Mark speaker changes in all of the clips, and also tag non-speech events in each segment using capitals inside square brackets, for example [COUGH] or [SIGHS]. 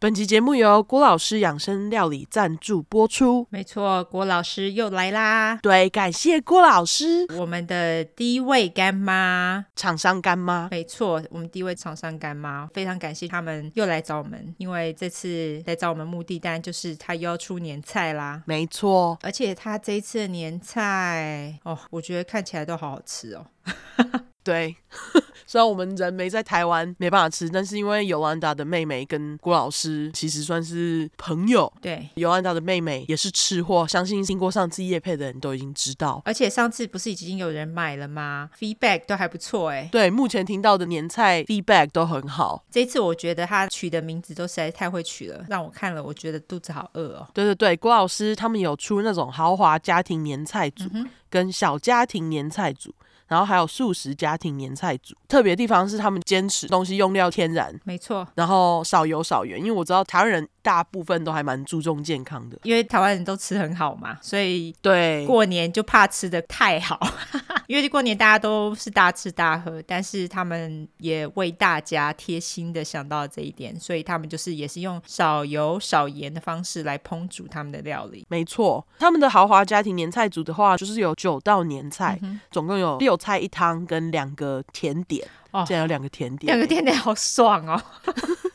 Speaker 1: 本集节目由郭老师养生料理赞助播出。
Speaker 2: 没错，郭老师又来啦。
Speaker 1: 对，感谢郭老师，
Speaker 2: 我们的第一位干妈，
Speaker 1: 厂商干妈。
Speaker 2: 没错，我们第一位厂商干妈，非常感谢他们又来找我们，因为这次来找我们目的，当然就是他又要出年菜啦。
Speaker 1: 没错，
Speaker 2: 而且他这一次的年菜哦，我觉得看起来都好好吃哦。
Speaker 1: 对。 [LAUGHS] 虽然我们人没在台湾，没办法吃，但是因为尤兰达的妹妹跟郭老师其实算是朋友。
Speaker 2: 对，
Speaker 1: 尤兰达的妹妹也是吃货，相信经过上次夜配的人都已经知道。
Speaker 2: 而且上次不是已经有人买了吗？Feedback 都还不错哎。
Speaker 1: 对，目前听到的年菜 feedback 都很好。
Speaker 2: 这一次我觉得他取的名字都实在太会取了，让我看了我觉得肚子好饿哦。
Speaker 1: 对对对，郭老师他们有出那种豪华家庭年菜组
Speaker 2: 嗯哼
Speaker 1: 跟小家庭年菜组。然后还有素食家庭年菜组，特别地方是他们坚持东西用料天然，
Speaker 2: 没错，
Speaker 1: 然后少油少盐，因为我知道台湾人大部分都还蛮注重健康的。
Speaker 2: 因为台湾人都吃很好嘛，所以
Speaker 1: 对，
Speaker 2: 过年就怕吃的太好， [LAUGHS] 因为过年大家都是大吃大喝，但是他们也为大家贴心的想到这一点，所以他们就是也是用少油少盐的方式来烹煮他们的料理。
Speaker 1: 没错，他们的豪华家庭年菜组的话，就是有九道年菜，
Speaker 2: 嗯
Speaker 1: 总共有六菜一汤跟两个甜点，
Speaker 2: 哦
Speaker 1: 竟然有两个甜点，
Speaker 2: 两个甜点好爽哦！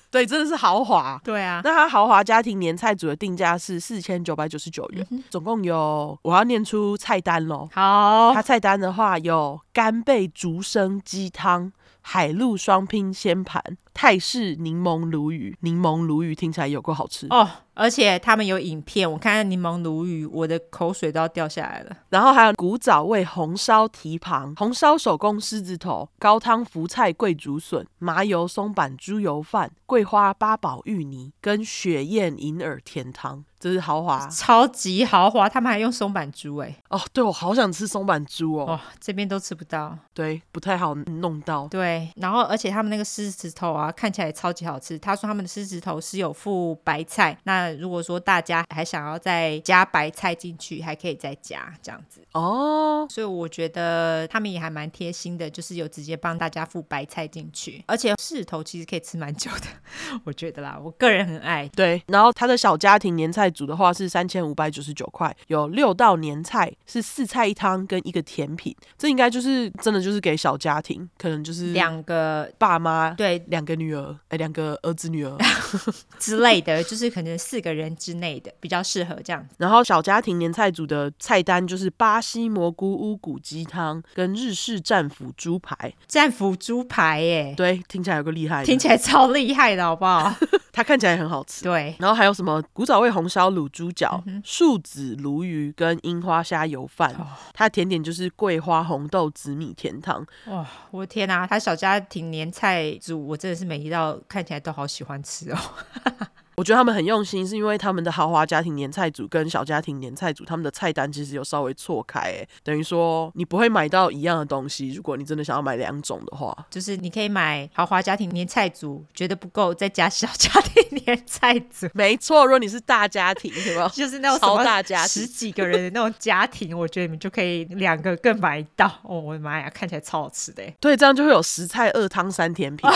Speaker 1: 对，真的是豪华。
Speaker 2: 对啊，
Speaker 1: 那它豪华家庭年菜组的定价是四千九百九十九元，总共有我要念出菜单喽。
Speaker 2: [LAUGHS] 好
Speaker 1: 它菜单的话有干贝竹升鸡汤、海陆双拼鲜盘、泰式柠檬鲈鱼，柠檬鲈鱼听起来有够好吃。
Speaker 2: 哦，而且他们有影片，我看到柠檬鲈鱼，我的口水都要掉下来了。
Speaker 1: 然后还有古早味红烧蹄膀、红烧手工狮子头、高汤福菜桂竹笋、麻油松板猪油饭、桂花八宝芋泥跟雪燕银耳甜汤，这是豪
Speaker 2: [LAUGHS]
Speaker 1: 华
Speaker 2: 超级豪华，他们还用松板猪哎、
Speaker 1: 哦。对，我好想吃松板猪哦。
Speaker 2: 哦，这边都吃不到。
Speaker 1: 对，不太好弄到。
Speaker 2: 对，然后而且他们那个狮子头啊，看起来超级好吃。他说他们的狮子头是有附白菜，那如果说大家还想要再加白菜进去，还可以再加这样子。
Speaker 1: 哦，
Speaker 2: 所以我觉得他们也还蛮贴心的，就是有直接帮大家附白菜进去，而且狮子头其实可以吃蛮久的， [LAUGHS] 我觉得啦，我个人很爱。
Speaker 1: 对，然后它的小家庭年菜组的话是三千五百九十九块，有六道年菜，是四菜一汤跟一个甜品，这应该就是真的就是给小家庭，可能就是
Speaker 2: 两个
Speaker 1: 爸妈
Speaker 2: 对
Speaker 1: 两个女儿，哎，两个儿子
Speaker 2: [LAUGHS]
Speaker 1: 女儿，
Speaker 2: 之类的，就是可能四个人之内的比较适合这样子。
Speaker 1: 然后小家庭年菜组的菜单就是巴西蘑菇乌骨鸡汤跟日式战斧猪排，
Speaker 2: 战斧猪排耶，
Speaker 1: 对，听起来有个厉害的，
Speaker 2: 听起来超厉害的，好不好？
Speaker 1: 它看起来很好吃。
Speaker 2: 对，
Speaker 1: 然后还有什么古早味红烧卤猪脚、树子鲈鱼跟樱花虾油饭，
Speaker 2: 哦
Speaker 1: 它的甜点就是桂花红豆紫米甜汤。
Speaker 2: 哇、我的天哪、他小家庭年菜组，我真的是每一道看起来都好喜欢吃哦。 [LAUGHS]
Speaker 1: 我觉得他们很用心，是因为他们的豪华家庭年菜组跟小家庭年菜组，他们的菜单其实有稍微错开，诶等于说你不会买到一样的东西。如果你真的想要买两种的话，
Speaker 2: 就是你可以买豪华家庭年菜组，觉得不够再加小家庭年菜组， [LAUGHS]
Speaker 1: 没错，如果你是大家庭，对吧？
Speaker 2: 就是那种什
Speaker 1: 超
Speaker 2: 么
Speaker 1: 大家庭
Speaker 2: 十几个人的那种家庭，我觉得你们就可以两个各买一道。 [LAUGHS] 哦，我的妈呀，看起来超好吃的欸耶，
Speaker 1: 对，这样就会有十菜二汤三甜品，
Speaker 2: [LAUGHS]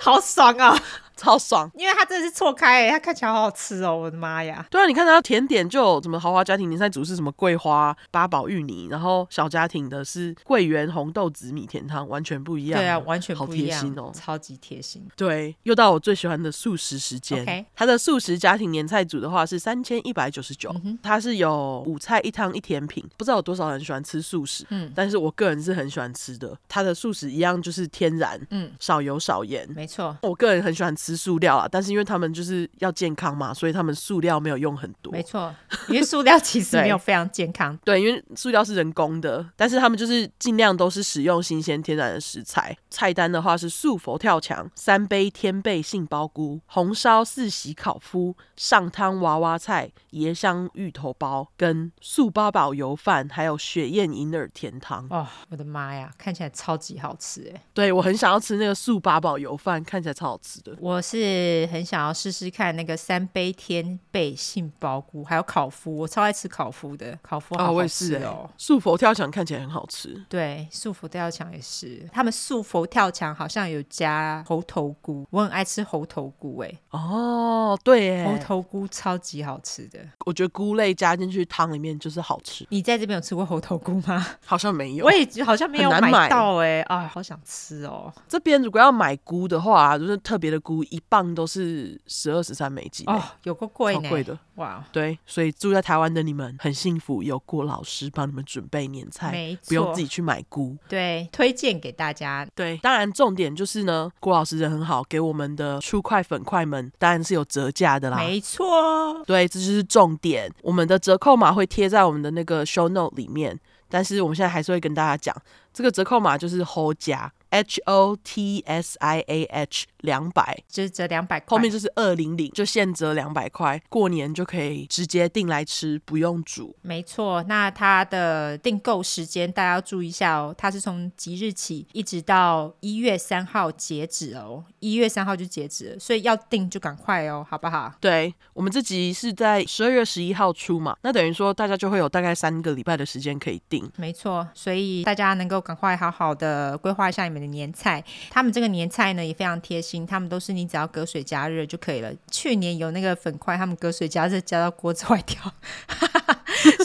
Speaker 2: 好爽啊！
Speaker 1: 超爽。
Speaker 2: 因为它真的是错开耶，它看起来好好吃哦，我的妈呀！
Speaker 1: 对啊，你看它甜点就有什么豪华家庭联赛组是什么桂花八宝芋泥，然后小家庭的是桂圆红豆紫米甜汤，完全不一样。
Speaker 2: 对啊，完全
Speaker 1: 好
Speaker 2: 不一
Speaker 1: 贴
Speaker 2: 样，
Speaker 1: 心哦
Speaker 2: 超级贴心。
Speaker 1: 对，又到我最喜欢的素食时间。
Speaker 2: OK
Speaker 1: 它的素食家庭年菜组的话是三千一百九十
Speaker 2: 嗯
Speaker 1: 九，它是有五菜一汤一甜品，不知道有多少人喜欢吃素食，
Speaker 2: 嗯
Speaker 1: 但是我个人是很喜欢吃的。它的素食一样就是天然，
Speaker 2: 嗯，
Speaker 1: 少油少盐。
Speaker 2: 没错，
Speaker 1: 我个人很喜欢吃塑料啦，但是因为他们就是要健康嘛，所以他们塑料没有用很多
Speaker 2: 没。错，因为塑料其实
Speaker 1: [LAUGHS] 对
Speaker 2: 没有非常健康。
Speaker 1: 对，因为塑料是人工的，但是他们就是尽量都是使用新鲜天然的食材。菜单的话是素佛跳墙、三杯天贝杏鲍菇、红烧四喜烤麸、上汤娃娃菜、椰香芋头包、跟素八宝油饭，还有雪燕银耳甜汤。
Speaker 2: 哦，我的妈呀，看起来超级好吃哎！
Speaker 1: 欸对我很想要吃那个素八宝油饭，看起来超好吃的。
Speaker 2: 我我是很想要试试看那个三杯天贝杏鲍菇，还有烤麸，我超爱吃烤麸的，烤麸好
Speaker 1: 啊，我
Speaker 2: 好
Speaker 1: 也是
Speaker 2: 吃
Speaker 1: 哎、
Speaker 2: 哦。
Speaker 1: 素佛跳墙看起来很好吃，
Speaker 2: 对，素佛跳墙也是，他们素佛跳墙好像有加猴头菇，我很爱吃猴头菇、欸，
Speaker 1: 哦，对
Speaker 2: 哎，猴
Speaker 1: 哎，
Speaker 2: 头菇超级好吃的。
Speaker 1: 我觉得菇类加进去汤里面就是好吃，
Speaker 2: 你在这边有吃过猴头菇吗？
Speaker 1: 好像没有
Speaker 2: 我。也好像没有
Speaker 1: 很难买
Speaker 2: 到哎、啊，好想吃哦！
Speaker 1: 这边如果要买菇的话，就是特别的菇，一磅都是十二十三美金、欸
Speaker 2: 哦，有够贵
Speaker 1: 超
Speaker 2: 呢，
Speaker 1: 贵的。
Speaker 2: 哇！
Speaker 1: 对，所以住在台湾的你们很幸福，有郭老师帮你们准备年菜，
Speaker 2: 没
Speaker 1: 不用
Speaker 2: 错
Speaker 1: 自，己去买菇。
Speaker 2: 对，推荐给大家。
Speaker 1: 对，当然重点就是呢，郭老师人很好，给我们的出块粉块们当然是有折价的啦。
Speaker 2: 没错，
Speaker 1: 对，这就是重点。我们的折扣码会贴在我们的那个 show note 里面，但是我们现在还是会跟大家讲，这个折扣码就是 HO 加 H O T S I A H 两百，
Speaker 2: 就是折两百块。
Speaker 1: 后面就是二零零，就现折两百块，过年就可以直接订来吃，不用煮。
Speaker 2: 没错，那它的订购时间大家要注意一下哦，它是从即日起一直到一月三号截止哦，一月三号就截止了，所以要订就赶快哦，好不好？
Speaker 1: 对我们这集是在十二月十一号出嘛，那等于说大家就会有大概三个礼拜的时间可以订。
Speaker 2: 没错，所以大家能够赶快好好的规划一下你们的年菜。他们这个年菜呢也非常贴心，他们都是你只要隔水加热就可以了。去年有那个粉块，他们隔水加热加到锅子坏掉， [LAUGHS]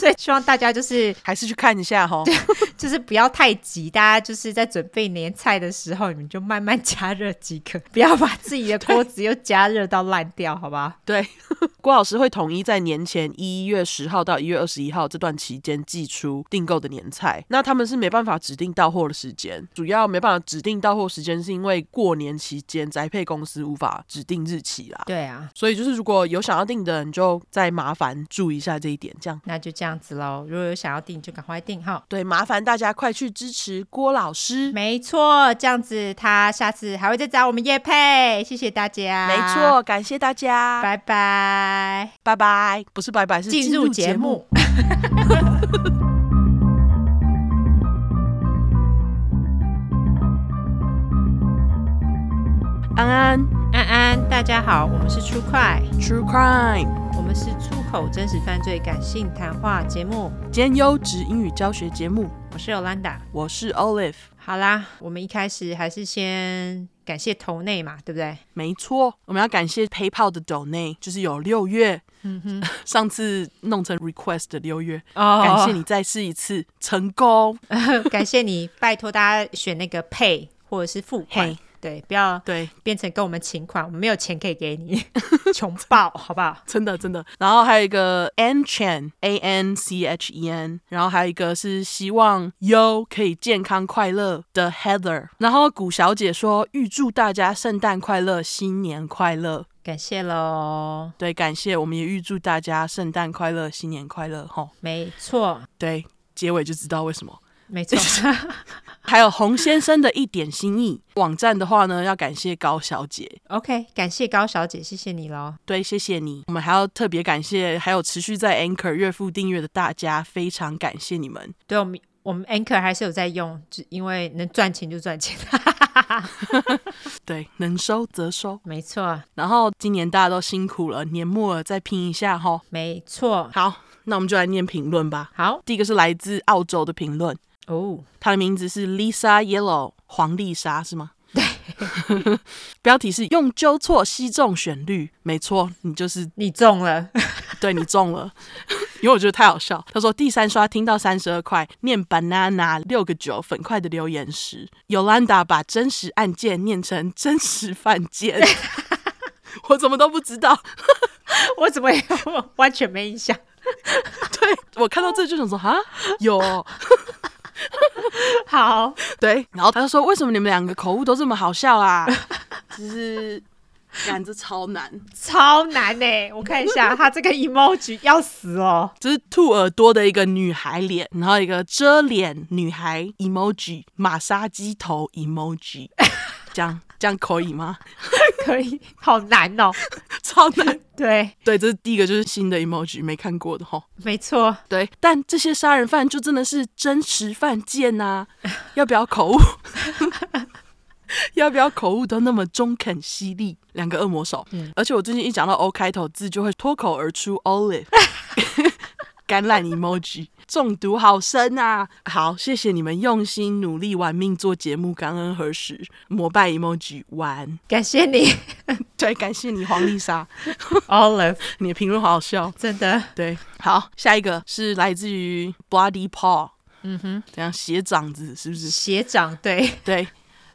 Speaker 2: 所以希望大家就是
Speaker 1: 还是去看一下哈，
Speaker 2: 就是不要太急，大家就是在准备年菜的时候，你们就慢慢加热即可，不要把自己的锅子又加热到烂掉，好吧？
Speaker 1: 对，郭老师会统一在年前一月十号到一月二十一号这段期间寄出订购的年菜。那他们是没办法指定到货的时间，主要没办法指定到货时间是因为过年期间宅配公司无法指定日期啦。
Speaker 2: 对啊，
Speaker 1: 所以就是如果有想要订的，你就再麻烦注意一下这一点，这样。
Speaker 2: 那就这样子喽。如果有想要订，就赶快订哈。
Speaker 1: 对，麻烦大家快去支持郭老师。
Speaker 2: 没错，这样子他下次还会再找我们叶配，谢谢大家。
Speaker 1: 没，错，感谢大家，
Speaker 2: 拜拜。
Speaker 1: 拜拜。不是拜拜，是
Speaker 2: 进入节目。
Speaker 1: 安安
Speaker 2: 安安，大家好，我们是出快，
Speaker 1: True Crime
Speaker 2: 我们是出口真实犯罪感性谈话节目，
Speaker 1: 兼优质英语教学节目，
Speaker 2: 我是 Olanda。
Speaker 1: 我是 Olive。
Speaker 2: 好啦，我们一开始还是先感谢头内嘛，对不对？
Speaker 1: 没错，我们要感谢 PayPal 的 Donate，就是有六月，
Speaker 2: 嗯
Speaker 1: [LAUGHS] 上次弄成 request 的六月，
Speaker 2: 哦
Speaker 1: 感谢你再试一次成功。
Speaker 2: 你，感谢你，拜托大家选那个 pay 或者是付款
Speaker 1: 嘿，
Speaker 2: 对，不要
Speaker 1: 对，
Speaker 2: 变成跟我们请款，我们没有钱可以给 [LAUGHS] 你，穷爆，好不好？
Speaker 1: 真的真的。然后还有一个 An Chen A N C H E N，然后还有一个是希望 You 可以健康快乐的 Heather。然后谷小姐说预祝大家圣诞快乐，新年快乐。
Speaker 2: [LAUGHS] 感谢喽，
Speaker 1: 对，感谢，我们也预祝大家圣诞快乐，新年快乐。吼，
Speaker 2: 没错，
Speaker 1: 对，结尾就知道为什么。
Speaker 2: 没错，
Speaker 1: 还有洪先生的一点心意。网站的话呢，要感谢高小姐，
Speaker 2: [LAUGHS] OK，感谢高小姐，谢谢你喽。
Speaker 1: 对，谢谢你。我们还要特别感谢，还有持续在 Anchor 月付订阅的大家，非常感谢你们。
Speaker 2: 对我们，我们 Anchor 还是有在用，只因为能赚钱就赚 [LAUGHS] 钱。
Speaker 1: 对，能收则收。
Speaker 2: 没错，
Speaker 1: 然后今年大家都辛苦了，年末了再拼一下哈。
Speaker 2: 没错。
Speaker 1: 好，那我们就来念评论吧。
Speaker 2: 好
Speaker 1: 第一个是来自澳洲的评论，
Speaker 2: 哦，
Speaker 1: 她的名字是 Lisa Yellow，黄丽莎是吗？对， [LAUGHS] 标题是用纠错惜中旋律，没错，你就是
Speaker 2: 你中 [LAUGHS] 了，
Speaker 1: 对你中了， [LAUGHS] 因为我觉得太好笑。他说第三刷听到三十二块，念 banana 六个九粉块的留言时，Yolanda 把真实案件念成真实犯贱，我怎么都不知道。
Speaker 2: 我怎么也 [LAUGHS] 我完全没印象。
Speaker 1: 我看到这就想说啊，有哦、
Speaker 2: 好，
Speaker 1: 对，然后他就说为什么你们两个口误都这么好笑啊？ [LAUGHS] 就是感这超难，
Speaker 2: 超难呢、欸我看一下，他这个 emoji 要死哦。
Speaker 1: 这是兔耳朵的一个女孩脸，然后一个遮脸女孩 emoji，马杀鸡头 emoji，这样这样可以吗？ [LAUGHS]
Speaker 2: 可以，好难哦。
Speaker 1: 超难。
Speaker 2: 对，
Speaker 1: 对，这是第一个，就是新的 emoji，没看过的哈。
Speaker 2: 没错，
Speaker 1: 对，但这些杀啊人犯就真的是真实犯贱呐、要不要口误？ [LAUGHS] 要不要口误都那么中肯犀利？两个恶魔手，
Speaker 2: 嗯
Speaker 1: 而且我最近一讲到 O 开头字，就会脱口而出 olive，橄榄 emoji，中毒好深啊！好，谢谢你们用心努力、玩命做节目，感恩何时？膜拜 emoji 完，
Speaker 2: 感谢你
Speaker 1: 对，感谢你黄丽莎，
Speaker 2: ，Olive，
Speaker 1: 你的评论好好笑。
Speaker 2: 真的，
Speaker 1: 对，好，下一个是来自于 Bloody Paw，嗯哼，怎样鞋掌子是不是？
Speaker 2: 学长对，
Speaker 1: 对，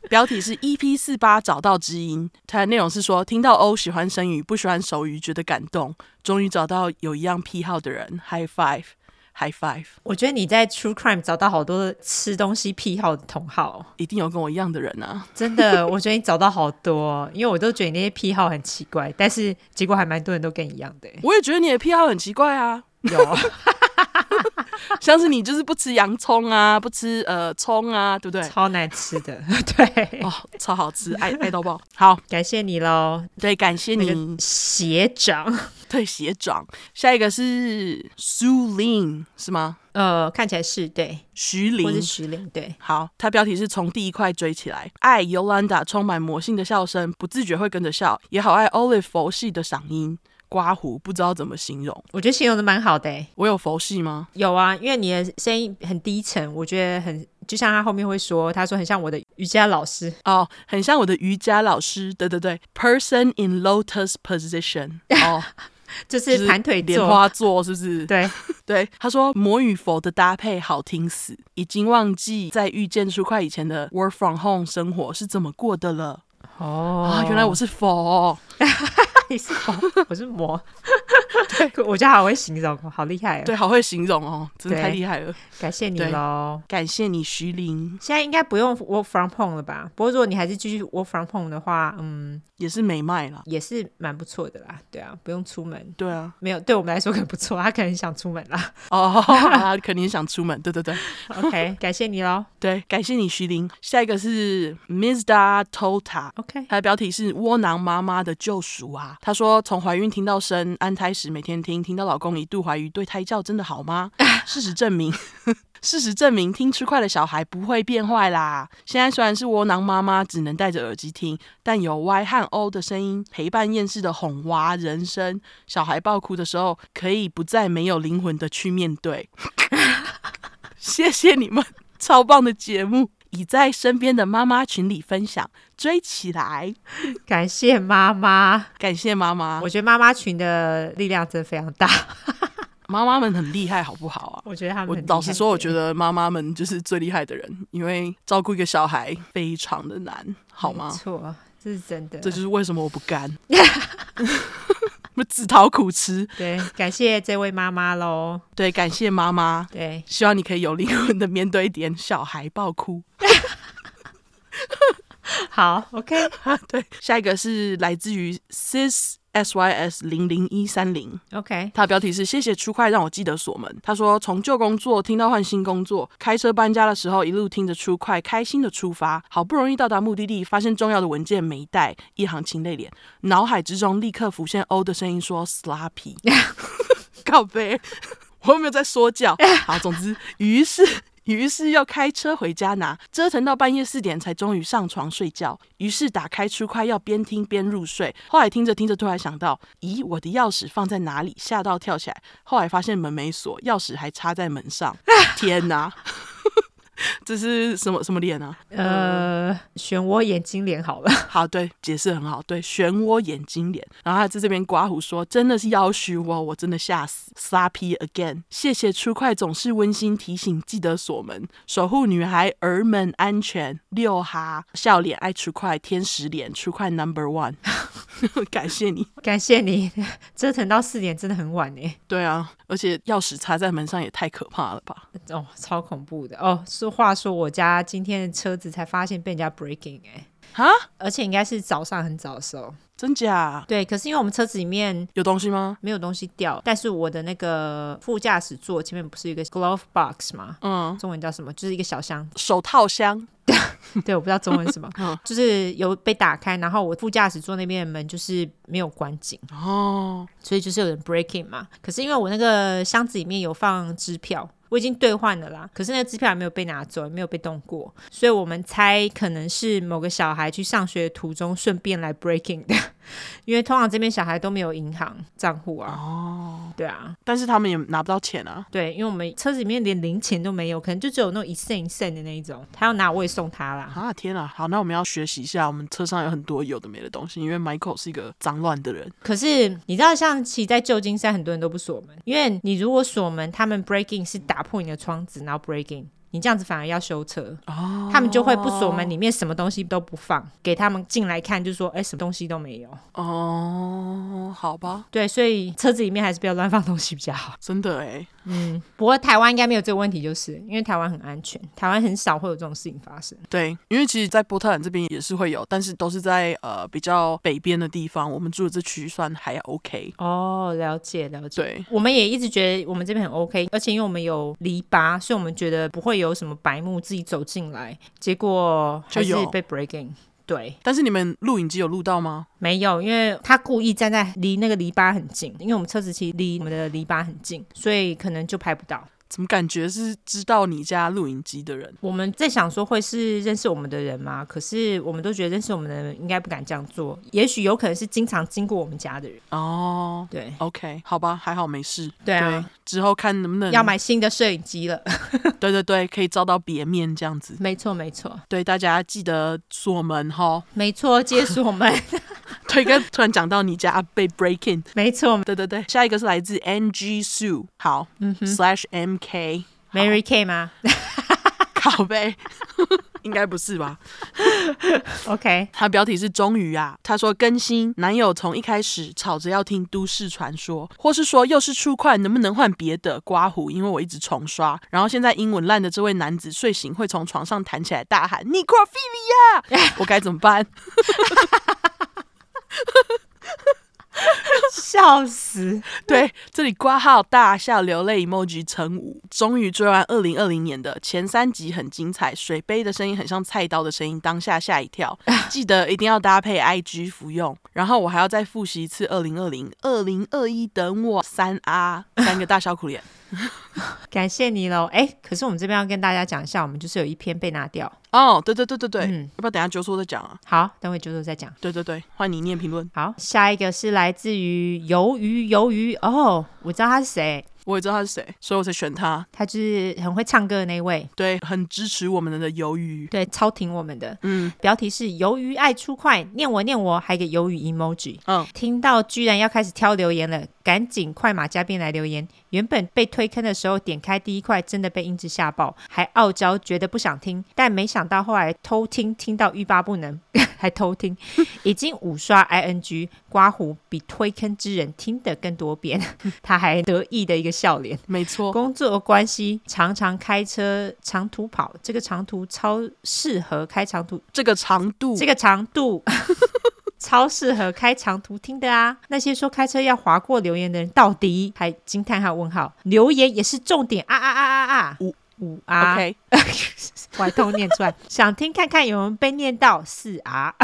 Speaker 1: 标题是 EP 四八找到知音，它的内容是说听到欧喜欢声语，不喜欢手语，觉得感动，终于找到有一样癖好的人，High Five，High Five，
Speaker 2: 我觉得你在 True Crime 找到好多吃东西癖好的同好，
Speaker 1: 一定有跟我一样的人啊！
Speaker 2: 真的，我觉得你找到好多，哦因为我都觉得你那些癖好很奇怪，但是结果还蛮多人都跟你一样的、欸
Speaker 1: 我也觉得你的癖好很奇怪啊，
Speaker 2: 有
Speaker 1: 像是你就是不吃洋葱啊，不吃呃葱啊，对不对？
Speaker 2: 超难吃的，对，
Speaker 1: 哦，超好吃，爱爱到爆！好，
Speaker 2: 感谢你喽，
Speaker 1: 对，感谢
Speaker 2: 那
Speaker 1: 你。
Speaker 2: 个学长，
Speaker 1: 对，鞋长。下一个是苏林是吗？
Speaker 2: 呃，看起来是对，
Speaker 1: 徐
Speaker 2: 或是
Speaker 1: 林。
Speaker 2: 徐玲对。
Speaker 1: 好，它标题是从第一块追起来。爱尤兰达充满魔性的笑声，不自觉会跟着笑，也好爱 Olive 佛系的嗓音。刮胡不知道怎么形容，
Speaker 2: 我觉得形容的蛮好的、欸，
Speaker 1: 我有佛系吗？
Speaker 2: 有啊，因为你的声音很低沉，我觉得很，就像他后面会说，他说很像我的瑜伽老师， [LAUGHS]
Speaker 1: 哦，很像我的瑜伽老师，对对对，person in lotus position，哦，
Speaker 2: [LAUGHS] 就
Speaker 1: 就是
Speaker 2: 盘腿
Speaker 1: 莲
Speaker 2: 坐，
Speaker 1: 花座，是不是？
Speaker 2: 对，
Speaker 1: 对，他说魔与佛的搭配好听死，已经忘记在遇见出快以前的 work from home 生活是怎么过的了。
Speaker 2: 哦
Speaker 1: 啊，原来 [LAUGHS] 我是佛、哦
Speaker 2: 你是魔，我是魔， [LAUGHS] 对，我觉得好会形容哦，好厉害、哦，，
Speaker 1: 对，好会形容哦，真的太
Speaker 2: 对
Speaker 1: 厉害了。
Speaker 2: 感谢你
Speaker 1: 对
Speaker 2: 喽。
Speaker 1: 感谢你，徐玲，
Speaker 2: 现在应该不用 work from home 了吧？不过如果你还是继续 work from home 的话，嗯，
Speaker 1: 也是美卖啦。
Speaker 2: 也是蛮不错的啦。对啊，不用出门，
Speaker 1: 对啊，
Speaker 2: 没有对我们来说很不错。他可能想出门
Speaker 1: [LAUGHS]
Speaker 2: 啦。
Speaker 1: 哦，他肯定想出门。对对对
Speaker 2: OK，感谢你喽。
Speaker 1: 对，感谢你，徐玲。下一个是 Mr. Tota，
Speaker 2: OK，
Speaker 1: 它的标题是“窝囊妈妈的救赎”啊。她说，从怀孕听到生，安胎时每天听，听到老公一度怀疑对胎教真的好吗？事实证明， [LAUGHS] 事实证明，听吃快的小孩不会变坏啦。现在虽然是窝囊妈妈，只能戴着耳机听，但有 Y 和 O 的声音陪伴厌世的哄娃人生，小孩爆哭的时候，可以不再没有灵魂的去面对。谢谢你们，超棒的节目。已在身边的妈妈群里分享，追起来！
Speaker 2: 感谢妈妈。
Speaker 1: 感谢妈妈
Speaker 2: 我，觉得妈妈群的力量真的非常大。
Speaker 1: 妈妈们很厉害，好不好啊？
Speaker 2: [LAUGHS] 我觉得他们
Speaker 1: 我
Speaker 2: 很厉害
Speaker 1: 老实说，我觉
Speaker 2: 对
Speaker 1: 得妈妈们就是最厉害的人，因为照顾一个小孩非常的难，好
Speaker 2: 没
Speaker 1: 吗？
Speaker 2: 错，这是真的。
Speaker 1: 啊这就是为什么我不干，我自讨苦吃。
Speaker 2: 对，感谢这位妈妈喽。
Speaker 1: 对，感谢妈妈， [LAUGHS]
Speaker 2: 对，
Speaker 1: 希望你可以有灵魂的面对一点小孩爆哭。
Speaker 2: 好，OK，
Speaker 1: [LAUGHS] 对，下一个是来自于 sis s y s 零零一三零，
Speaker 2: OK，
Speaker 1: 他的标题是“谢谢出快让我记得锁门”。他说从旧工作听到换新工作，开车搬家的时候一路听着出快，开心的出发。好不容易到达目的地，发现重要的文件没带，一行清泪脸，脑海之中立刻浮现欧的声音说 “slappy”，告 [LAUGHS] 白。我又没有在说教。好，总之，于是。 [LAUGHS] 于是要开车回家拿，折腾到半夜四点才终于上床睡觉。于是打开出快要边听边入睡。后来听着听着，突然想到，咦，我的钥匙放在哪里？吓到跳起来。后来发现门没锁，钥匙还插在门上。天哪， [LAUGHS] 这是什么什么脸啊？
Speaker 2: 呃，漩涡眼睛脸好了， [LAUGHS]
Speaker 1: 好，对，解释很好，对，漩涡眼睛脸。然后他在这边刮胡说，真的是要虚哦我，我真的吓死，slappy again。谢谢出快总是温馨提醒，记得锁门，守护女孩儿们安全。六哈，笑脸爱出快，天使脸出快 number one，感谢你。
Speaker 2: 感谢你， [LAUGHS] 折腾到四点真的很晚哎，
Speaker 1: 对啊，而且钥匙插在门上也太可怕了吧？
Speaker 2: 哦，超恐怖的哦。说话说，我家今天的车子才发现被人家 breaking 哎，
Speaker 1: 啊，
Speaker 2: 而且应该是早上很早的时候，
Speaker 1: 真假？
Speaker 2: 对，可是因为我们车子里面
Speaker 1: 有东西吗？
Speaker 2: 没有东西掉，但是我的那个副驾驶座前面不是有一个 glove box 吗？
Speaker 1: 嗯，
Speaker 2: 中文叫什么？就是一个小箱 [LAUGHS]
Speaker 1: 手套箱，
Speaker 2: 对，我不知道中文是什么，就是有被打开，然后我副驾驶座那边的门就是没有关紧，
Speaker 1: 哦，
Speaker 2: 所以就是有人 breaking 嘛。可是因为我那个箱子里面有放支票。我已经兑换了啦，可是那个支票也没有被拿走，也没有被动过，所以我们猜可能是某个小孩去上学的途中顺便来 breaking 的， [LAUGHS] 因为通常这边小孩都没有银行账户啊。哦，对啊，
Speaker 1: 但是他们也拿不到钱啊。
Speaker 2: 对，因为我们车子里面连零钱都没有，可能就只有那种一剩一剩的那一种，他要拿我也送他啦。
Speaker 1: 啊天啊！好，那我们要学习一下，我们车上有很多有的没的东西，因为 Michael 是一个脏乱的人。
Speaker 2: 可是你知道，像其实在旧金山，很多人都不锁门，因为你如果锁门，他们 breaking 是打破你的窗子，然后 breaking。你这样子反而要修车，他们就会不锁门，里面什么东西都不放，给他们进来看，就说哎、什么东西都没有。
Speaker 1: 哦，好吧，
Speaker 2: 对，所以车子里面还是不要乱放东西比较 [LAUGHS] 好。
Speaker 1: 真的哎，
Speaker 2: 不过台湾应该没有这个问题，就是因为台湾很安全，台湾很少会有这种事情发生。
Speaker 1: 对，因为其实，在波特兰这边也是会有，但是都是在呃比较北边的地方，我们住的这区算还 OK。
Speaker 2: 哦，了解了解。
Speaker 1: 对，
Speaker 2: 我们也一直觉得我们这边很 OK，而且因为我们有篱笆，所以我们觉得不会有什么白目自己走进来，结果还是
Speaker 1: 就有
Speaker 2: 被 breaking。对，
Speaker 1: 但是你们录影机有录到吗？
Speaker 2: 没有，因为他故意站在离那个篱笆很近，因为我们车子其实离我们的篱笆很近，所以可能就拍不到。
Speaker 1: 怎么感觉是知道你家录影机的人？
Speaker 2: 我们在想说会是认识我们的人吗？可是我们都觉得认识我们的人应该不敢这样做，也许有可能是经常经过我们家的人。
Speaker 1: 哦
Speaker 2: 对，
Speaker 1: ，OK，好吧，还好没事。
Speaker 2: 对啊，
Speaker 1: 之后看能不能
Speaker 2: 要，买新的摄影机了。 [LAUGHS]
Speaker 1: 对对对，可以照到别面这样子。
Speaker 2: 没错，没错，
Speaker 1: 对，大家记得锁门哈。
Speaker 2: 没错，解锁门，
Speaker 1: [LAUGHS] 对，跟突然讲到你家被 break in，
Speaker 2: [LAUGHS] 没错，
Speaker 1: 对对对，下一个是来自 NG Sue，好、slash [LAUGHS] MK
Speaker 2: Mary Kay 吗
Speaker 1: 靠背， [LAUGHS] 应该不是吧？
Speaker 2: ？OK，
Speaker 1: 他标题是终于啊，他说更新男友从一开始吵着要听都市传说，或是说又是出快，能不能换别的刮胡？因为我一直重刷，然后现在英文烂的这位男子睡醒会从床上弹起来大喊 n i c o p h i l i a [LAUGHS] 我该怎么办？
Speaker 2: 笑死！
Speaker 1: [LAUGHS] 对，这里挂号大笑流泪 emoji 成五，终于追完二零二零年的前三集，很精彩。水杯的声音很像菜刀的声音，当下吓一 [LAUGHS] 跳。记得一定要搭配 IG 服用。然后我还要再复习一次二零二零、二零二一，等我三啊三个大小苦脸 [LAUGHS]
Speaker 2: 感谢你喽。哎、可是我们这边要跟大家讲一下，我们就是有一篇被拿掉。
Speaker 1: 哦，对对对对对，
Speaker 2: 嗯
Speaker 1: 要不要等一下纠错再讲啊？
Speaker 2: 好，等会九九再讲。
Speaker 1: 对对对，换你念评论。
Speaker 2: 好，下一个是来自于鱿鱼，鱿鱼哦，我知道他是谁，
Speaker 1: 我也知道他是谁，所以我才选他。
Speaker 2: 他就是很会唱歌的那一位，
Speaker 1: 对，很支持我们的鱿鱼。
Speaker 2: 对，超挺我们的。
Speaker 1: 嗯
Speaker 2: 标题是鱿鱼爱出快，念我念我，还给鱿鱼 emoji。
Speaker 1: 嗯，
Speaker 2: 听到居然要开始挑留言了，赶紧快马加鞭来留言。原本被推坑的时候，点开第一块，真的被音质吓爆，还傲娇觉得不想听，但没想到后来偷听，听到欲罢不能， [LAUGHS] 还偷听，已经五刷 ing 刮胡，比推坑之人听得更多遍。 [LAUGHS] 他还得意的一个笑脸。
Speaker 1: 没错。
Speaker 2: 工作关系常常开车长途跑，这个长途超适合开长途
Speaker 1: 这个长度
Speaker 2: 这个长度 [LAUGHS] 超适合开长途听的啊！那些说开车要划过留言的人，到底还惊叹号问号？留言也是重点啊啊啊啊啊！
Speaker 1: 五
Speaker 2: 五啊
Speaker 1: OK，
Speaker 2: 我还偷念出来， [LAUGHS] 想听看看有没有被念到四啊！ [LAUGHS]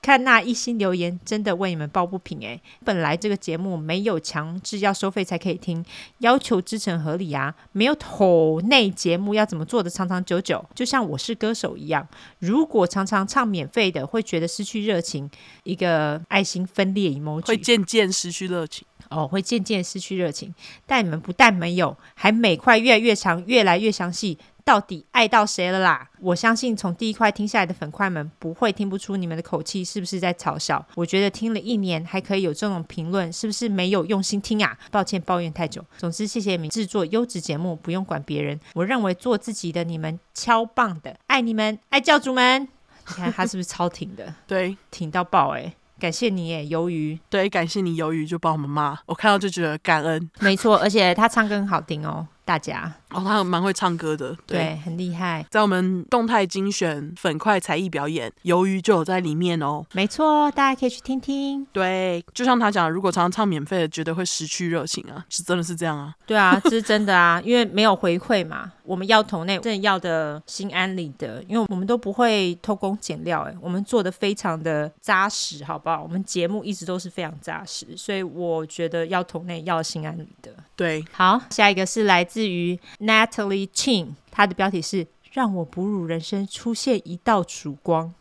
Speaker 2: 看那一心留言，真的为你们抱不平哎、本来这个节目没有强制要收费才可以听，要求支成合理啊，没有头内节目要怎么做的长长久久，就像我是歌手一样。如果常常唱免费的，会觉得失去热情。一个爱心分裂 emoji
Speaker 1: 会渐渐失去热情。
Speaker 2: 哦，会渐渐失去热情。但你们不但没有，还每块越来越长，越来越详细。到底爱到谁了啦？我相信从第一块听下来的粉块们，不会听不出你们的口气是不是在嘲笑。我觉得听了一年还可以有这种评论，是不是没有用心听啊？抱歉，抱怨太久。总之，谢谢你们制作优质节目，不用管别人。我认为做自己的你们超棒的，爱你们，爱教主们。你看他是不是超挺的，
Speaker 1: 对，
Speaker 2: 挺到爆哎、感谢你耶，鱿鱼。 [LAUGHS]
Speaker 1: 对，感谢你鱿鱼就帮我们骂，我看到就觉得感恩。
Speaker 2: 没错，而且他唱歌很好听哦。大家，
Speaker 1: 哦，他蛮会唱歌的，对。
Speaker 2: 对，很厉害。
Speaker 1: 在我们动态精选粉块才艺表演，鱿鱼就有在里面哦。
Speaker 2: 没错，大家可以去听听。
Speaker 1: 对，就像他讲，如果常常唱免费的，觉得会失去热情啊，是真的是这样啊。
Speaker 2: 对啊，这是真的啊， [LAUGHS] 因为没有回馈嘛。我们要投内，真的要的心安理得，因为我们都不会偷工减料、欸，哎，我们做的非常的扎实，好不好？我们节目一直都是非常扎实，所以我觉得要投内要心安理得。
Speaker 1: 对，
Speaker 2: 好，下一个是来自于 Natalie Chin，她的标题是“让我哺乳人生出现一道曙光”。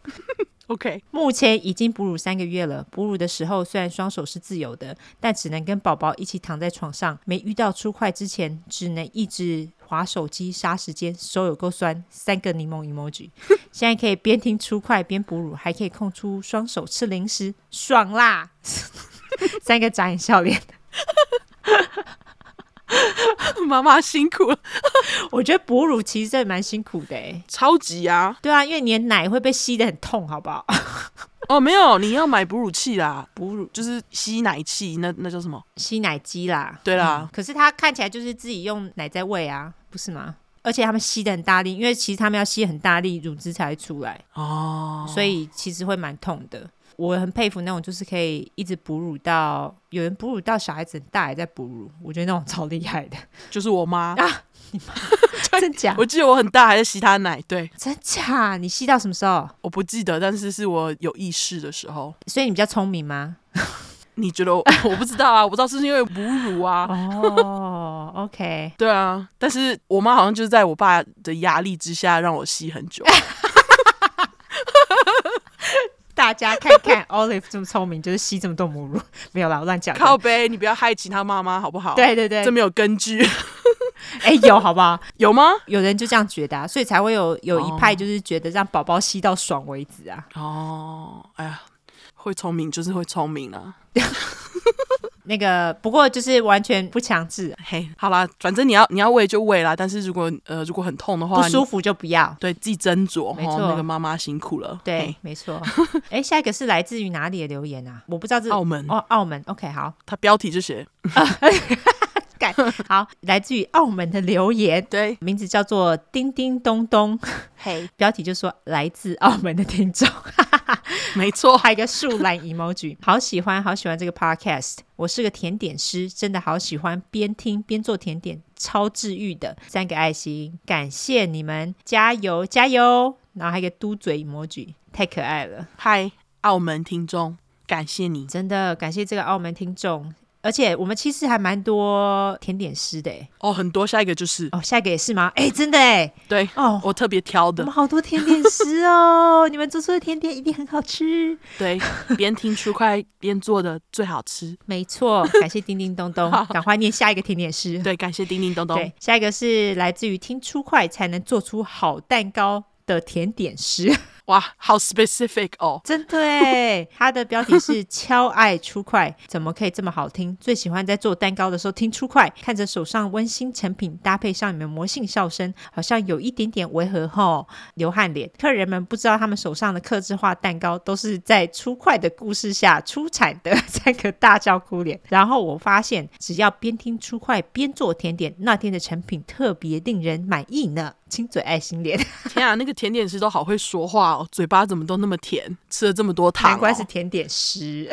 Speaker 1: OK， [LAUGHS]
Speaker 2: 目前已经哺乳三个月了。哺乳的时候虽然双手是自由的，但只能跟宝宝一起躺在床上。没遇到出快之前，只能一直划手机杀时间，手有够酸。三个柠檬 emoji。现在 [LAUGHS] 可以边听出快边哺乳，还可以空出双手吃零食，爽啦！ [LAUGHS] 三个眨眼笑脸。
Speaker 1: 妈妈辛苦了，
Speaker 2: 我觉得哺乳其实真的蛮辛苦的欸
Speaker 1: 超级啊。
Speaker 2: 对啊，因为你的奶会被吸得很痛，好不好？ [LAUGHS]
Speaker 1: 哦，没有，你要买哺乳器啦，
Speaker 2: 哺乳
Speaker 1: 就是吸奶器，那那叫什么？
Speaker 2: 吸奶机啦。
Speaker 1: 对啦，
Speaker 2: 可是他看起来就是自己用奶在喂啊，不是吗？而且他们吸的很大力，因为其实他们要吸很大力，乳汁才会出来，
Speaker 1: 哦，
Speaker 2: 嗯所以其实会蛮痛的。我很佩服那种就是可以一直哺乳到有人哺乳到小孩子很大还在哺乳，我觉得那种超厉害的，
Speaker 1: 就是我妈，
Speaker 2: [LAUGHS] 啊真假？
Speaker 1: 我记得我很大还在吸她奶，对，
Speaker 2: [LAUGHS] 真假？你吸到什么时候？
Speaker 1: 我不记得，但是是我有意识的时候。
Speaker 2: 所以你比较聪明吗？
Speaker 1: 你觉得我 [LAUGHS] 我不知道啊，我不知道是不是因为哺乳啊。
Speaker 2: [LAUGHS] 哦、o k
Speaker 1: 对啊，但是我妈好像就是在我爸的压力之下让我吸很
Speaker 2: [LAUGHS]
Speaker 1: 久。
Speaker 2: 大家看看 Olive 这么聪明，就是吸这么多母乳， [LAUGHS] 没有啦，我乱讲的。
Speaker 1: 靠背，你不要害其他妈妈好不好？，
Speaker 2: 对对对
Speaker 1: 这，没有根据， [LAUGHS]
Speaker 2: 哎、有好不好？
Speaker 1: 有吗？
Speaker 2: 有人就这样觉得、啊，所以才会有有
Speaker 1: 哦
Speaker 2: 一派就是觉得让宝宝吸到爽为止啊。
Speaker 1: 哦，哎呀，会聪明就是会聪明啊。
Speaker 2: 那个不过就是完全不强制，
Speaker 1: 嘿，好啦，反正你要你要喂就喂啦，但是如果呃如果很痛的话，
Speaker 2: 不舒
Speaker 1: 你
Speaker 2: 服就不要。
Speaker 1: 对自己斟酌
Speaker 2: 没
Speaker 1: 哦。
Speaker 2: 错
Speaker 1: 那个妈妈辛苦了，
Speaker 2: 对
Speaker 1: 嘿，
Speaker 2: 没错。哎，下一个是来自于哪里的留言啊？我不知道这
Speaker 1: 澳门，
Speaker 2: 哦，澳门。OK，好，
Speaker 1: 它标题就写
Speaker 2: 干好，来自于澳门的留言，
Speaker 1: 对，
Speaker 2: 名字叫做叮叮咚咚，
Speaker 1: 嘿，
Speaker 2: 标题就说来自澳门的听众。
Speaker 1: 没错，
Speaker 2: 还有一个树懒 emoji，好喜欢，好喜欢这个 podcast。我是个甜点师，真的好喜欢边听边做甜点，超治愈的。三个爱心，感谢你们，加油加油！然后还有一个嘟嘴 emoji，太可爱了，
Speaker 1: 嗨，澳门听众，感谢你。
Speaker 2: 真的感谢这个澳门听众。而且我们其实还蛮多甜点师的诶
Speaker 1: 哦，很多，下一个就是
Speaker 2: 哦，下一个也是吗？哎，真的哎，
Speaker 1: 对
Speaker 2: 哦，
Speaker 1: 我特别挑
Speaker 2: 我
Speaker 1: 的
Speaker 2: 们，好多甜点师哦， [LAUGHS] 你们做出的甜点一定很好吃。
Speaker 1: 对，边听出块边做的最好
Speaker 2: [LAUGHS]
Speaker 1: 吃。
Speaker 2: 没错，感谢叮叮咚咚，赶快念下一个甜点师。
Speaker 1: 对，感谢叮叮咚咚
Speaker 2: 对，，哦下一个是来自于听出快才能做出好蛋糕的甜点师，
Speaker 1: 哇，好 specific 哦。
Speaker 2: 真的哎。他的标题是“敲爱出快”，怎么可以这么好听？最喜欢在做蛋糕的时候听出快，看着手上温馨成品搭配上你们魔性笑声，好像有一点点违和吼， [LAUGHS] 流汗脸。客人们不知道他们手上的刻制化蛋糕都是在出快的故事下出产的三个大叫哭脸。 [LAUGHS] 然后我发现，只要边听出快边做甜点，那天的成品特别令人满意呢。亲嘴爱心脸，
Speaker 1: 天啊，那个甜点师都好会说话哦，嘴巴怎么都那么甜，吃了这么多糖、哦，
Speaker 2: 难怪是甜点师，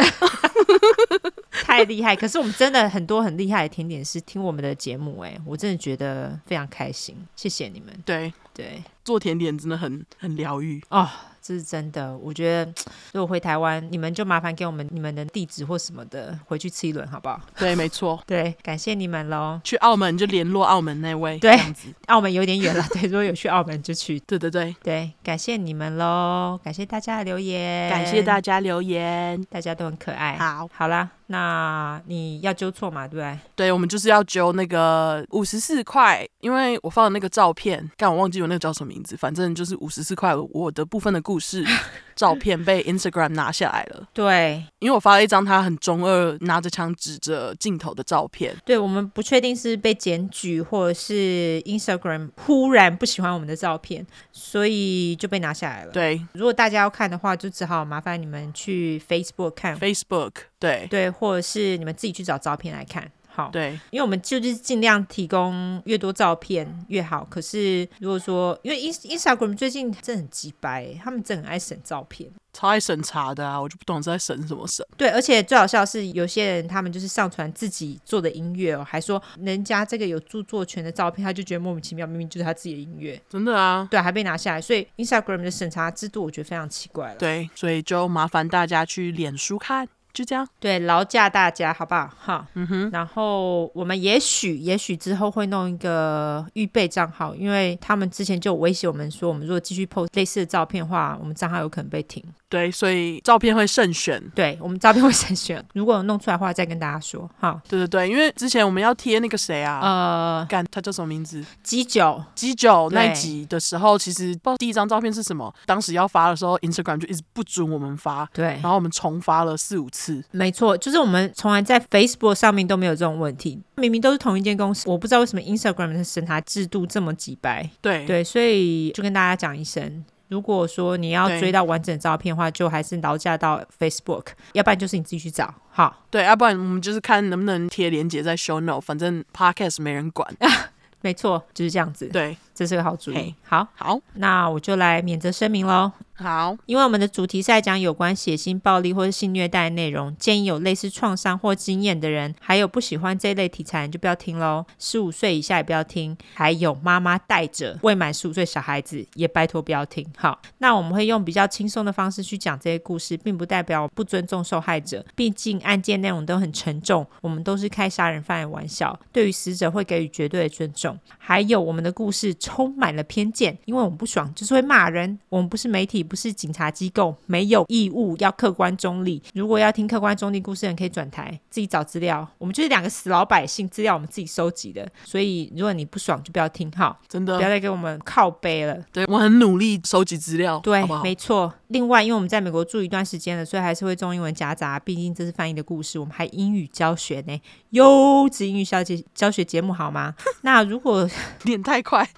Speaker 2: 太厉害！可是我们真的很多很厉害的甜点师听我们的节目、哎，我真的觉得非常开心，谢谢你们。
Speaker 1: 对。
Speaker 2: 对，
Speaker 1: 做甜点真的很很疗愈。
Speaker 2: 哦，这是真的。我觉得如果回台湾，你们就麻烦给我们你们的地址或什么的，回去吃一轮好不好？
Speaker 1: 对，没错。
Speaker 2: 对，感谢你们喽。
Speaker 1: 去澳门就联络澳门那位，
Speaker 2: 对
Speaker 1: 这样子。
Speaker 2: 澳门有点远了，对， [LAUGHS] 如果有去澳门就去。
Speaker 1: 对对对，
Speaker 2: 对，感谢你们喽，感谢大家的留言，
Speaker 1: 感谢大家留言。
Speaker 2: 大家都很可爱。
Speaker 1: 好，
Speaker 2: 好啦，那你要纠错嘛，对不对？
Speaker 1: 对我们就是要揪那个五十四块，因为我放的那个照片，但我忘记我那个叫什么名字，反正就是五十四块，我的部分的故事照片被 Instagram 拿下来了，
Speaker 2: 对，
Speaker 1: 因为我发了一张他很中二拿着枪指着镜头的照片，
Speaker 2: 对我们不确定是被检举，或者是 Instagram 忽然不喜欢我们的照片，所以就被拿下来了。
Speaker 1: 对
Speaker 2: 如果大家要看的话，就只好麻烦你们去 Facebook 看，
Speaker 1: Facebook，对
Speaker 2: 对，或者是你们自己去找照片来看。好，
Speaker 1: 对，
Speaker 2: 因为我们就是尽量提供越多照片越好。可是如果说，因为 Ins Instagram 最近真的很鸡掰、欸他们真的很爱审照片。
Speaker 1: 超爱审查的啊，我就不懂是在审什么审。
Speaker 2: 对，而且最好笑的是，有些人他们就是上传自己做的音乐哦，还说人家这个有著作权的照片，他就觉得莫名其妙，明明就是他自己的音乐，
Speaker 1: 真的啊，
Speaker 2: 对，还被拿下来。所以 Instagram 的审查制度，我觉得非常奇怪了。
Speaker 1: 对，所以就麻烦大家去脸书看，就这样。
Speaker 2: 对，劳驾大家，好不好？哈，
Speaker 1: 嗯哼，
Speaker 2: 然后我们也许也许之后会弄一个预备账号，因为他们之前就有威胁我们说，我们如果继续 PO 类似的照片的话，我们账号有可能被停。
Speaker 1: 对，所以照片会慎选。
Speaker 2: 对我们照片会筛选，如果有弄出来的话，再跟大家说。哈，
Speaker 1: 对对对，因为之前我们要贴那个谁啊，
Speaker 2: 呃，
Speaker 1: 干、他叫什么名字？
Speaker 2: 鸡酒，
Speaker 1: 鸡酒
Speaker 2: 对
Speaker 1: 那一集的时候，其实不知道第一张照片是什么，当时要发的时候，Instagram 就一直不准我们发，
Speaker 2: 对
Speaker 1: 然，后我们重发了四五次。
Speaker 2: 没错，就是我们从来在 Facebook 上面都没有这种问题，明明都是同一间公司，我不知道为什么 Instagram 的审查制度这么几白。
Speaker 1: 对
Speaker 2: 对，所以就跟大家讲一声，如果说你要
Speaker 1: 对
Speaker 2: 追到完整的照片的话，就还是劳驾到 Facebook，要不然就是你自己去找。好，
Speaker 1: 对，要、啊不然我们就是看能不能贴连接在 Show Note，反正 Podcast 没人
Speaker 2: [LAUGHS]
Speaker 1: 管。
Speaker 2: 没错，就是这样子。
Speaker 1: 对，
Speaker 2: 这是个好主意
Speaker 1: 嘿。
Speaker 2: 好，
Speaker 1: 好，
Speaker 2: 那我就来免责声明喽。
Speaker 1: 好，
Speaker 2: 因为我们的主题是在讲有关血腥暴力或是性虐待的内容，建议有类似创伤或经验的人，还有不喜欢这一类题材的人就不要听喽。十五岁以下也不要听，还有妈妈带着未满十五岁小孩子也拜托不要听。好，那我们会用比较轻松的方式去讲这些故事，并不代表不尊重受害者，毕竟案件内容都很沉重，我们都是开杀人犯的玩笑，对于死者会给予绝对的尊重。还有我们的故事充满了偏见，因为我们不爽就是会骂人，我们不是媒体，不是警察机构，没有义务要客观中立。如果要听客观中立故事的人，可以转台自己找资料。我们就是两个死老百姓，资料我们自己收集的，所以如果你不爽就不要听哈，
Speaker 1: 真
Speaker 2: 不要
Speaker 1: 的，
Speaker 2: 再给我们靠背了。
Speaker 1: 对我很努力收集资料，
Speaker 2: 对，
Speaker 1: 好不好？
Speaker 2: 没错。另外，因为我们在美国住一段时间了，所以还是会中英文夹杂，毕竟这是翻译的故事，我们还英语教学呢，优质英语小姐教学节目好吗？ [LAUGHS] 那如果
Speaker 1: 念太快，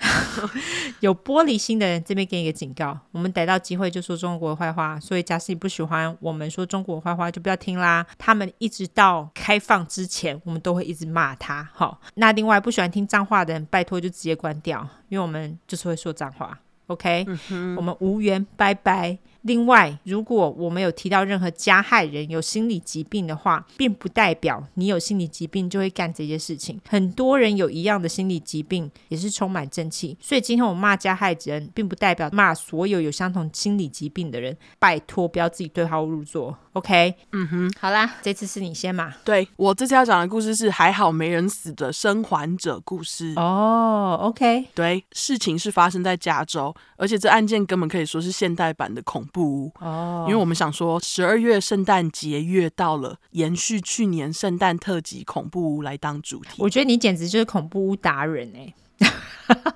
Speaker 2: 有玻璃心的人，这边给你一个警告：我们逮到机会就说中国坏话，所以假使你不喜欢我们说中国坏话，就不要听啦。他们一直到开放之前，我们都会一直骂他。好，那另外不喜欢听脏话的人，拜托就直接关掉，因为我们就是会说脏话。OK，、我
Speaker 1: 嗯
Speaker 2: 们无缘，拜拜。另外，如果我们有提到任何加害人有心理疾病的话，并不代表你有心理疾病就会干这些事情。很多人有一样的心理疾病，也是充满正气。所以今天我骂加害人，并不代表骂所有有相同心理疾病的人。拜托，不要自己对号入座。OK，
Speaker 1: 嗯哼。
Speaker 2: 好啦，这次是你先嘛。
Speaker 1: 对我这次要讲的故事是还好没人死的生还者故事。
Speaker 2: 哦，OK，
Speaker 1: 对，事情是发生在加州，而且这案件根本可以说是现代版的恐怖屋。
Speaker 2: 哦
Speaker 1: 因为我们想说，十二月圣诞节月到了，延续去年圣诞特辑恐怖屋来当主题。
Speaker 2: 我觉得你简直就是恐怖屋达人哎、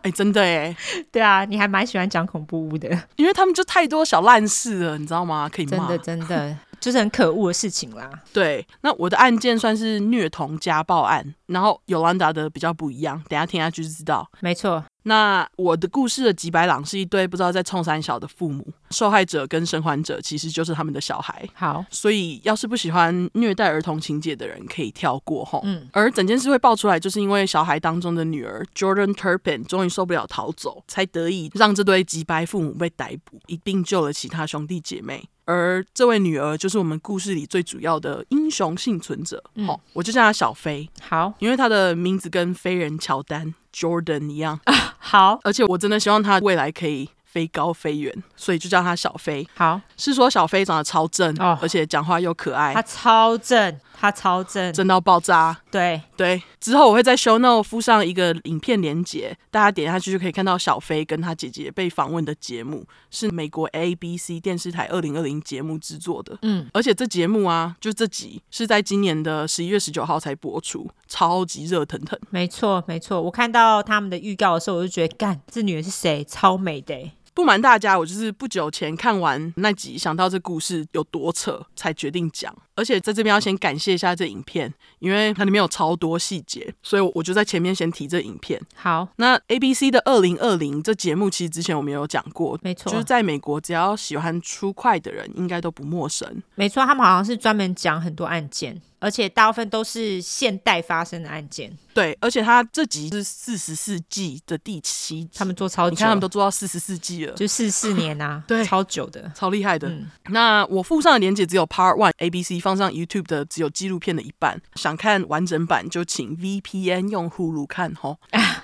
Speaker 1: 哎，真的哎，
Speaker 2: 对啊，你还蛮喜欢讲恐怖屋的。
Speaker 1: 因为他们就太多小烂事了，你知道吗？可以
Speaker 2: 真
Speaker 1: 骂
Speaker 2: 的。真的就是很可恶的事情啦。
Speaker 1: 对，那我的案件算是虐童家暴案，然后尤兰达的比较不一样，等一下听下去就知道。
Speaker 2: 没错，
Speaker 1: 那我的故事的几百朗是一对不知道在冲三小的父母，受害者跟生还者其实就是他们的小孩，
Speaker 2: 好，
Speaker 1: 所以要是不喜欢虐待儿童情节的人可以跳过吼。
Speaker 2: 嗯
Speaker 1: 而整件事会爆出来，就是因为小孩当中的女儿 Jordan Turpin 终于受不了逃走，才得以让这对几白父母被逮捕，一并救了其他兄弟姐妹。而这位女儿就是我们故事里最主要的英雄幸存者，
Speaker 2: 嗯
Speaker 1: 吼，我就叫她小飞，
Speaker 2: 好，
Speaker 1: 因为她的名字跟飞人乔丹 Jordan 一样。 [LAUGHS]
Speaker 2: 好，
Speaker 1: 而且我真的希望他未来可以飞高飞远，所以就叫他小飞。
Speaker 2: 好，
Speaker 1: 是说小飞长得超正，
Speaker 2: 哦
Speaker 1: 而且讲话又可爱
Speaker 2: 他，超正，他超正，
Speaker 1: 正到爆炸。
Speaker 2: 对，
Speaker 1: 对，之后我会在 show note 附上一个影片连接，大家点下去就可以看到小飞跟他姐姐被访问的节目，是美国 ABC 电视台二零二零节目制作的。
Speaker 2: 嗯，
Speaker 1: 而且这节目啊，就这集是在今年的十一月十九号才播出，超级热腾腾。
Speaker 2: 没错，没错。我看到他们的预告的时候，我就觉得，干，这女人是谁？超美的欸、
Speaker 1: 不瞒大家，我就是不久前看完那集，想到这故事有多扯，才决定讲。而而且在这边要先感谢一下这影片，因为它里面有超多细节，所以我我就在前面先提这影片。
Speaker 2: 好，
Speaker 1: 那 A B C 的二零二零这节目，其实之前我们也有讲过，
Speaker 2: 没错
Speaker 1: 就是在美国，只要喜欢出快的人，应该都不陌生。
Speaker 2: 没错，他们好像是专门讲很多案件，而且大部分都是现代发生的案件，
Speaker 1: 对，而且他这集是四十四季的第七集，
Speaker 2: 他们做超久，
Speaker 1: 你看他们都做到四十四季了，
Speaker 2: 就嗯四四年啊，
Speaker 1: [LAUGHS] 对
Speaker 2: 超久的。
Speaker 1: 超厉害的。那我附上的链接只有 Part One A B C 放上 YouTube 的只有纪录片的一半，想看完整版就请 VPN 用呼噜看吼。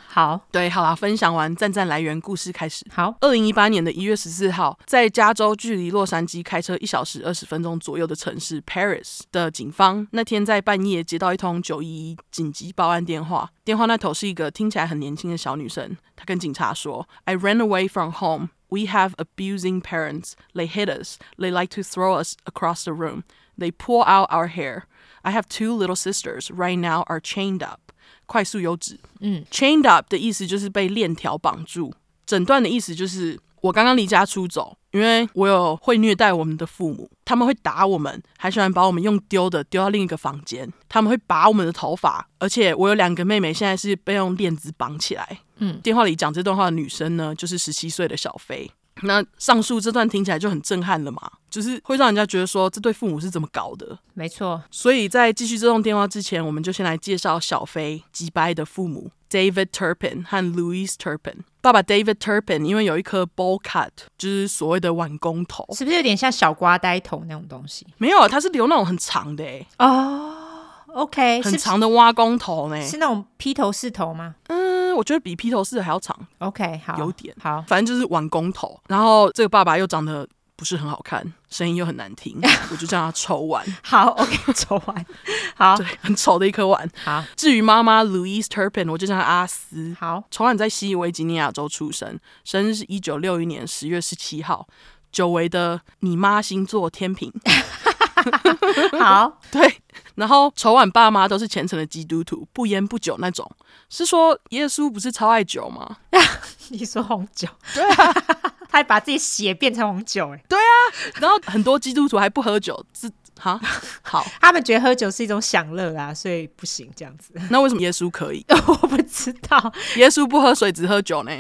Speaker 2: 好
Speaker 1: 对，好啦，分享完赞赞来源故事开始。
Speaker 2: 好，
Speaker 1: 二零一八年的一月十四号，在加州距离洛杉矶开车一小时二十分钟左右的城市 Paris 的警方，那天在半夜接到一通九一一紧急报案电话。电话那头是一个听起来很年轻的小女生，她跟警察说：“I ran away from home. We have abusing parents. They hit us. They like to throw us across the room. They pull out our hair. I have two little sisters. Right now are chained up.” 快速优质，嗯，chained up 的意思就是被链条绑住，诊断的意思就是我刚刚离家出走，因为我有会虐待我们的父母，他们会打我们，还喜欢把我们用丢的丢到另一个房间，他们会拔我们的头发，而且我有两个妹妹，现在是被用链子绑起来。嗯，电话里讲这段话的女生呢，就是十七岁的小飞。那上述这段听起来就很震撼了嘛，就是会让人家觉得说这对父母是怎么搞的。
Speaker 2: 没错，
Speaker 1: 所以在继续这通电话之前，我们就先来介绍小飞击败的父母 David Turpin 和 Louis Turpin。爸爸 David Turpin 因为有一颗 bowl cut，就是所谓的碗工头，
Speaker 2: 是不是有点像小瓜呆头那种东西？
Speaker 1: 没有，啊，他是留那种很长的、欸，很
Speaker 2: OK，哦
Speaker 1: 欸
Speaker 2: 是
Speaker 1: 长的挖工头呢、
Speaker 2: 是那种披头士头吗
Speaker 1: 嗯，我觉得比披头士的还要长，
Speaker 2: ？OK，好，
Speaker 1: 有点
Speaker 2: 好，
Speaker 1: 反正就是碗工头。然后这个爸爸又长得不是很好看，声音又很难
Speaker 2: [LAUGHS]
Speaker 1: 听，我就叫他臭碗，
Speaker 2: 好，OK，走 [LAUGHS] 完，好
Speaker 1: 对，很丑的一颗碗。
Speaker 2: 好
Speaker 1: 至于妈妈 Louis Turpin，我就叫她阿斯。
Speaker 2: 好，
Speaker 1: 仇汉在西维吉尼亚州出生，生日是一九六一年十月十七号。久违的你妈星座天平， [LAUGHS]
Speaker 2: 好，
Speaker 1: 对。然后仇晚爸妈都是虔诚的基督徒，不烟不酒那种。是说耶稣不是超爱酒吗？
Speaker 2: [LAUGHS] 你说红酒，对 [LAUGHS] 啊，他还把自己血变成红酒，哎，
Speaker 1: 然后很多基督徒还不喝酒，是哈好。
Speaker 2: 他们觉得喝酒是一种享乐啊，所以不行这样子，
Speaker 1: 那为什么耶稣可以？
Speaker 2: [LAUGHS] 我不知道，
Speaker 1: 耶稣不喝水，只喝酒呢？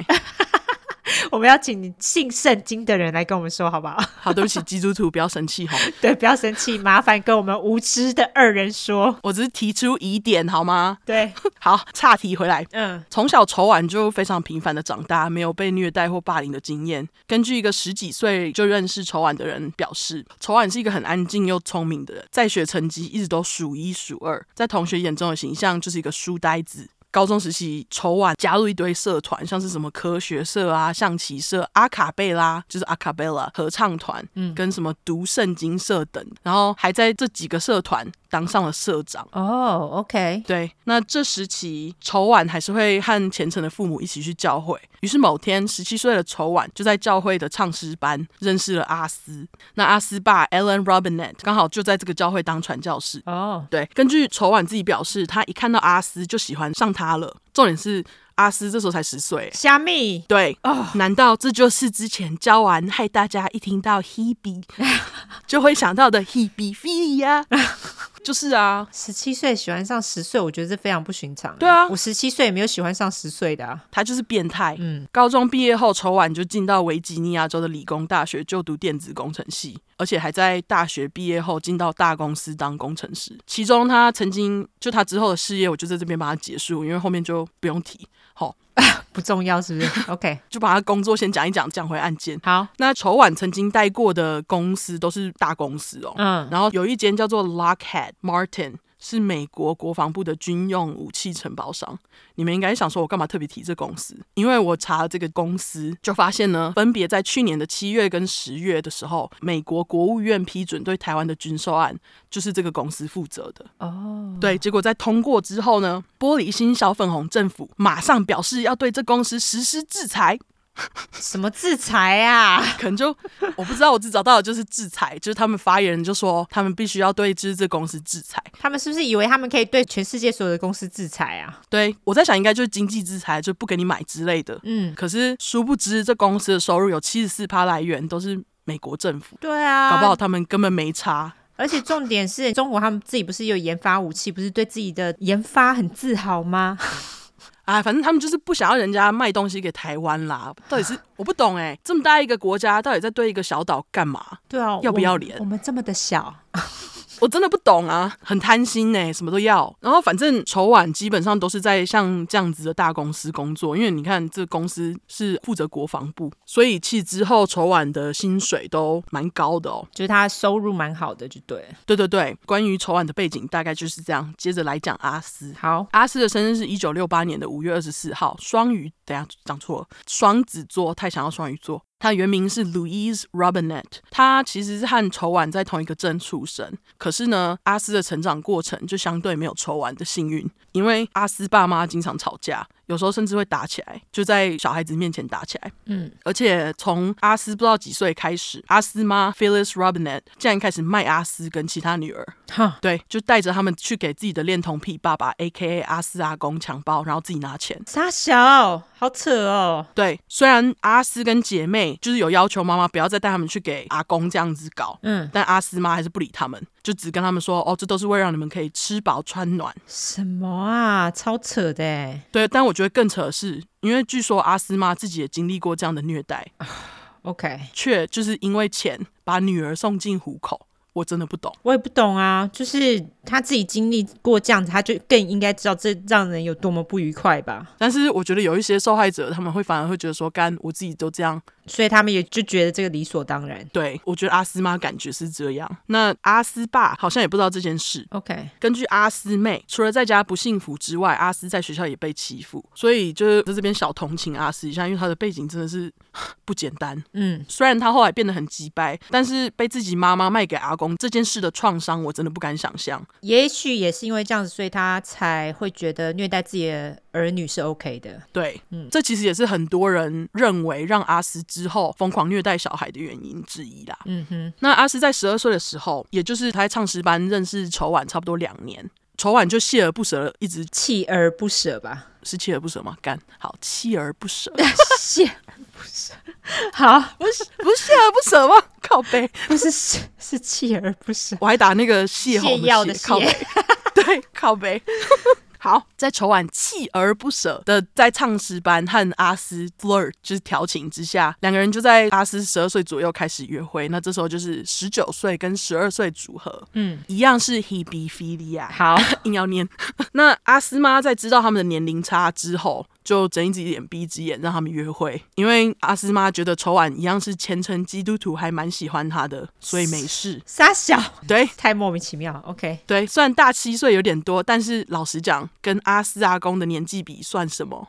Speaker 2: 我们要请信圣经的人来跟我们说好不好？ [LAUGHS]
Speaker 1: 好，对不起，基督徒不要生气吼，
Speaker 2: 对，不要生气，麻烦跟我们无知的二人说。
Speaker 1: 我只是提出疑点好吗？
Speaker 2: 对，
Speaker 1: 好，岔题回来，
Speaker 2: 嗯，
Speaker 1: 从小仇晚就非常频繁的长大，没有被虐待或霸凌的经验。根据一个十几岁就认识仇晚的人表示，仇晚是一个很安静又聪明的人，在学成绩一直都数一数二，在同学眼中的形象就是一个书呆子。高中时期，仇晚加入一堆社团，像是什么科学社啊、象棋社、阿卡贝拉，就是阿卡贝拉合唱团，嗯，跟什么读圣经社等，然后还在这几个社团当上了社长。
Speaker 2: [LAUGHS] 哦，OK，
Speaker 1: 对，那这时期仇晚还是会和虔诚的父母一起去教会。于是某天，十七岁的仇晚就在教会的唱诗班认识了阿斯。那阿斯爸 Alan Robinette 刚好就在这个教会当传教士。
Speaker 2: 哦，
Speaker 1: 对，根据仇晚自己表示，他一看到阿斯就喜欢上他了。重点是阿斯这时候才十岁。
Speaker 2: 虾米，
Speaker 1: 对难道这就是之前教完害大家一听到 Hebe 就会想到的 Hebe f i 呀？ [LAUGHS] 就是啊，
Speaker 2: 十七岁喜欢上十岁，我觉得这非常不寻常。
Speaker 1: 对啊
Speaker 2: 我十七岁也没有喜欢上十岁的啊。
Speaker 1: 他就是变态。高中毕业后，仇晚就进到维吉尼亚州的理工大学就读电子工程系，而且还在大学毕业后进到大公司当工程师。其中他曾经就他之后的事业，我就在这边把它结束，因为后面就不用提。好，
Speaker 2: 不重要是不是？OK，
Speaker 1: 就把他工作先讲一讲，讲回案件。
Speaker 2: 好，
Speaker 1: 那仇晚曾经待过的公司都是大公司哦，
Speaker 2: 嗯，
Speaker 1: 然后有一间叫做 Lockheed Martin，是美国国防部的军用武器承包商。你们应该想说，我干嘛特别提这公司？因为我查了这个公司，就发现呢，分别在去年的七月跟十月的时候，美国国务院批准对台湾的军售案，就是这个公司负责的。
Speaker 2: 哦，
Speaker 1: 对，结果在通过之后呢，玻璃心小粉红政府马上表示要对这公司实施制裁。
Speaker 2: 什么制裁啊？ [LAUGHS]
Speaker 1: 可能就我不知道，我只找到的就是制裁，就是他们发言人就说他们必须要对就是这公司制裁。
Speaker 2: 他们是不是以为他们可以对全世界所有的公司制裁啊？
Speaker 1: 对我在想，应该就是经济制裁，就不给你买之类的。
Speaker 2: 嗯，
Speaker 1: 可是殊不知，这公司的收入有七十四趴来源都是美国政府，
Speaker 2: 对啊，
Speaker 1: 搞不好他们根本没差。
Speaker 2: 而且重点是，中国他们自己不是有研发武器，不是对自己的研发很自豪吗？
Speaker 1: 啊，反正他们就是不想要人家卖东西给台湾啦。到底是我不懂哎、这么大一个国家，到底在对一个小岛干嘛？
Speaker 2: [LAUGHS] 对 [LAUGHS] 啊，
Speaker 1: 要不
Speaker 2: 我
Speaker 1: 要
Speaker 2: 们
Speaker 1: 脸
Speaker 2: 我们这么的小，
Speaker 1: 我真的不懂啊，很贪心呢、什么都要。然后反正筹晚基本上都是在像这样子的大公司工作，因为你看这公司是负责国防部，所以其实之后筹晚的薪水都蛮高的哦。
Speaker 2: 就是他收入蛮好的，就对了。
Speaker 1: 对对对，关于筹晚的背景大概就是这样。接着来讲阿斯，
Speaker 2: 好，
Speaker 1: 阿斯的生日是一九六八年的五月二十四号，双鱼，等一下讲错了，双子座，太想要双鱼座。他原名是 Louise Robinette，他其实是和丑婉在同一个镇出生。可是呢，阿斯的成长过程就相对没有丑婉的幸运，因为阿斯爸妈经常吵架，有时候甚至会打起来，就在小孩子面前打起来。
Speaker 2: 嗯，
Speaker 1: 而且从阿斯不知道几岁开始，阿斯妈 Phyllis Robinette 竟然开始卖阿斯跟其他女儿。
Speaker 2: 哈，
Speaker 1: 对，就带着他们去给自己的恋童癖爸爸 （A.K.A. 阿斯阿公）抢包，然后自己拿钱。
Speaker 2: 傻小，好扯哦。
Speaker 1: 对，虽然阿斯跟姐妹就是有要求妈妈不要再带他们去给阿公这样子搞，
Speaker 2: 嗯，
Speaker 1: 但阿斯妈还是不理他们，就只跟他们说：“哦，这都是为了让你们可以吃饱穿暖。
Speaker 2: 什么啊，超扯的欸！”
Speaker 1: 对，但我觉得更扯的是，因为据说阿斯妈自己也经历过这样的虐待，
Speaker 2: OK，
Speaker 1: 却就是因为钱把女儿送进虎口。我真的不懂。
Speaker 2: 我也不懂啊，就是他自己经历过这样子，他就更应该知道这让人有多么不愉快吧。
Speaker 1: 但是我觉得有一些受害者，他们会反而会觉得说：“干，我自己都这样，
Speaker 2: 所以他们也就觉得这个理所当然。
Speaker 1: 对，我觉得阿斯妈感觉是这样。那阿斯爸好像也不知道这件事。
Speaker 2: OK，
Speaker 1: 根据阿斯妹，除了在家不幸福之外，阿斯在学校也被欺负，所以就是在这边小同情阿斯一下，因为他的背景真的是 [LAUGHS] 不简单。
Speaker 2: 嗯，
Speaker 1: 虽然他后来变得很鸡掰，但是被自己妈妈卖给阿公这件事的创伤，我真的不敢想象。
Speaker 2: 也许也是因为这样子，所以他才会觉得虐待自己的儿女是 OK 的。
Speaker 1: 对，
Speaker 2: 嗯
Speaker 1: 这其实也是很多人认为让阿斯之后疯狂虐待小孩的原因之一啦。
Speaker 2: 嗯哼，
Speaker 1: 那阿斯在十二岁的时候，也就是他在唱诗班认识丑婉差不多两年，丑婉就锲而不舍，一直
Speaker 2: 锲而不舍吧，
Speaker 1: 是锲而不舍吗？干好，锲而不
Speaker 2: [LAUGHS]
Speaker 1: 舍，
Speaker 2: 锲而不舍。好，
Speaker 1: 不是不是锲而不舍吗？靠背，
Speaker 2: 不是是是锲而不舍。
Speaker 1: 我还打那个邂逅
Speaker 2: 泻药的
Speaker 1: 靠背， [LAUGHS] 对，靠背。 [LAUGHS] 好，在丑婉锲而不舍的在唱诗班和阿斯 flirt 就是调情之下，两个人就在阿斯十二岁左右开始约会。那这时候就是十九岁跟十二岁组合，
Speaker 2: 嗯，
Speaker 1: 一样是 hebephilia。
Speaker 2: 好，
Speaker 1: 硬要念。 [LAUGHS] 那阿斯妈在知道他们的年龄差之后，就睁一只眼闭一只眼，让他们约会。因为阿斯妈觉得丑婉一样是虔诚基督徒，还蛮喜欢他的，所以没
Speaker 2: [LAUGHS]
Speaker 1: 事。
Speaker 2: 傻小，
Speaker 1: 对
Speaker 2: 太莫名其妙了。OK，
Speaker 1: 对，虽然大七岁有点多，但是老实讲，跟阿斯阿公的年纪比算什么？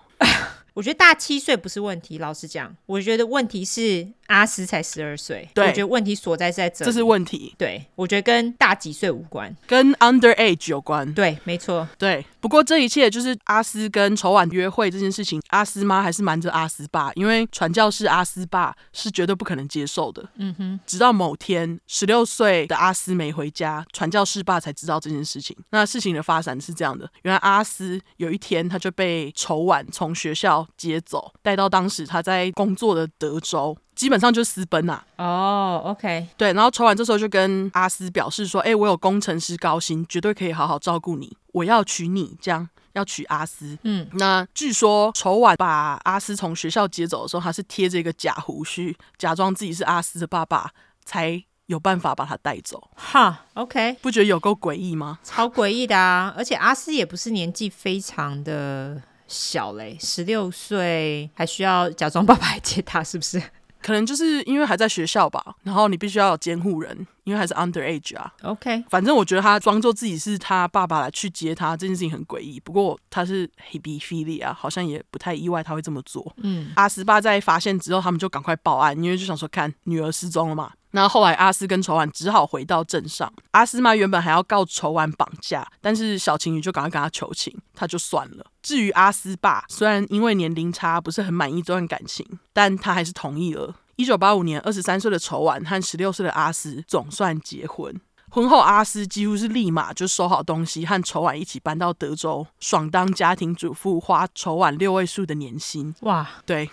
Speaker 2: 我觉得大七岁不是问题，老实讲，我觉得问题是阿斯才十二岁，
Speaker 1: 对
Speaker 2: 我觉得问题所在是在这里，
Speaker 1: 这是问题，
Speaker 2: 对，我觉得跟大几岁无关，
Speaker 1: 跟 under age 有关。
Speaker 2: 对，没错，
Speaker 1: 对，不过这一切就是阿斯跟丑婉约会这件事情，阿斯妈还是瞒着阿斯爸，因为传教士阿斯爸是绝对不可能接受的。嗯哼，直到某天，十六岁的阿斯没回家，传教士爸才知道这件事情。那事情的发展是这样的：原来阿斯有一天他就被丑婉从学校接走，带到当时他在工作的德州。基本上就私奔呐、啊，
Speaker 2: 哦，OK，
Speaker 1: 对。然后丑婉这时候就跟阿斯表示说：“哎、我有工程师高薪，绝对可以好好照顾你，我要娶你，这样要娶阿斯。”
Speaker 2: 嗯，
Speaker 1: 那据说丑婉把阿斯从学校接走的时候，他是贴着一个假胡须，假装自己是阿斯的爸爸，才有办法把他带走。
Speaker 2: 哈，OK，
Speaker 1: 不觉得有够诡异吗？
Speaker 2: 超诡异的啊，而且阿斯也不是年纪非常的。小嘞，十六岁还需要假装爸爸来接他，是不是
Speaker 1: 可能就是因为还在学校吧，然后你必须要有监护人，因为还是 under age 啊。
Speaker 2: [LAUGHS] ？OK，
Speaker 1: 反正我觉得他装作自己是他爸爸来去接他这件事情很诡异，不过他是 hebephilia，好啊像也不太意外他会这么做。
Speaker 2: 嗯，
Speaker 1: 阿斯爸在发现之后，他们就赶快报案，因为就想说看女儿失踪了嘛。那后来阿斯跟丑婉只好回到镇上，阿斯妈原本还要告丑婉绑架，但是小情侣就赶快跟他求情，他就算了。至于阿斯爸，虽然因为年龄差不是很满意这段感情，但他还是同意了。一九八五年，二十三岁的丑婉和十六岁的阿斯总算结婚。婚后，阿斯几乎是立马就收好东西，和丑婉一起搬到德州，爽当家庭主妇，花丑婉六位数的年薪。
Speaker 2: 哇，
Speaker 1: 对，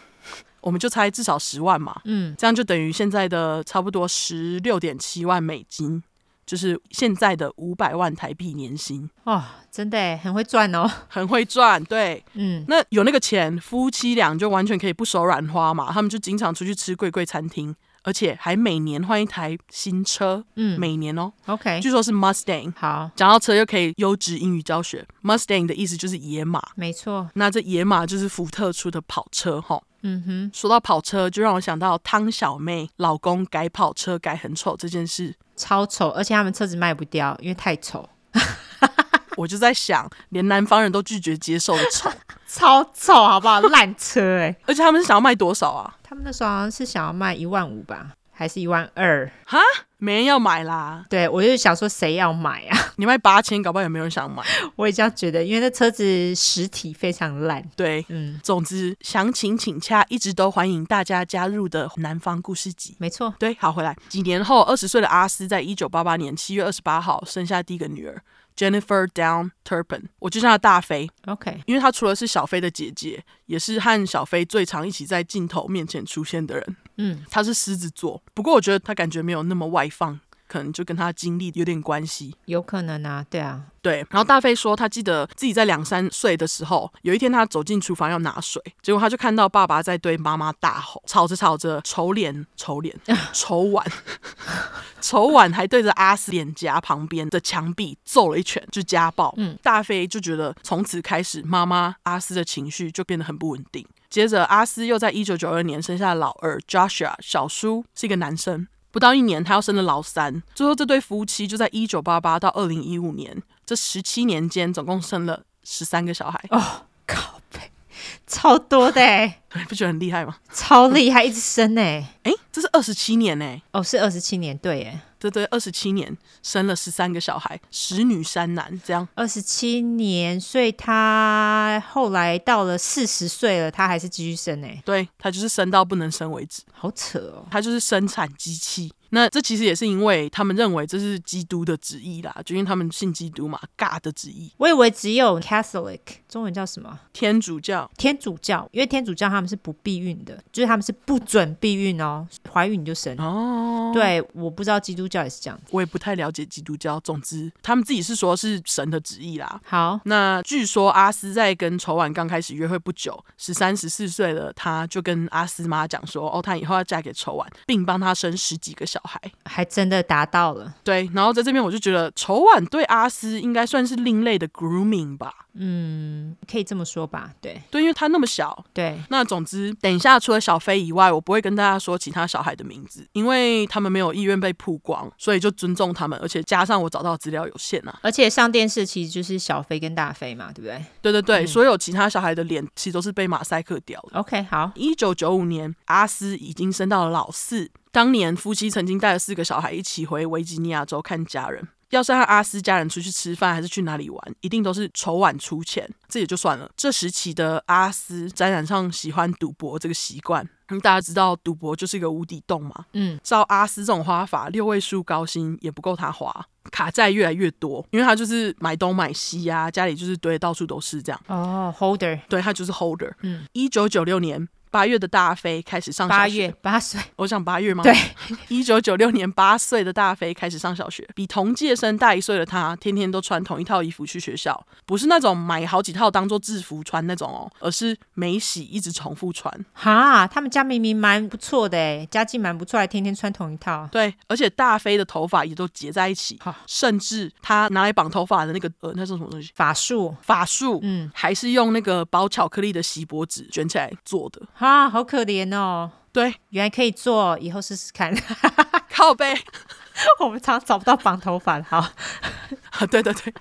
Speaker 1: 我们就猜至少十万嘛，
Speaker 2: 嗯，
Speaker 1: 这样就等于现在的差不多十六点七万美金，就是现在的五百万台币年薪，
Speaker 2: 哦，真的耶很会赚哦。
Speaker 1: 很会赚。对，
Speaker 2: 嗯，
Speaker 1: 那有那个钱，夫妻俩就完全可以不手软花嘛，他们就经常出去吃贵贵餐厅，而且还每年换一台新车，
Speaker 2: 嗯
Speaker 1: 每年哦，
Speaker 2: OK，
Speaker 1: 据说是 Mustang。
Speaker 2: 好，
Speaker 1: 讲到车又可以优质英语教学，Mustang 的意思就是野马。
Speaker 2: 没错。
Speaker 1: 那这野马就是福特出的跑车哈。
Speaker 2: 嗯哼，
Speaker 1: 说到跑车，就让我想到汤小妹老公改跑车改很丑这件事。 [LAUGHS]
Speaker 2: 超丑，而且他们车子卖不掉，因为太丑，
Speaker 1: 我就在想，连南方人都拒绝接受的
Speaker 2: [LAUGHS]
Speaker 1: 丑，
Speaker 2: 超丑，好不好？烂车哎、
Speaker 1: 而且他们是想要卖多少啊？
Speaker 2: [LAUGHS] 他们那时候好像是想要卖一万五吧，还是一万二？
Speaker 1: 哈，没人要买啦！
Speaker 2: 对我就想说谁要买啊？
Speaker 1: 你卖八千，搞不好也没有人想买。
Speaker 2: [LAUGHS] 我也这样觉得，因为那车子实体非常烂。
Speaker 1: 对，
Speaker 2: 嗯，
Speaker 1: 总之详情请洽，一直都欢迎大家加入的南方故事集。
Speaker 2: 没错，
Speaker 1: 对，好，回来。几年后，二十岁的阿斯在一九八八年七月二十八号生下第一个女儿 Jennifer Down Turpin，我就叫她大飞，
Speaker 2: OK，
Speaker 1: 因为她除了是小飞的姐姐，也是和小飞最常一起在镜头面前出现的人。
Speaker 2: 嗯，
Speaker 1: 她是狮子座，不过我觉得她感觉没有那么外放，可能就跟她经历有点关系。
Speaker 2: 有可能啊，对啊，
Speaker 1: 对，然后大飞说，他记得自己在两三岁的时候，有一天他走进厨房要拿水，结果他就看到爸爸在对妈妈大吼，吵着吵着，丑脸丑脸丑碗 [LAUGHS] 丑碗还对着阿斯脸颊旁边的墙壁揍了一拳，就家暴。嗯，大飞就觉得从此开始，妈妈阿斯的情绪就变得很不稳定。接着，阿斯又在一九九二年生下老二 Joshua 小叔，是一个男生。不到一年，他又生了老三。最后，这对夫妻就在一九八八到二零一五年这十七年间，总共生了十三个小孩。
Speaker 2: 哦，靠背，超多的、欸，
Speaker 1: [LAUGHS]
Speaker 2: [LAUGHS]
Speaker 1: 不觉得很厉害吗？
Speaker 2: 超厉害，一直生哎、
Speaker 1: 诶，这是二十七年呢、
Speaker 2: 哦，是二十七年，对耶，
Speaker 1: 这对二十七年生了十三个小孩，十女三男，这样
Speaker 2: 二十七年，所以他后来到了四十岁了，他还是继续生哎、
Speaker 1: 对他就是生到不能生为止，
Speaker 2: 好扯哦。
Speaker 1: 他就是生产机器。那这其实也是因为他们认为这是基督的旨意啦，就因为他们信基督嘛，God 的旨意，
Speaker 2: 我以为只有 Catholic，中文叫什么啊
Speaker 1: 天主教。
Speaker 2: 天主教，因为天主教他们是不避孕的，就是他们是不准避孕哦，怀孕你就生。
Speaker 1: 哦，
Speaker 2: 对，我不知道基督教也是这样。
Speaker 1: 我也不太了解基督教，总之他们自己是说是神的旨意啦。
Speaker 2: 好，
Speaker 1: 那据说阿斯在跟丑婉刚开始约会不久，十三十四岁了，他就跟阿斯妈讲说，哦，他以后要嫁给丑婉，并帮他生十几个小孩。
Speaker 2: 还真的达到了。
Speaker 1: 对，然后在这边我就觉得丑婉对阿斯应该算是另类的 grooming 吧，
Speaker 2: 嗯，可以这么说吧？对
Speaker 1: 对，因为他那么小。
Speaker 2: 对，
Speaker 1: 那总之，等一下除了小飞以外，我不会跟大家说其他小孩的名字，因为他们没有意愿被曝光，所以就尊重他们，而且加上我找到的资料有限啊。
Speaker 2: 而且上电视其实就是小飞跟大飞嘛，对不对
Speaker 1: 对对对，所有其他小孩的脸其实都是被马赛克掉的。
Speaker 2: ？OK，好，
Speaker 1: 一九九五年，阿斯已经升到了老四。当年夫妻曾经带了四个小孩一起回维吉尼亚州看家人。要是和阿斯家人出去吃饭，还是去哪里玩，一定都是筹晚出钱，这也就算了。这时期的阿斯沾染上喜欢赌博这个习惯。嗯大家知道赌博就是一个无底洞嘛，
Speaker 2: 嗯，
Speaker 1: 照阿斯这种花法，六位数高薪也不够他花，卡债越来越多，因为他就是买东买西啊，家里就是堆得到处都是这样。
Speaker 2: 哦，Holder，
Speaker 1: 对他就是 holder。
Speaker 2: 嗯，
Speaker 1: 一九九六年八月的大飞开始上小学
Speaker 2: 八月，八岁，
Speaker 1: 我想八月吗？
Speaker 2: 对，
Speaker 1: [LAUGHS] 一九九六年八岁的大飞开始上小学，比同届生大一岁的他，天天都穿同一套衣服去学校，不是那种买好几套当做制服穿那种哦，而是没洗一直重复穿。
Speaker 2: 哈，他们家明明蛮不错的哎，家境蛮不错，还天天穿同一套。
Speaker 1: 对，而且大飞的头发也都结在一起
Speaker 2: 哈，
Speaker 1: 甚至他拿来绑头发的那个呃，那是什么东西？
Speaker 2: 法术，
Speaker 1: 法术，
Speaker 2: 嗯，
Speaker 1: 还是用那个包巧克力的锡箔纸卷起来做的。
Speaker 2: 哈，好可怜哦。
Speaker 1: 对，
Speaker 2: 原来可以做，以后试试看。 [LAUGHS]
Speaker 1: 靠背。
Speaker 2: 我们常找不到绑头发的，好，
Speaker 1: 啊， [LAUGHS] 对对对，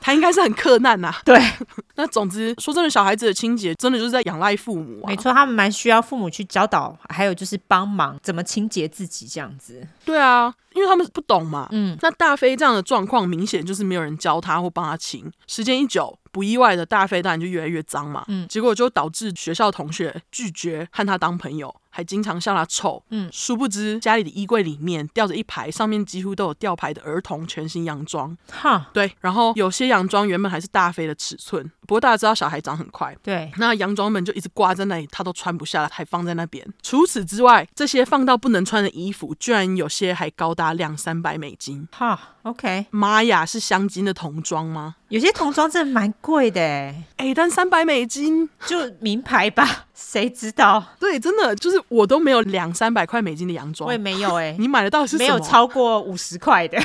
Speaker 1: 他应该是很克难呐、
Speaker 2: 对，
Speaker 1: [LAUGHS] 那总之，说真的，小孩子的清洁真的就是在仰赖父母啊
Speaker 2: 没。错，他们蛮需要父母去教导，还有就是帮忙怎么清洁自己这样子。
Speaker 1: 对啊，因为他们不懂嘛。
Speaker 2: 嗯，
Speaker 1: 那大飞这样的状况，明显就是没有人教他或帮他清。时间一久，不意外的大飞当然就越来越脏嘛。
Speaker 2: 嗯
Speaker 1: 结果就导致学校同学拒绝和他当朋友，还经常笑他丑。嗯，殊不知家里的衣柜里面吊着一排，上面几乎都有吊牌的儿童全新洋装。
Speaker 2: 哈，
Speaker 1: 对，然后有些洋装原本还是大飞的尺寸，不过大家知道小孩长很快，
Speaker 2: 对，
Speaker 1: 那洋装们就一直挂在那里，他都穿不下来，还放在那边。除此之外，这些放到不能穿的衣服，居然有些还高达两三百美金。
Speaker 2: 哈，OK，
Speaker 1: 妈呀，是镶金的童装吗？
Speaker 2: 有些童装真的蛮贵的欸，
Speaker 1: 哎，但三百美金，
Speaker 2: 就名牌吧，谁知道？
Speaker 1: 对，真的就是我都没有两三百块美金的洋
Speaker 2: 我也
Speaker 1: 装，
Speaker 2: 没有哎、
Speaker 1: 你买的 [LAUGHS] 到底是
Speaker 2: 没
Speaker 1: 什
Speaker 2: 有
Speaker 1: 么
Speaker 2: 超过五十块的。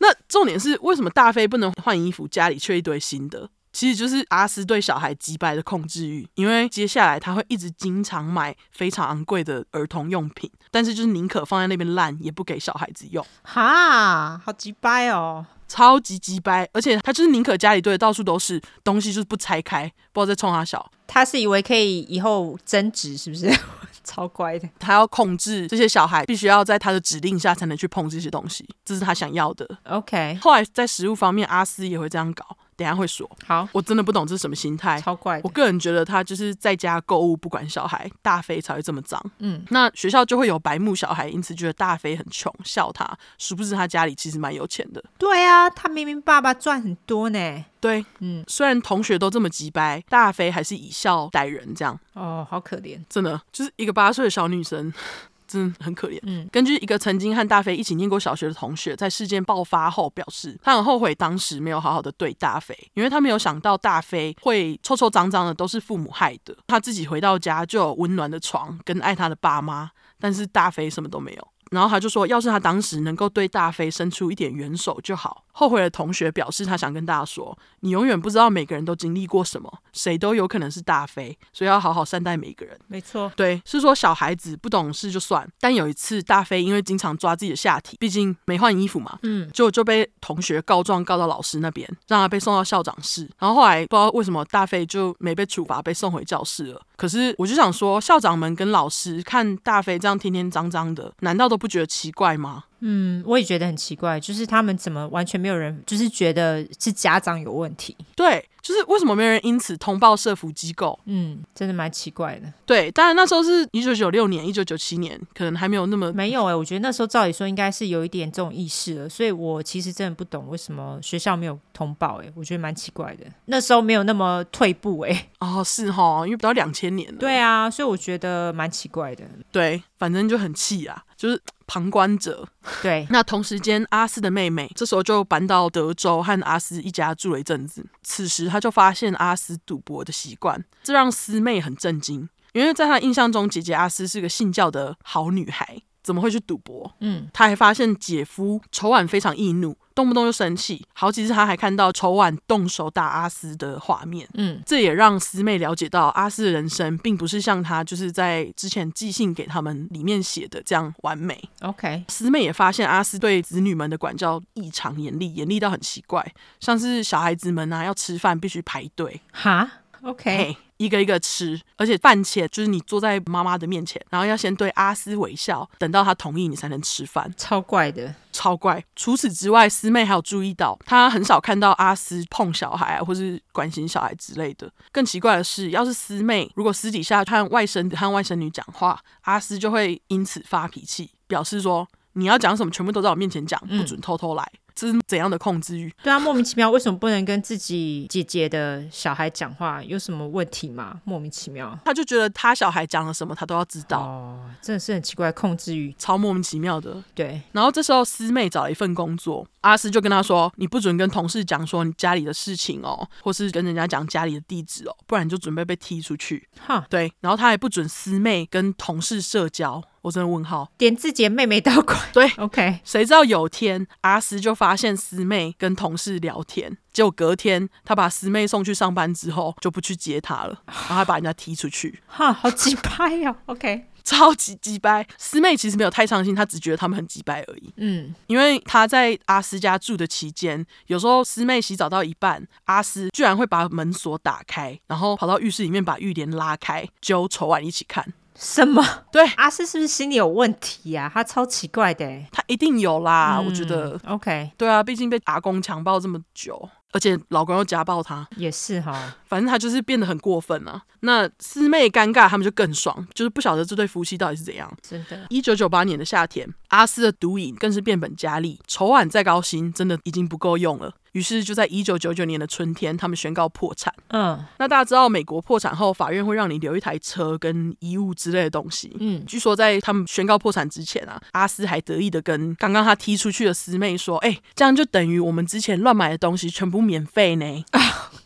Speaker 1: 那重点是为什么大飞不能换衣服，家里却一堆新的？其实就是阿斯对小孩极白的控制欲，因为接下来他会一直经常买非常昂贵的儿童用品，但是就是宁可放在那边烂，也不给小孩子用，
Speaker 2: 哈，好鸡掰哦！
Speaker 1: 超级极白。而且他就是宁可家里堆的到处都是东西，就是不拆开，不知道在冲他笑。
Speaker 2: 他是以为可以以后增值，是不是？ [LAUGHS] 超乖的。
Speaker 1: 他要控制这些小孩，必须要在他的指令下才能去碰这些东西，这是他想要的。
Speaker 2: OK，
Speaker 1: 后来在食物方面，阿斯也会这样搞，等一下会说。
Speaker 2: 好，
Speaker 1: 我真的不懂这是什么心态，
Speaker 2: 超乖
Speaker 1: 我
Speaker 2: 的。
Speaker 1: 个人觉得他就是在家购物不管小孩，大飞才会这么脏。
Speaker 2: 嗯，
Speaker 1: 那学校就会有白目小孩，因此觉得大飞很穷，笑他。殊不知他家里其实蛮有钱的。
Speaker 2: 对啊，他明明爸爸赚很多呢。
Speaker 1: 对，
Speaker 2: 嗯，
Speaker 1: 虽然同学都这么急掰，大飞还是以笑待人，这样
Speaker 2: 哦，好可怜。
Speaker 1: 真的就是一个八岁的小女生。 [LAUGHS] 真的很可怜。
Speaker 2: 嗯，
Speaker 1: 根据一个曾经和大飞一起念过小学的同学，在事件爆发后表示，他很后悔当时没有好好的对大飞，因为他没有想到大飞会臭臭脏脏的，都是父母害的。他自己回到家就有温暖的床跟爱他的爸妈，但是大飞什么都没有。然后他就说，要是他当时能够对大飞伸出一点援手就好。后悔的同学表示，他想跟大家说，你永远不知道每个人都经历过什么，谁都有可能是大飞，所以要好好善待每一个人。
Speaker 2: 没错。
Speaker 1: 对，是说小孩子不懂事就算，但有一次大飞因为经常抓自己的下体，毕竟没换衣服嘛，
Speaker 2: 嗯，
Speaker 1: 就就被同学告状告到老师那边，让他被送到校长室。然后后来不知道为什么大飞就没被处罚，被送回教室了。可是我就想说，校长们跟老师看大飞这样天天脏脏的，难道都不觉得奇怪吗？
Speaker 2: 嗯，我也觉得很奇怪，就是他们怎么完全没有人，就是觉得是家长有问题。
Speaker 1: 对，就是为什么没人因此通报社服机构？
Speaker 2: 嗯，真的蛮奇怪的。
Speaker 1: 对，当然那时候是一九九六年、一九九七年，可能还没有那么
Speaker 2: 没有哎、我觉得那时候照理说应该是有一点这种意识了，所以我其实真的不懂为什么学校没有通报哎、我觉得蛮奇怪的。那时候没有那么退步哎、
Speaker 1: 哦，是哈，因为比较两千年了。
Speaker 2: 对啊，所以我觉得蛮奇怪的。
Speaker 1: 对，反正就很气啊，就是旁观者。
Speaker 2: 对，
Speaker 1: 那同时间，阿斯的妹妹这时候就搬到德州，和阿斯一家住了一阵子。此时，他就发现阿斯赌博的习惯，这让师妹很震惊，因为在她印象中，姐姐阿斯是个信教的好女孩，怎么会去赌博？
Speaker 2: 嗯，
Speaker 1: 她还发现姐夫仇婉非常易怒，动不动就生气，好几次她还看到仇婉动手打阿斯的画面。
Speaker 2: 嗯，
Speaker 1: 这也让师妹了解到，阿斯的人生并不是像他就是在之前寄信给他们里面写的这样完美。
Speaker 2: OK，
Speaker 1: 师妹也发现阿斯对子女们的管教异常严厉，严厉到很奇怪，像是小孩子们啊要吃饭必须排队，
Speaker 2: 哈，OK，
Speaker 1: 嘿，一个一个吃，而且饭前就是你坐在妈妈的面前，然后要先对阿斯微笑，等到他同意你才能吃饭。
Speaker 2: 超怪的，
Speaker 1: 超怪。除此之外，师妹还有注意到，她很少看到阿斯碰小孩啊，或是关心小孩之类的。更奇怪的是，要是师妹如果私底下和外甥和外甥女讲话，阿斯就会因此发脾气，表示说你要讲什么全部都在我面前讲，不准偷偷来。这是怎样的控制欲？
Speaker 2: 对啊，莫名其妙，为什么不能跟自己姐姐的小孩讲话？有什么问题吗？莫名其妙，
Speaker 1: 他就觉得他小孩讲了什么，他都要知道，
Speaker 2: 哦，真的是很奇怪，控制欲，
Speaker 1: 超莫名其妙的。
Speaker 2: 对，
Speaker 1: 然后这时候师妹找了一份工作，阿斯就跟她说：“你不准跟同事讲说你家里的事情哦，或是跟人家讲家里的地址哦，不然你就准备被踢出去。
Speaker 2: 哈”，
Speaker 1: 对，然后她还不准师妹跟同事社交，我真的问号。
Speaker 2: 连自己的妹妹都 [LAUGHS] 要管
Speaker 1: 对，
Speaker 2: ，OK，
Speaker 1: 谁知道有天阿斯就发现师妹跟同事聊天，结果隔天他把师妹送去上班之后就不去接她了，然后还把人家踢出去。
Speaker 2: 哈，好鸡掰哦，OK， [LAUGHS]
Speaker 1: 超级鸡掰，师妹其实没有太伤心，她只觉得他们很鸡掰而已。
Speaker 2: 嗯，
Speaker 1: 因为他在阿斯家住的期间，有时候师妹洗澡到一半，阿斯居然会把门锁打开，然后跑到浴室里面把浴帘拉开，揪仇婉一起看。
Speaker 2: 什么？
Speaker 1: 对
Speaker 2: 阿四是不是心理有问题啊？他超奇怪的欸、
Speaker 1: 他一定有啦，我觉
Speaker 2: 嗯
Speaker 1: 得。
Speaker 2: OK
Speaker 1: 对啊，毕竟被打工强暴这么久，而且老公又家暴她，
Speaker 2: 也是哈，
Speaker 1: 反正他就是变得很过分啊。那师妹尴尬，他们就更爽，就是不晓得这对夫妻到底是怎样。
Speaker 2: 真的
Speaker 1: 一九九八年的夏天，阿斯的毒瘾更是变本加厉，仇晚再高薪，真的已经不够用了。于是就在一九九九年的春天，他们宣告破产。
Speaker 2: 嗯
Speaker 1: 那大家知道，美国破产后，法院会让你留一台车跟衣物之类的东西。
Speaker 2: 嗯
Speaker 1: 据说在他们宣告破产之前啊，阿斯还得意的跟刚刚他踢出去的师妹说：“哎、这样就等于我们之前乱买的东西全部免费呢。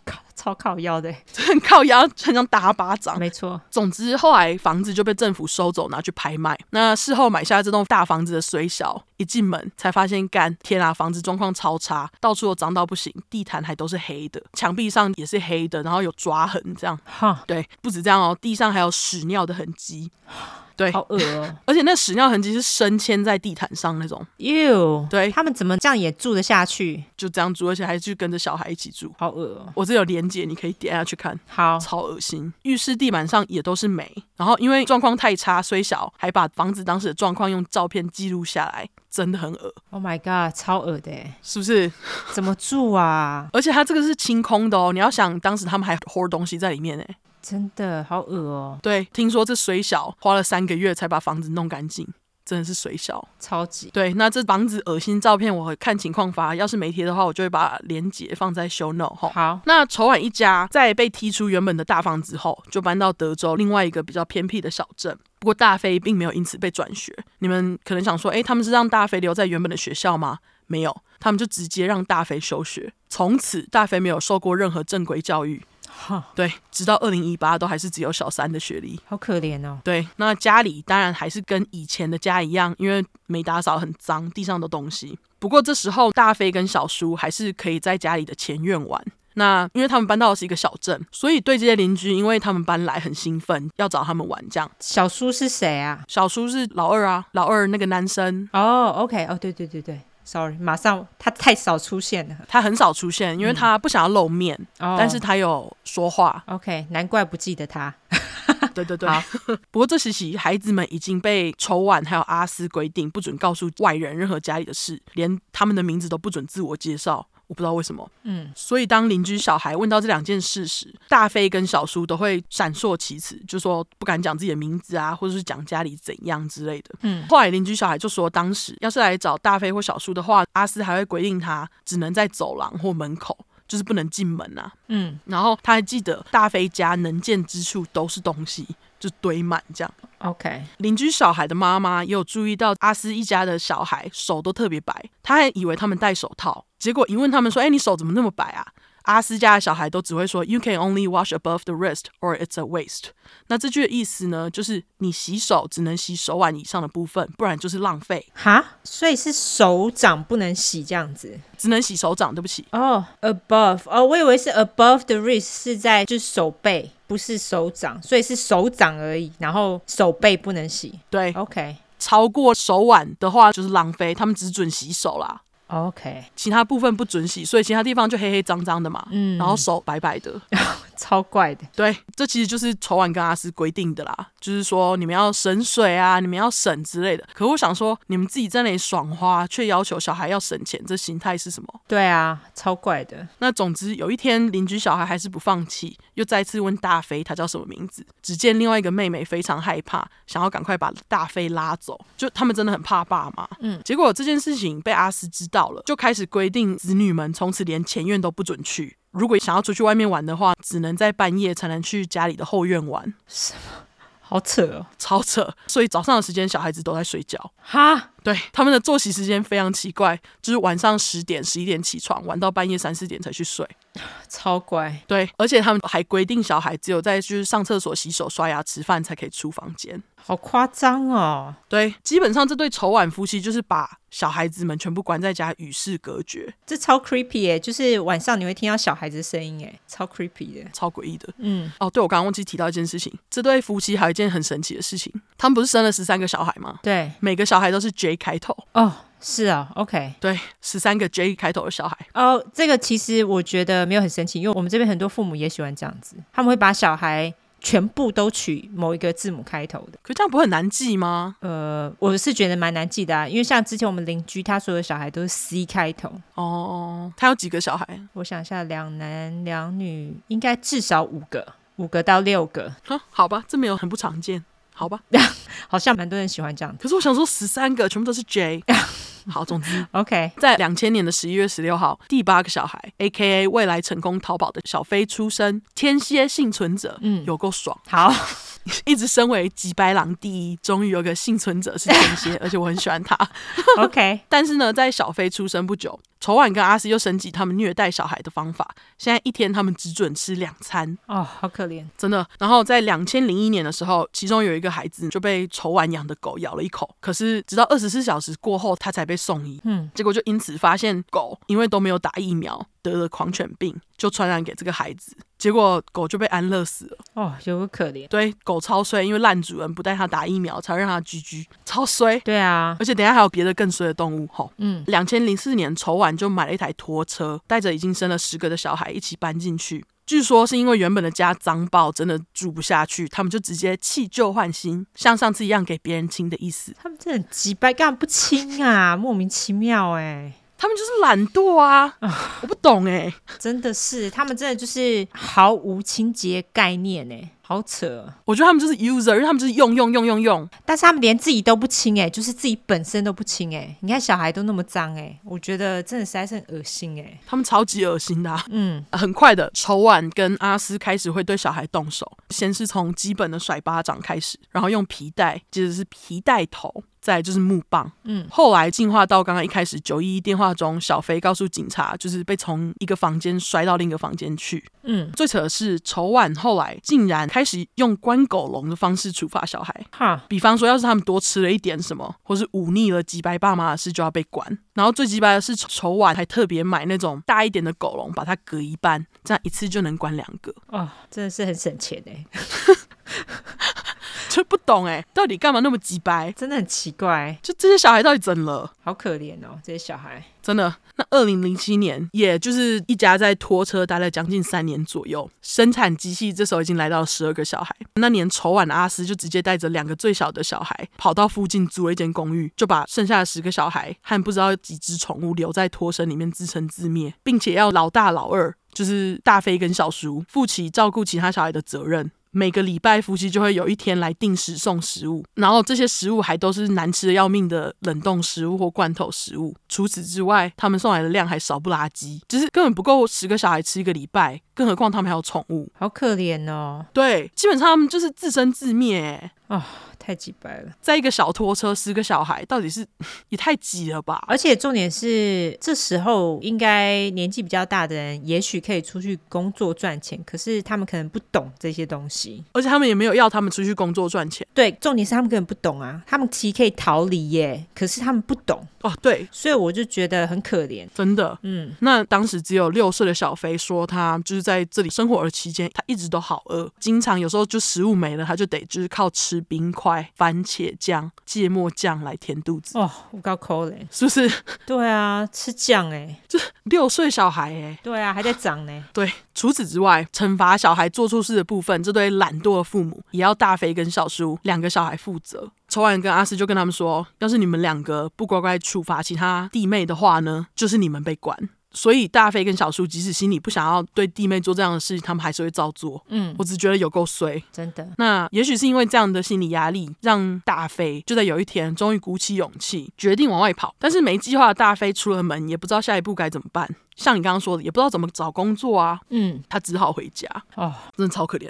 Speaker 2: 靠超靠腰的欸、”
Speaker 1: 很靠腰，很想打巴掌。
Speaker 2: 没错，
Speaker 1: 总之，后来房子就被政府收走，拿去拍卖。那事后买下这栋大房子的水小，一进门才发现，干天啊，房子状况超差，到处都脏到不行，地毯还都是黑的，墙壁上也是黑的，然后有抓痕，这样。
Speaker 2: 哈，
Speaker 1: 对，不止这样哦，地上还有屎尿的痕迹。对，
Speaker 2: 好恶哦、
Speaker 1: 而且那屎尿痕迹是深嵌在地毯上那种，
Speaker 2: 哟，
Speaker 1: 对
Speaker 2: 他们怎么这样也住得下去？
Speaker 1: 就这样住，而且还去跟着小孩一起住。
Speaker 2: 好恶哦、
Speaker 1: 我这有连接，你可以点下去看。
Speaker 2: 好，
Speaker 1: 超恶心。浴室地板上也都是霉，然后因为状况太差，虽小还把房子当时的状况用照片记录下来，真的很恶，
Speaker 2: Oh my god，超恶的欸，
Speaker 1: 是不是？
Speaker 2: 怎么住啊？
Speaker 1: 而且它这个是清空的哦，你要想当时他们还 hold 东西在里面呢。欸
Speaker 2: 真的好恶哦、
Speaker 1: 对，听说这水小花了三个月才把房子弄干净。真的是水小，
Speaker 2: 超级
Speaker 1: 对，那这房子恶心照片我看情况发，要是没贴的话，我就会把链接放在 show note 吼
Speaker 2: 好，
Speaker 1: 那仇晚一家在被踢出原本的大房子后，就搬到德州另外一个比较偏僻的小镇。不过大飞并没有因此被转学。你们可能想说，诶，他们是让大飞留在原本的学校吗？没有，他们就直接让大飞休学。从此，大飞没有受过任何正规教育。
Speaker 2: 哈，
Speaker 1: 对，直到二零一八都还是只有小三的学历。
Speaker 2: 好可怜哦、
Speaker 1: 对，那家里当然还是跟以前的家一样，因为没打扫，很脏，地上的东西。不过这时候大飞跟小叔还是可以在家里的前院玩。那因为他们搬到的是一个小镇，所以对这些邻居，因为他们搬来很兴奋，要找他们玩。这样，
Speaker 2: 小叔是谁啊？
Speaker 1: 小叔是老二啊，老二那个男生。
Speaker 2: 哦、o k 哦、对对对对，sorry，马上他太少出现了，
Speaker 1: 他很少出现，因为他不想要露面，
Speaker 2: 哦。
Speaker 1: 但是他有说话
Speaker 2: OK，难怪不记得他，
Speaker 1: [LAUGHS] 对对对
Speaker 2: 好。
Speaker 1: 不过这时期，孩子们已经被仇晚还有阿斯规定，不准告诉外人任何家里的事，连他们的名字都不准自我介绍。我不知道为什么，
Speaker 2: 嗯，
Speaker 1: 所以当邻居小孩问到这两件事时，大飞跟小叔都会闪烁其词，就说不敢讲自己的名字啊，或者是讲家里怎样之类的。
Speaker 2: 嗯，
Speaker 1: 后来邻居小孩就说，当时要是来找大飞或小叔的话，阿斯还会规定他只能在走廊或门口，就是不能进门啊。
Speaker 2: 嗯，
Speaker 1: 然后他还记得大飞家能见之处都是东西，就堆满这样。
Speaker 2: OK，
Speaker 1: 邻居小孩的妈妈也有注意到阿斯一家的小孩手都特别白，她还以为他们戴手套，结果一问他们说：“哎、你手怎么那么白啊？”阿斯家的小孩都只会说哎 “You can only wash above the wrist or it's a waste”。那这句的意思呢，就是你洗手只能洗手腕以上的部分，不然就是浪费，
Speaker 2: 哈，所以是手掌不能洗这样子
Speaker 1: 只能洗手掌。对不起，
Speaker 2: 哦、a b o v e 哦，我以为是 above the wrist 是在就是手背，不是手掌，所以是手掌而已，然后手背不能洗
Speaker 1: 对，
Speaker 2: ，OK。
Speaker 1: 超过手腕的话就是浪费，他们只准洗手啦，
Speaker 2: OK，
Speaker 1: 其他部分不准洗，所以其他地方就黑黑脏脏的嘛，
Speaker 2: 嗯
Speaker 1: 然后手白白的。 [LAUGHS]
Speaker 2: 超怪的，
Speaker 1: 对，这其实就是仇晚跟阿斯规定的啦，就是说你们要省水啊，你们要省之类的。可我想说，你们自己在那里爽花，却要求小孩要省钱，这心态是什么？
Speaker 2: 对啊，超怪的，
Speaker 1: 那总之有一天，邻居小孩还是不放弃，又再次问大飞他叫什么名字。只见另外一个妹妹非常害怕，想要赶快把大飞拉走，就他们真的很怕爸妈。嗯，结果这件事情被阿斯知道了，就开始规定子女们从此连前院都不准去。如果想要出去外面玩的话，只能在半夜才能去家里的后院玩。
Speaker 2: 好扯哦，
Speaker 1: 超扯。所以早上的时间小孩子都在睡觉，
Speaker 2: 哈，
Speaker 1: 对他们的作息时间非常奇怪，就是晚上十点、十一点起床，玩到半夜三四点才去睡。
Speaker 2: 超怪，
Speaker 1: 对，而且他们还规定小孩只有在就是上厕所、洗手、刷牙、吃饭才可以出房间。
Speaker 2: 好夸张哦，
Speaker 1: 对，基本上这对仇晚夫妻就是把小孩子们全部关在家，与世隔绝，
Speaker 2: 这超 creepy 哎、就是晚上你会听到小孩子的声音哎、超 creepy 的，
Speaker 1: 超诡异的。
Speaker 2: 嗯，
Speaker 1: 哦，对，我刚刚忘记提到一件事情，这对夫妻还有一件很神奇的事情，他们不是生了十三个小孩吗？
Speaker 2: 对，
Speaker 1: 每个小孩都是 J 开头，
Speaker 2: 哦，是啊，OK，
Speaker 1: 对，十三个 J 开头的小孩，
Speaker 2: 哦，这个其实我觉得没有很神奇，因为我们这边很多父母也喜欢这样子，他们会把小孩全部都取某一个字母开头的。
Speaker 1: 可这样不会很难记吗？
Speaker 2: 呃，我是觉得蛮难记的啊，因为像之前我们邻居他所有的小孩都是 C 开头，
Speaker 1: 哦，他有几个小孩？
Speaker 2: 我想一下，两男两女应该至少五个，五个到六个，
Speaker 1: 哼，好吧，这没有很不常见，好吧。
Speaker 2: 好像蛮多人喜欢这样子。
Speaker 1: 可是我想说，十三个全部都是 J。好，总之
Speaker 2: OK，
Speaker 1: 在两千年的十一月十六号，第八个小孩，A.K.A. 未来成功逃跑的小飞出生，天蝎幸存者，
Speaker 2: 嗯
Speaker 1: 有够爽！
Speaker 2: 好， [LAUGHS]
Speaker 1: 一直身为几白狼第一，终于有个幸存者是天蝎，而且我很喜欢他。
Speaker 2: OK，
Speaker 1: 但是呢，在小飞出生不久，丑婉跟阿斯又升级他们虐待小孩的方法，现在一天他们只准吃两餐，
Speaker 2: 哦，好可怜，
Speaker 1: 真的。然后在两千零一年的时候，其中有一个孩子就被丑婉养的狗咬了一口，可是直到二十四小时过后，他才被送医。
Speaker 2: 嗯，
Speaker 1: 结果就因此发现狗因为都没有打疫苗，得了狂犬病，就传染给这个孩子。结果狗就被安乐死了。
Speaker 2: 哦，有个可怜。
Speaker 1: 对，狗超衰，因为烂主人不带它打疫苗，才让它居居，超衰。
Speaker 2: 对啊，
Speaker 1: 而且等一下还有别的更衰的动物吼。
Speaker 2: 嗯，
Speaker 1: 两千零四年，丑婉就买了一台拖车，带着已经生了十个的小孩一起搬进去。据说是因为原本的家脏爆，真的住不下去，他们就直接弃旧换新，像上次一样给别人亲的意思。
Speaker 2: 他们真的很鸡掰，干嘛不亲啊？莫名其妙哎、
Speaker 1: 他们就是懒惰啊，我不懂哎、
Speaker 2: 真的是，他们真的就是毫无清洁概念哎、好扯哦。
Speaker 1: 我觉得他们就是 user，因为他们就是用用用用用。
Speaker 2: 但是他们连自己都不清哎、就是自己本身都不清哎、你看小孩都那么脏哎、我觉得真的实在是很恶心哎、
Speaker 1: 他们超级恶心的、啊。
Speaker 2: 嗯，
Speaker 1: 很快的，丑婉跟阿斯开始会对小孩动手，先是从基本的甩巴掌开始，然后用皮带，接着是皮带头，再来就是木棒。
Speaker 2: 嗯，
Speaker 1: 后来进化到刚刚一开始九一一电话中，小飞告诉警察，就是被从一个房间摔到另一个房间去。
Speaker 2: 嗯，
Speaker 1: 最扯的是，丑婉后来竟然开始用关狗笼的方式处罚小孩。
Speaker 2: 哈，
Speaker 1: 比方说，要是他们多吃了一点什么，或是忤逆了几白爸妈的事，就要被关。然后最鸡白的是，丑婉还特别买那种大一点的狗笼，把它隔一半，这样一次就能关两个。
Speaker 2: 哦，真的是很省钱哎、
Speaker 1: 就不懂哎、到底干嘛那么鸡白？
Speaker 2: 真的很奇怪，欸
Speaker 1: 就这些小孩到底怎了？
Speaker 2: 好可怜哦，这些小孩。
Speaker 1: 真的，那二零零七年，也就是一家在拖车待了将近三年左右，生产机器这时候已经来到十二个小孩。那年丑晚的阿斯就直接带着两个最小的小孩，跑到附近租了一间公寓，就把剩下的十个小孩和不知道几只宠物留在拖绳里面自生自灭，并且要老大老二，就是大飞跟小叔，负起照顾其他小孩的责任。每个礼拜夫妻就会有一天来定时送食物，然后这些食物还都是难吃的要命的冷冻食物或罐头食物。除此之外，他们送来的量还少不拉几，就是根本不够十个小孩吃一个礼拜，更何况他们还有宠物。
Speaker 2: 好可怜哦，
Speaker 1: 对，基本上他们就是自生自灭、欸。
Speaker 2: 太鸡掰了！
Speaker 1: 在一个小拖车，十个小孩，到底是 [LAUGHS] 也太挤了吧？
Speaker 2: 而且重点是，这时候应该年纪比较大的人，也许可以出去工作赚钱，可是他们可能不懂这些东西。
Speaker 1: 而且他们也没有要他们出去工作赚钱
Speaker 2: 对，重点是他们根本不懂啊，他们其实可以逃离耶，可是他们不懂，
Speaker 1: 哦。对，
Speaker 2: 所以我就觉得很可怜。
Speaker 1: 真的，
Speaker 2: 嗯，
Speaker 1: 那当时只有六岁的小飞说，他就是在这里生活的期间，他一直都好饿，经常有时候就食物没了，他就得就是靠吃冰块、番茄酱、芥末酱来填肚子， [LAUGHS]
Speaker 2: 哦，我搞抠嘞。
Speaker 1: 是不是？
Speaker 2: 对啊，吃酱哎，
Speaker 1: 六岁小孩哎、
Speaker 2: 对啊，还在长呢。
Speaker 1: 对，除此之外，惩罚小孩做错事的部分，这对懒惰的父母也要大飞跟小叔两个小孩负责。丑婉跟阿斯就跟他们说，要是你们两个不乖乖处罚其他弟妹的话呢，就是你们被关。所以大飞跟小叔即使心里不想要对弟妹做这样的事情，他们还是会照做。
Speaker 2: 嗯，
Speaker 1: 我只觉得有够衰。
Speaker 2: 真的，
Speaker 1: 那也许是因为这样的心理压力，让大飞就在有一天终于鼓起勇气，决定往外跑。但是没计划的大飞出了门，也不知道下一步该怎么办。像你刚刚说的，也不知道怎么找工作啊，
Speaker 2: 嗯，
Speaker 1: 他只好回家，
Speaker 2: 哦，
Speaker 1: 真的超可怜。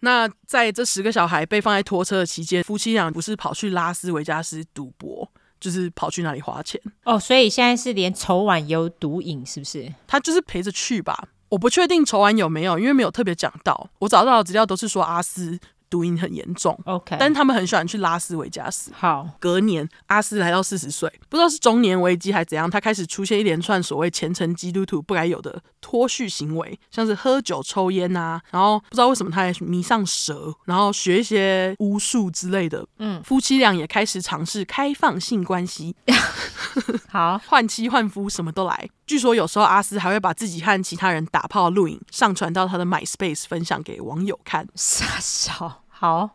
Speaker 1: 那在这十个小孩被放在拖车的期间，夫妻俩不是跑去拉斯维加斯赌博，就是跑去那里花钱。
Speaker 2: 哦，所以现在是连丑碗也有毒瘾，是不是？
Speaker 1: 他就是陪着去吧，我不确定仇完有没有，因为没有特别讲到。我找到的资料都是说阿斯毒瘾很严重，
Speaker 2: OK，
Speaker 1: 但是他们很喜欢去拉斯维加斯。
Speaker 2: 好，
Speaker 1: 隔年，阿斯来到四十岁，不知道是中年危机还怎样，他开始出现一连串所谓虔诚基督徒不该有的脱序行为，像是喝酒、抽烟啊，然后不知道为什么他还迷上蛇，然后学一些巫术之类的。
Speaker 2: 嗯，
Speaker 1: 夫妻俩也开始尝试开放性关系，
Speaker 2: 好，
Speaker 1: 换妻换夫什么都来。据说有时候阿斯还会把自己和其他人打炮录影上传到他的 MySpace 分享给网友看。
Speaker 2: 傻笑。好，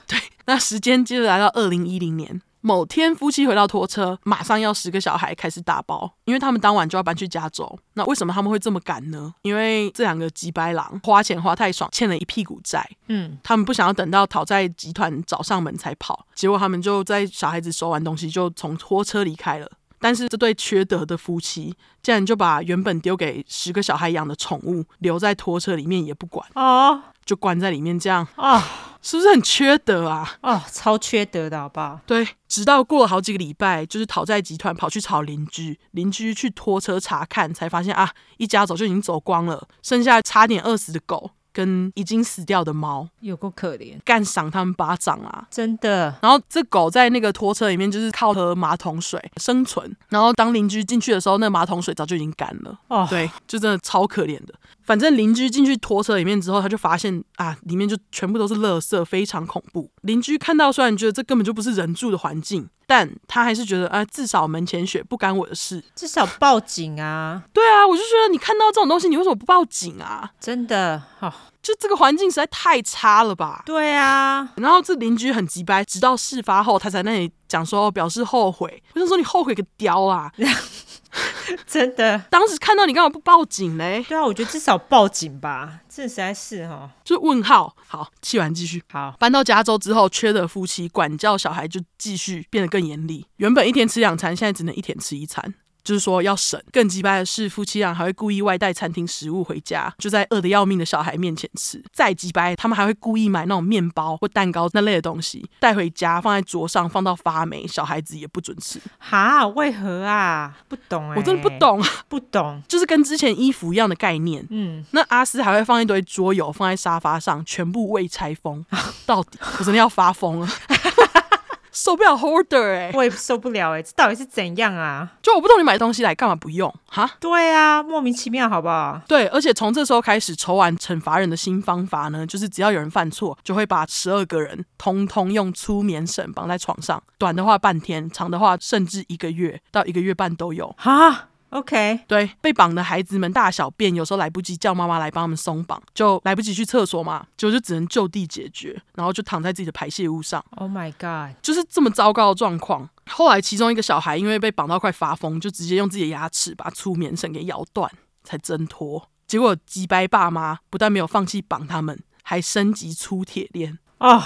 Speaker 1: 那时间接着来到二零一零年，某天夫妻回到拖车，马上要十个小孩开始打包，因为他们当晚就要搬去加州。那为什么他们会这么赶呢？因为这两个吉白狼花钱花太爽，欠了一屁股债。
Speaker 2: 嗯，
Speaker 1: 他们不想要等到讨债集团找上门才跑，结果他们就在小孩子收完东西就从拖车离开了。但是这对缺德的夫妻，竟然就把原本丢给十个小孩养的宠物留在拖车里面也不管，
Speaker 2: 哦
Speaker 1: 就关在里面，这样
Speaker 2: 哦
Speaker 1: 是不是很缺德啊？
Speaker 2: 哦，超缺德的好不好？
Speaker 1: 对，直到过了好几个礼拜，就是讨债集团跑去吵邻居，邻居去拖车查看，才发现啊，一家早就已经走光了，剩下差点饿死的狗跟已经死掉的猫，
Speaker 2: 有够可怜，
Speaker 1: 干赏他们巴掌啊！
Speaker 2: 真的。
Speaker 1: 然后这狗在那个拖车里面就是靠喝马桶水生存，然后当邻居进去的时候，那马桶水早就已经干了。
Speaker 2: 哦
Speaker 1: 对，就真的超可怜的。反正邻居进去拖车里面之后，他就发现啊，里面就全部都是垃圾，非常恐怖。邻居看到虽然觉得这根本就不是人住的环境，但他还是觉得啊，至少门前雪不干我的事。
Speaker 2: 至少报警啊！
Speaker 1: 对啊，我就觉得你看到这种东西，你为什么不报警啊？
Speaker 2: 真的，哦，
Speaker 1: 就这个环境实在太差了吧。
Speaker 2: 对啊，
Speaker 1: 然后这邻居很急掰，直到事发后，他才那里讲说、哦表示后悔。我想说你后悔个雕啊！
Speaker 2: 真的，
Speaker 1: 当时看到你干嘛不报警嘞？
Speaker 2: 对啊，我觉得至少报警吧， [LAUGHS] 这实在是哦。
Speaker 1: 就问号。好，气完继续。
Speaker 2: 好，
Speaker 1: 搬到加州之后，缺德夫妻管教小孩就继续变得更严厉。原本一天吃两餐，现在只能一天吃一餐，就是说要省。更鸡掰的是，夫妻俩还会故意外带餐厅食物回家，就在饿得要命的小孩面前吃。再鸡掰，他们还会故意买那种面包或蛋糕那类的东西带回家，放在桌上，放到发霉，小孩子也不准吃。
Speaker 2: 哈，为何啊？不懂哎、
Speaker 1: 我真的不，懂， [LAUGHS]
Speaker 2: 不懂。
Speaker 1: 就是跟之前衣服一样的概念。
Speaker 2: 嗯，
Speaker 1: 那阿斯还会放一堆桌游放在沙发上，全部未拆封，到底我真的要发疯了， [LAUGHS] 受不了 holder 哎、
Speaker 2: 我也受不了哎、这到底是怎样啊？
Speaker 1: 就我不懂你买东西来干嘛不用哈？
Speaker 2: 对啊，莫名其妙，好不好？
Speaker 1: 对，而且从这时候开始，筹完惩罚人的新方法呢，就是只要有人犯错，就会把十二个人通通用粗棉绳绑在床上，短的话半天，长的话甚至一个月到一个月半都有。
Speaker 2: 哈，OK，
Speaker 1: 对，被绑的孩子们大小便，有时候来不及叫妈妈来帮他们松绑，就来不及去厕所嘛，就就只能就地解决，然后就躺在自己的排泄物上，
Speaker 2: Oh my god！
Speaker 1: 就是这么糟糕的状况。后来其中一个小孩因为被绑到快发疯，就直接用自己的牙齿把粗棉绳给咬断，才挣脱。结果击败爸妈，不但没有放弃绑他们，还升级粗铁链。
Speaker 2: 哦，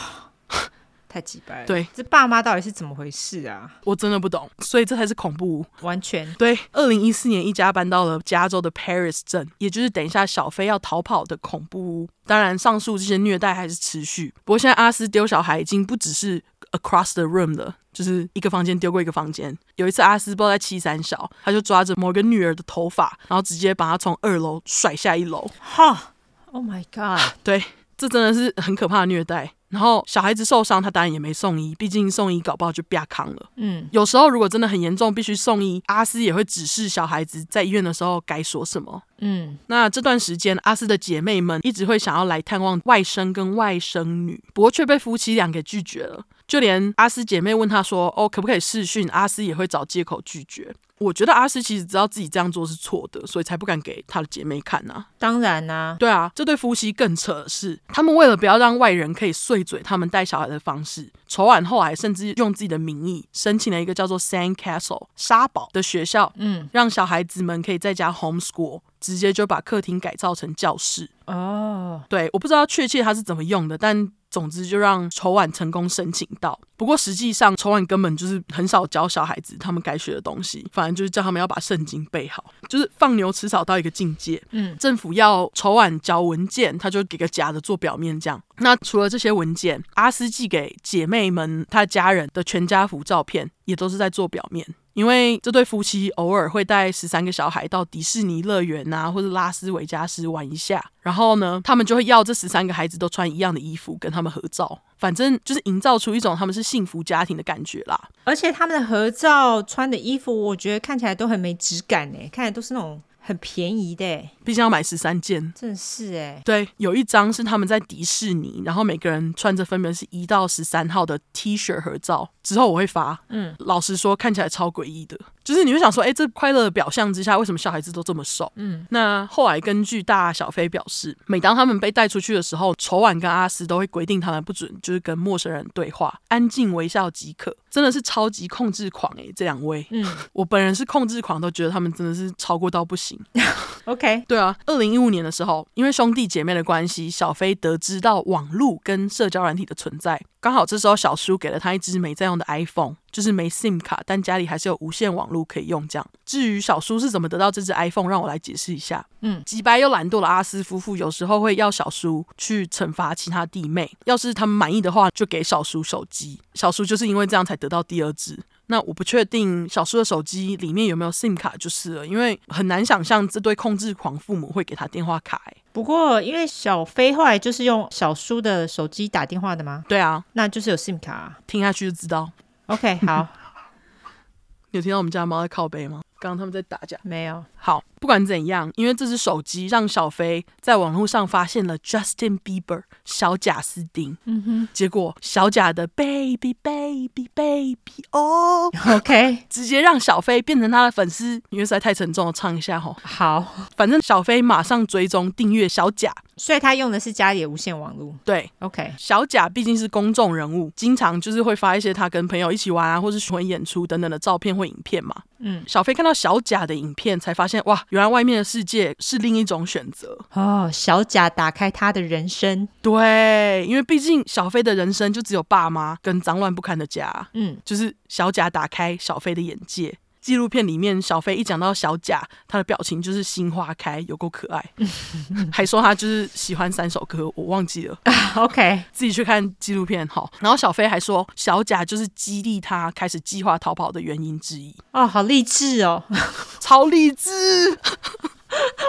Speaker 2: 太鸡掰了。
Speaker 1: 对，
Speaker 2: 这爸妈到底是怎么回事啊？
Speaker 1: 我真的不懂，所以这才是恐怖屋。
Speaker 2: 完全
Speaker 1: 对，二零一四年一家搬到了加州的 Paris 镇，也就是等一下小飞要逃跑的恐怖屋。当然，上述这些虐待还是持续。不过现在阿斯丢小孩已经不只是 across the room 了，就是一个房间丢过一个房间。有一次阿斯不知道在七三小，他就抓着某个女儿的头发，然后直接把她从二楼甩下一楼。
Speaker 2: 哈，Oh my god！
Speaker 1: 对，这真的是很可怕的虐待。然后小孩子受伤，他当然也没送医，毕竟送医搞不好就啪康了。
Speaker 2: 嗯，
Speaker 1: 有时候如果真的很严重，必须送医，阿斯也会指示小孩子在医院的时候该说什么。
Speaker 2: 嗯，
Speaker 1: 那这段时间，阿斯的姐妹们一直会想要来探望外甥跟外甥女，不过却被夫妻俩给拒绝了。就连阿斯姐妹问他说：“哦，可不可以试训？”阿斯也会找借口拒绝。我觉得阿斯其实知道自己这样做是错的，所以才不敢给他的姐妹看啊。
Speaker 2: 当然啦、
Speaker 1: 对啊，这对夫妻更扯的是，他们为了不要让外人可以碎嘴他们带小孩的方式，筹案后还甚至用自己的名义申请了一个叫做 Sand Castle 沙堡的学校，
Speaker 2: 嗯，
Speaker 1: 让小孩子们可以在家 homeschool，直接就把客厅改造成教室。
Speaker 2: 哦，
Speaker 1: 对，我不知道确切他是怎么用的，但总之就让筹晚成功申请到。不过实际上，筹晚根本就是很少教小孩子他们该学的东西，反正就是叫他们要把圣经背好，就是放牛吃草到一个境界。
Speaker 2: 嗯，
Speaker 1: 政府要筹晚交文件，他就给个假的做表面这样。那除了这些文件，阿斯寄给姐妹们他家人的全家福照片，也都是在做表面。因为这对夫妻偶尔会带十三个小孩到迪士尼乐园啊，或者拉斯维加斯玩一下，然后呢，他们就会要这十三个孩子都穿一样的衣服，跟他们合照。反正就是营造出一种他们是幸福家庭的感觉啦。
Speaker 2: 而且他们的合照穿的衣服，我觉得看起来都很没质感哎、看起来都是那种很便宜的、欸，
Speaker 1: 毕竟要买十三件。
Speaker 2: 真的是哎、
Speaker 1: 对，有一张是他们在迪士尼，然后每个人穿着分别是一到十三号的 T 恤合照。之后我会发，
Speaker 2: 嗯，
Speaker 1: 老实说看起来超诡异的。就是你会想说，哎、这快乐的表象之下，为什么小孩子都这么瘦？嗯，那后来根据大小飞表示，每当他们被带出去的时候，丑婉跟阿斯都会规定他们不准就是跟陌生人对话，安静微笑即可。真的是超级控制狂哎、这两位，
Speaker 2: 嗯
Speaker 1: [LAUGHS] 我本人是控制狂，都觉得他们真的是超过到不行。
Speaker 2: ，OK，
Speaker 1: 对啊，二零一五年的时候，因为兄弟姐妹的关系，小飞得知到网络跟社交软体的存在。刚好这时候小叔给了他一只没在用的 iPhone，就是没 SIM 卡，但家里还是有无线网络可以用。这样，至于小叔是怎么得到这只 iPhone，让我来解释一下。
Speaker 2: 嗯，
Speaker 1: 几白又懒惰的阿斯夫妇有时候会要小叔去惩罚其他弟妹，要是他们满意的话，就给小叔手机。小叔就是因为这样才得到第二只。那我不确定小叔的手机里面有没有 SIM 卡就是了，因为很难想象这对控制狂父母会给他电话卡、欸。
Speaker 2: 不过因为小飞后来就是用小叔的手机打电话的嘛，
Speaker 1: 对啊，
Speaker 2: 那就是有 SIM 卡、啊。
Speaker 1: 听下去就知道。
Speaker 2: OK，好，
Speaker 1: 你有听到我们家猫在靠背吗？刚刚他们在打架。
Speaker 2: 没有，
Speaker 1: 好，不管怎样，因为这只手机让小飞在网络上发现了 Justin Bieber 小贾斯汀。
Speaker 2: 嗯哼
Speaker 1: 结果小贾的 baby baby baby 哦，
Speaker 2: ，OK，
Speaker 1: [LAUGHS] 直接让小飞变成他的粉丝，因为实在太沉重了，唱一下吼。
Speaker 2: 好，
Speaker 1: 反正小飞马上追踪订阅小贾，
Speaker 2: 所以他用的是家里的无线网络
Speaker 1: 对。
Speaker 2: ，OK，
Speaker 1: 小贾毕竟是公众人物，经常就是会发一些他跟朋友一起玩啊，或是巡回演出等等的照片或影片嘛。
Speaker 2: 嗯，
Speaker 1: 小飞看到小贾的影片，才发现哇，原来外面的世界是另一种选择。
Speaker 2: 哦，小贾打开他的人生，
Speaker 1: 对，因为毕竟小飞的人生就只有爸妈跟脏乱不堪的家。
Speaker 2: 嗯，
Speaker 1: 就是小贾打开小飞的眼界。纪录片里面，小飞一讲到小贾，他的表情就是心花开，有够可
Speaker 2: [LAUGHS]
Speaker 1: 爱，还说他就是喜欢三首歌，我忘记了，
Speaker 2: OK，
Speaker 1: 自己去看纪录片好。然后小飞还说，小贾就是激励他开始计划逃跑的原因之一，
Speaker 2: 哦，好励志哦， [LAUGHS]
Speaker 1: 超励志。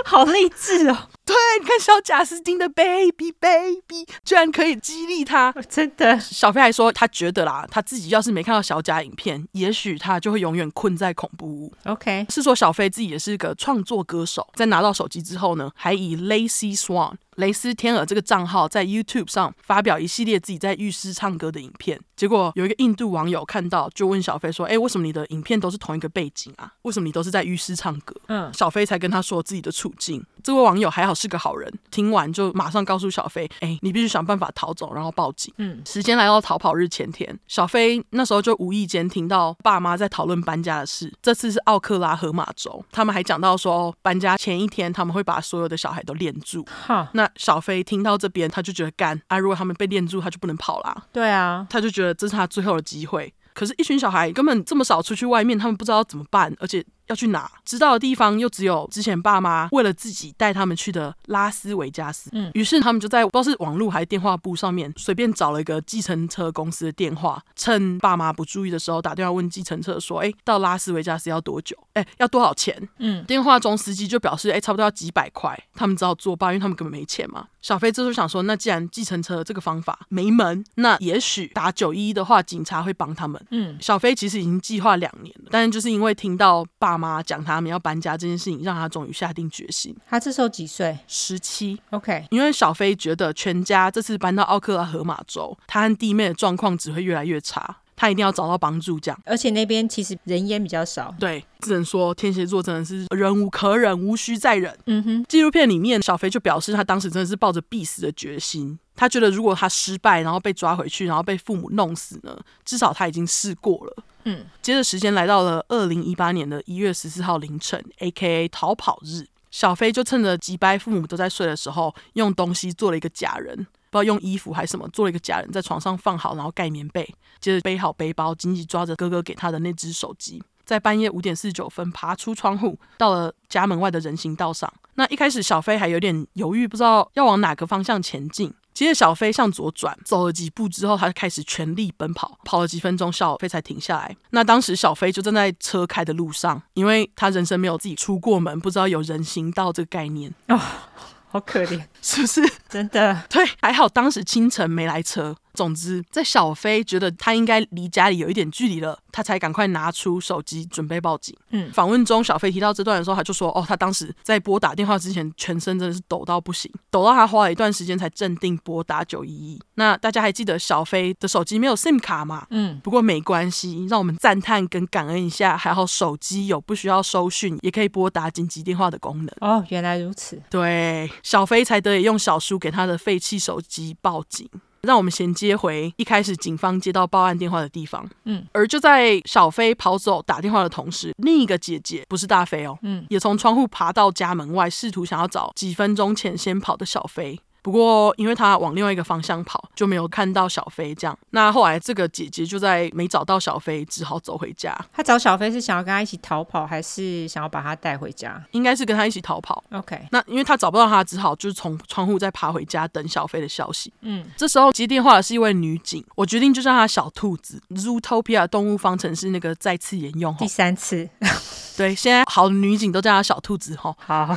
Speaker 2: 好励志哦，
Speaker 1: 对，你看小贾斯汀的 baby baby，居然可以激励他。
Speaker 2: 真的，
Speaker 1: 小飞还说，他觉得啦，他自己要是没看到小贾影片，也许他就会永远困在恐怖屋。
Speaker 2: OK，
Speaker 1: 是说小飞自己也是个创作歌手，在拿到手机之后呢，还以 Lazy Swan 蕾丝天鹅这个账号在 YouTube 上发表一系列自己在浴室唱歌的影片。结果有一个印度网友看到，就问小飞说：“哎，为什么你的影片都是同一个背景啊？为什么你都是在浴室唱歌？”
Speaker 2: 嗯，
Speaker 1: 小飞才跟他说自己的处境。这位网友还好是个好人，听完就马上告诉小飞：“哎，你必须想办法逃走，然后报警。”
Speaker 2: 嗯，
Speaker 1: 时间来到逃跑日前天，小飞那时候就无意间听到爸妈在讨论搬家的事。这次是奥克拉荷马州，他们还讲到说，搬家前一天他们会把所有的小孩都链住。
Speaker 2: 哈，
Speaker 1: 那小飞听到这边，他就觉得干啊，如果他们被链住，他就不能跑啦，
Speaker 2: 对啊，
Speaker 1: 他就觉得这是他最后的机会。可是，一群小孩根本这么少出去外面，他们不知道怎么办，而且要去哪，知道的地方又只有之前爸妈为了自己带他们去的拉斯维加斯。
Speaker 2: 嗯
Speaker 1: 于是他们就在不知道是网络还是电话簿上面随便找了一个计程车公司的电话，趁爸妈不注意的时候打电话问计程车说：“哎，到拉斯维加斯要多久？哎，要多少钱？”
Speaker 2: 嗯，
Speaker 1: 电话中司机就表示：“哎，差不多要几百块。”他们只好作罢，因为他们根本没钱嘛。小飞这时候想说：“那既然计程车这个方法没门，那也许打九一一的话，警察会帮他们。”
Speaker 2: 嗯，
Speaker 1: 小飞其实已经计划两年了，但是就是因为听到爸妈讲他们要搬家这件事情，让他终于下定决心。
Speaker 2: 他这时候几岁
Speaker 1: 十七，
Speaker 2: ？OK，
Speaker 1: 因为小飞觉得全家这次搬到奥克拉荷马州，他和弟妹的状况只会越来越差，他一定要找到帮助。这样
Speaker 2: 而且那边其实人烟比较少，
Speaker 1: 对，只能说天蝎座真的是忍无可忍，无需再忍。
Speaker 2: 嗯哼，
Speaker 1: 纪录片里面，小飞就表示他当时真的是抱着必死的决心。他觉得如果他失败，然后被抓回去，然后被父母弄死呢，至少他已经试过了。
Speaker 2: 嗯，
Speaker 1: 接着时间来到了二零一八年的一月十四号凌晨，A K A 逃跑日。小飞就趁着击败父母都在睡的时候，用东西做了一个假人，不知道用衣服还是什么做了一个假人，在床上放好，然后盖棉被，接着背好背包，紧紧抓着哥哥给他的那只手机，在半夜五点四十九分爬出窗户，到了家门外的人行道上。那一开始小飞还有点犹豫，不知道要往哪个方向前进。接着小飞向左转，走了几步之后，他就开始全力奔跑，跑了几分钟，小飞才停下来。那当时小飞就站在车开的路上，因为他人生没有自己出过门，不知道有人行道这个概念，
Speaker 2: 好可怜，
Speaker 1: 是不是？
Speaker 2: 真的，
Speaker 1: 对，还好当时清晨没来车，总之，在小飞觉得他应该离家里有一点距离了，他才赶快拿出手机准备报警。
Speaker 2: 嗯
Speaker 1: 访问中小飞提到这段的时候，他就说：“哦，他当时在拨打电话之前，全身真的是抖到不行，抖到他花了一段时间才镇定拨打九一一。”那大家还记得小飞的手机没有 SIM 卡吗？
Speaker 2: 嗯，
Speaker 1: 不过没关系，让我们赞叹跟感恩一下，还好手机有不需要收讯，也可以拨打紧急电话的功能。
Speaker 2: 哦，原来如此。
Speaker 1: 对，小飞才得以用小叔给他的废弃手机报警。让我们衔接回一开始警方接到报案电话的地方。
Speaker 2: 嗯，
Speaker 1: 而就在小飞跑走打电话的同时，另一个姐姐不是大飞哦，
Speaker 2: 嗯，
Speaker 1: 也从窗户爬到家门外，试图想要找几分钟前先跑的小飞。不过，因为他往另外一个方向跑，就没有看到小飞。这样，那后来这个姐姐就在没找到小飞，只好走回家，
Speaker 2: 他找小飞是想要跟他一起逃跑，还是想要把他带回家
Speaker 1: 应该是跟他一起逃跑。
Speaker 2: ？OK，
Speaker 1: 那因为他找不到他，只好就是从窗户再爬回家等小飞的消息。
Speaker 2: 嗯
Speaker 1: 这时候接电话的是一位女警，我决定就叫她小兔子。Zootopia 动物方程式那个再次沿用吼
Speaker 2: 第，三次，
Speaker 1: 对，现在好女警都叫她小兔子吼。
Speaker 2: 好，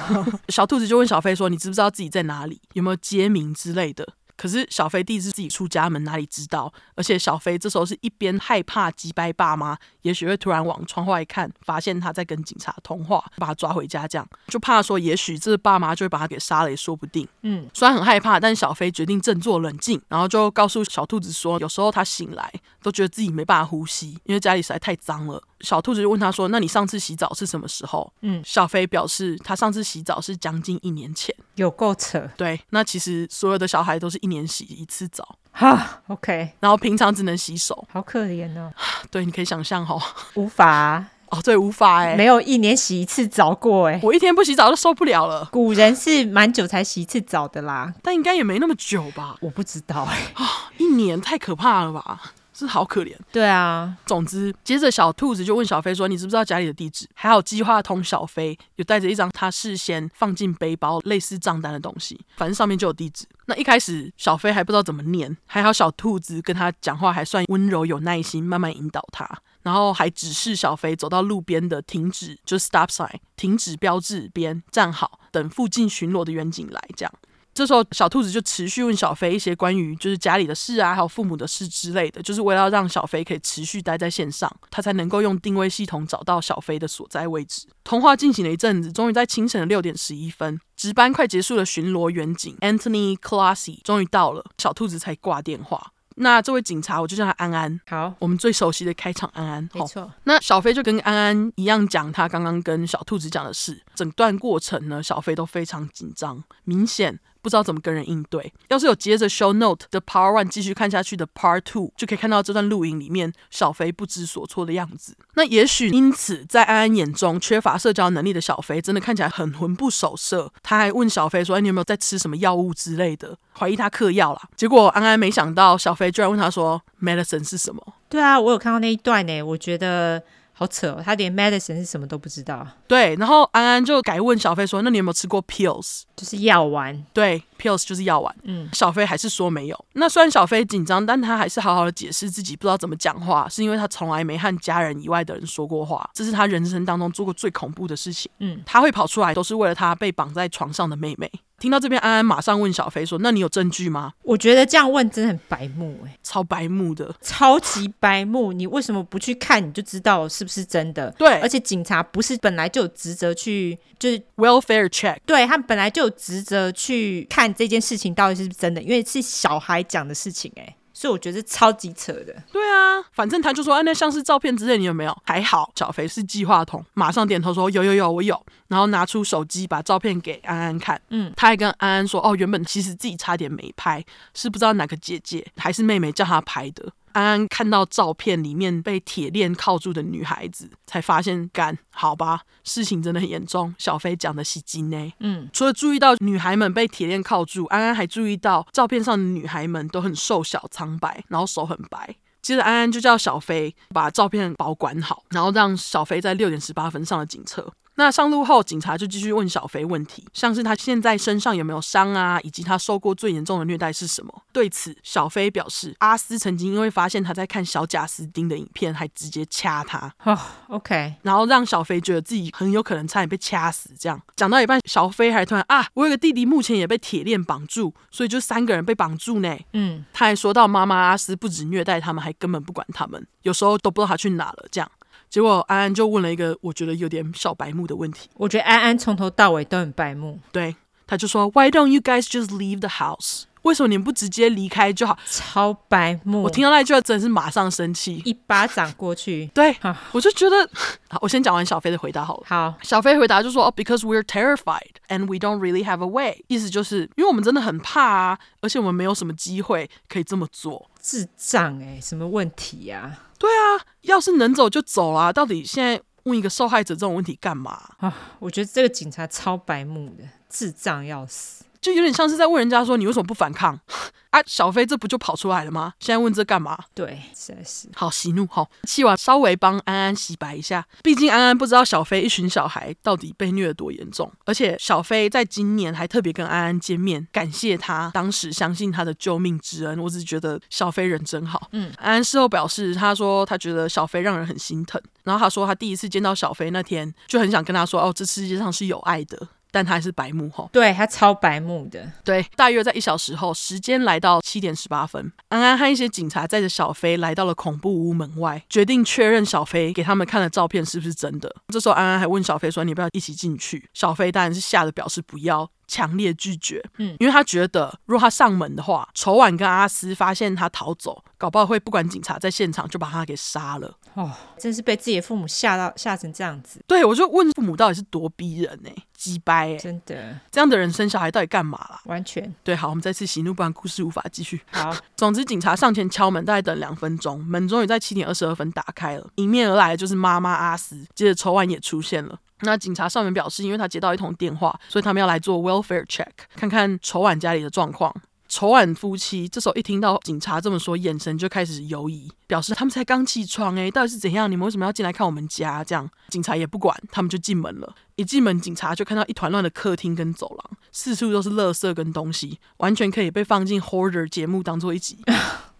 Speaker 1: 小兔子就问小飞说：“你知不知道自己在哪里？有没有街名之类的？”可是小飞第一次自己出家门，哪里知道？而且小飞这时候是一边害怕击败爸妈，也许会突然往窗外看，发现他在跟警察通话，把他抓回家，这样就怕说，也许这爸妈就会把他给杀了，也说不定。
Speaker 2: 嗯
Speaker 1: 虽然很害怕，但小飞决定振作冷静，然后就告诉小兔子说，有时候他醒来都觉得自己没办法呼吸，因为家里实在太脏了。小兔子就问他说：“那你上次洗澡是什么时候？”
Speaker 2: 嗯，
Speaker 1: 小飞表示他上次洗澡是将近一年前。
Speaker 2: [LAUGHS] 有够扯，
Speaker 1: 对，那其实所有的小孩都是一年洗一次澡，
Speaker 2: 哈，OK，
Speaker 1: 然后平常只能洗手。
Speaker 2: 好可怜哦，
Speaker 1: 对，你可以想象哦， [LAUGHS]
Speaker 2: 无法，
Speaker 1: 哦，对，无法哎、
Speaker 2: 没有一年洗一次澡过哎。
Speaker 1: 我一天不洗澡就受不了了，
Speaker 2: 古人是蛮久才洗一次澡的啦，
Speaker 1: 但应该也没那么久吧？
Speaker 2: 我不知道哎。
Speaker 1: 一年太可怕了吧？是好可怜。
Speaker 2: 对啊，
Speaker 1: 总之，接着小兔子就问小飞说：“你知不知道家里的地址？”还好计划通小飞有带着一张他事先放进背包类似账单的东西，反正上面就有地址。那一开始小飞还不知道怎么念，还好小兔子跟他讲话还算温柔有耐心，慢慢引导他，然后还指示小飞走到路边的停止，就是 stop sign 停止标志边站好，等附近巡逻的远警来这样。这时候，小兔子就持续问小飞一些关于就是家里的事啊，还有父母的事之类的，就是为了要让小飞可以持续待在线上，他才能够用定位系统找到小飞的所在位置。通话进行了一阵子，终于在清晨的六点十一分，值班快结束的巡逻员警 Anthony Classy 终于到了，小兔子才挂电话。那这位警察，我就叫他安安，
Speaker 2: 好，
Speaker 1: 我们最熟悉的开场安安。
Speaker 2: 没
Speaker 1: 好
Speaker 2: 错，
Speaker 1: 那小飞就跟安安一样讲他刚刚跟小兔子讲的事，整段过程呢，小飞都非常紧张，明显不知道怎么跟人应对。要是有接着 show note 的 part one 继续看下去的 part two，就可以看到这段录影里面小飞不知所措的样子。那也许因此，在安安眼中缺乏社交能力的小飞，真的看起来很魂不守舍。他还问小飞说：“哎，你有没有在吃什么药物之类的？”怀疑他嗑药啦。结果安安没想到，小飞居然问他说：“medicine 是什么？”
Speaker 2: 对啊，我有看到那一段呢，我觉得好扯哦，他连 medicine 是什么都不知道，
Speaker 1: 对，然后安安就改问小飞说：“那你有没有吃过 pills？”
Speaker 2: 就是药丸，
Speaker 1: 对，pills 就是药丸。
Speaker 2: 嗯，
Speaker 1: 小飞还是说没有。那虽然小飞紧张，但他还是好好的解释自己不知道怎么讲话，是因为他从来没和家人以外的人说过话，这是他人生当中做过最恐怖的事情。
Speaker 2: 嗯，
Speaker 1: 他会跑出来都是为了他被绑在床上的妹妹。听到这边，安安马上问小飞说：“那你有证据吗
Speaker 2: 我觉得这样问真的很白目哎。？”
Speaker 1: 超白目的，
Speaker 2: 超级白目，你为什么不去看你就知道是不是真的？
Speaker 1: 对
Speaker 2: 而且警察不是本来就有职责去，就是
Speaker 1: ，welfare check。
Speaker 2: 对他们本来就有职责去看这件事情到底是不是真的，因为是小孩讲的事情哎、所以我觉得超级扯的。
Speaker 1: 对啊，反正他就说，啊，那像是照片之类，你有没有？还好，小肥是计划筒，马上点头说有有有，我有。然后拿出手机把照片给安安看，
Speaker 2: 嗯，
Speaker 1: 他还跟安安说，哦，原本其实自己差点没拍，是不知道哪个姐姐还是妹妹叫他拍的。安安看到照片里面被铁链铐住的女孩子，才发现，干，好吧，事情真的很严重。小飞讲的是金呢，
Speaker 2: 嗯，
Speaker 1: 除了注意到女孩们被铁链铐住，安安还注意到照片上的女孩们都很瘦小、苍白，然后手很白。接着，安安就叫小飞把照片保管好，然后让小飞在六点十八分上了警车。那上路后，警察就继续问小飞问题，像是他现在身上有没有伤啊，以及他受过最严重的虐待是什么。对此，小飞表示，阿斯曾经因为发现他在看小贾斯汀的影片，还直接掐他，
Speaker 2: 哦，OK，
Speaker 1: 然后让小飞觉得自己很有可能差点被掐死。这样讲到一半，小飞还突然啊，我有个弟弟目前也被铁链绑住，所以就三个人被绑住呢。
Speaker 2: 嗯，
Speaker 1: 他还说到妈妈阿斯不止虐待他们，还根本不管他们，有时候都不知道他去哪了。这样，结果安安就问了一个我觉得有点小白目的问题，
Speaker 2: 我觉得安安从头到尾都很白目，
Speaker 1: 对，他就说 Why don't you guys just leave the house？为什么你们不直接离开就好？
Speaker 2: 超白目，
Speaker 1: 我听到那一句话真的是马上生气，，
Speaker 2: 一巴掌过去
Speaker 1: 对
Speaker 2: 啊
Speaker 1: 我就觉得， [LAUGHS] 好，我先讲完小飞的回答好了。
Speaker 2: 好，
Speaker 1: 小飞回答就说：“哦，because we're terrified and we don't really have a way。”意思就是因为我们真的很怕啊，而且我们没有什么机会可以这么做。
Speaker 2: 智障哎、什么问题呀、
Speaker 1: 对啊，要是能走就走啦、到底现在问一个受害者这种问题干嘛？
Speaker 2: 啊？我觉得这个警察超白目的，智障要死。
Speaker 1: 就有点像是在问人家说：“你为什么不反抗？” [LAUGHS] 啊，小飞这不就跑出来了吗？现在问这干嘛？
Speaker 2: 对，实在是
Speaker 1: 好息怒，好气完，稍微帮安安洗白一下。毕竟安安不知道小飞一群小孩到底被虐得多严重，而且小飞在今年还特别跟安安见面，感谢他当时相信他的救命之恩。我只是觉得小飞人真好。
Speaker 2: 嗯，
Speaker 1: 安安事后表示，他说他觉得小飞让人很心疼，然后他说他第一次见到小飞那天就很想跟他说，哦，这世界上是有爱的。但他还是白目吼，
Speaker 2: 对他超白目的，
Speaker 1: 对，大约在一小时后，时间来到七点十八分，安安和一些警察载着小飞来到了恐怖屋门外，决定确认小飞给他们看的照片是不是真的。这时候，安安还问小飞说：“你要不要一起进去？”小飞当然是吓得表示不要。强烈拒绝，
Speaker 2: 嗯，
Speaker 1: 因为他觉得如果他上门的话，丑婉跟阿斯发现他逃走，搞不好会不管警察在现场就把他给杀了。
Speaker 2: 哦，真是被自己的父母吓到吓成这样子，
Speaker 1: 对我就问父母到底是多逼人呢、鸡掰哎、
Speaker 2: 真的
Speaker 1: 这样的人生小孩到底干嘛啦？
Speaker 2: 完全
Speaker 1: 对，好，我们再次息怒，不然故事无法继续。
Speaker 2: 好，
Speaker 1: 总之，警察上前敲门，大概等两分钟，门终于在七点二十二分打开了，迎面而来的就是妈妈阿斯，接着丑婉也出现了。那警察上门表示，因为他接到一通电话，所以他们要来做 welfare check，看看丑婉家里的状况。丑婉夫妻这时候一听到警察这么说，眼神就开始犹疑，表示他们才刚起床诶、到底是怎样？你们为什么要进来看我们家？这样警察也不管，他们就进门了。一进门，警察就看到一团乱的客厅跟走廊，四处都是垃圾跟东西，完全可以被放进 Hoarder 节目当做一集，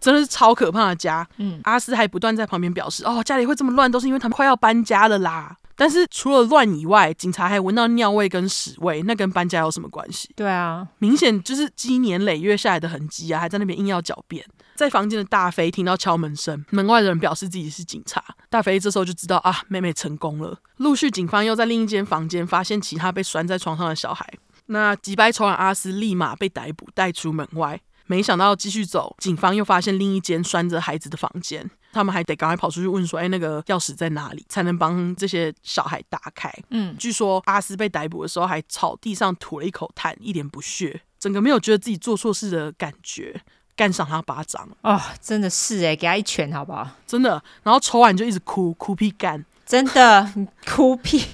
Speaker 1: 真的是超可怕的家。
Speaker 2: 嗯
Speaker 1: 阿斯还不断在旁边表示：“哦，家里会这么乱，都是因为他们快要搬家了啦。”但是除了乱以外，警察还闻到尿味跟屎味，那跟搬家有什么关系？
Speaker 2: 对啊，
Speaker 1: 明显就是积年累月下来的痕迹啊，还在那边硬要狡辩。在房间的大飞听到敲门声，门外的人表示自己是警察。大飞这时候就知道啊，妹妹成功了。陆续，警方又在另一间房间发现其他被拴在床上的小孩。那几百仇人阿斯立马被逮捕，带出门外。没想到继续走，警方又发现另一间拴着孩子的房间，他们还得赶快跑出去问说：“哎，那个钥匙在哪里？”才能帮这些小孩打开。
Speaker 2: 嗯，
Speaker 1: 据说阿斯被逮捕的时候还草地上吐了一口痰，一脸不屑，整个没有觉得自己做错事的感觉，干赏他巴掌，
Speaker 2: 哦，真的是哎、给他一拳好不好？
Speaker 1: 真的。然后丑婉就一直哭，哭屁干，
Speaker 2: 真的，你哭屁，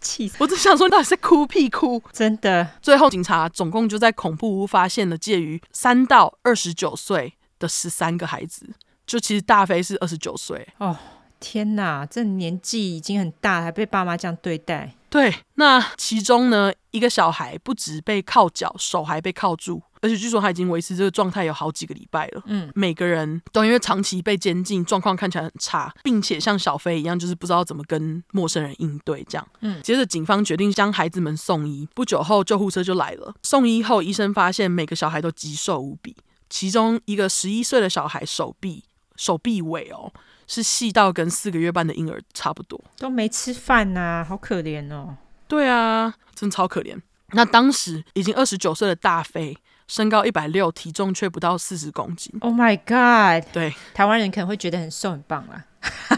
Speaker 2: 气死，
Speaker 1: 我只想说你到底是哭屁哭。
Speaker 2: 真的，
Speaker 1: 最后警察总共就在恐怖屋发现了介于三到二十九岁的十三个孩子，就其实大飞是二十九岁，
Speaker 2: 天哪，这年纪已经很大了，还被爸妈这样对待，
Speaker 1: 对，那其中呢，一个小孩不止被铐脚，手还被铐住，而且据说他已经维持这个状态有好几个礼拜了。
Speaker 2: 嗯，
Speaker 1: 每个人都因为长期被监禁，状况看起来很差，并且像小飞一样，就是不知道怎么跟陌生人应对这样。
Speaker 2: 嗯，
Speaker 1: 接着警方决定将孩子们送医，不久后救护车就来了。送医后，医生发现每个小孩都极瘦无比，其中一个十一岁的小孩手臂手臂尾哦。是细到跟四个月半的婴儿差不多，
Speaker 2: 都没吃饭呐、好可怜哦。
Speaker 1: 对啊，真超可怜。那当时已经二十九岁的大飞，身高一百六，体重却不到四十公斤。
Speaker 2: Oh my god！ [LAUGHS]
Speaker 1: 对，
Speaker 2: 台湾人可能会觉得很瘦很棒啦。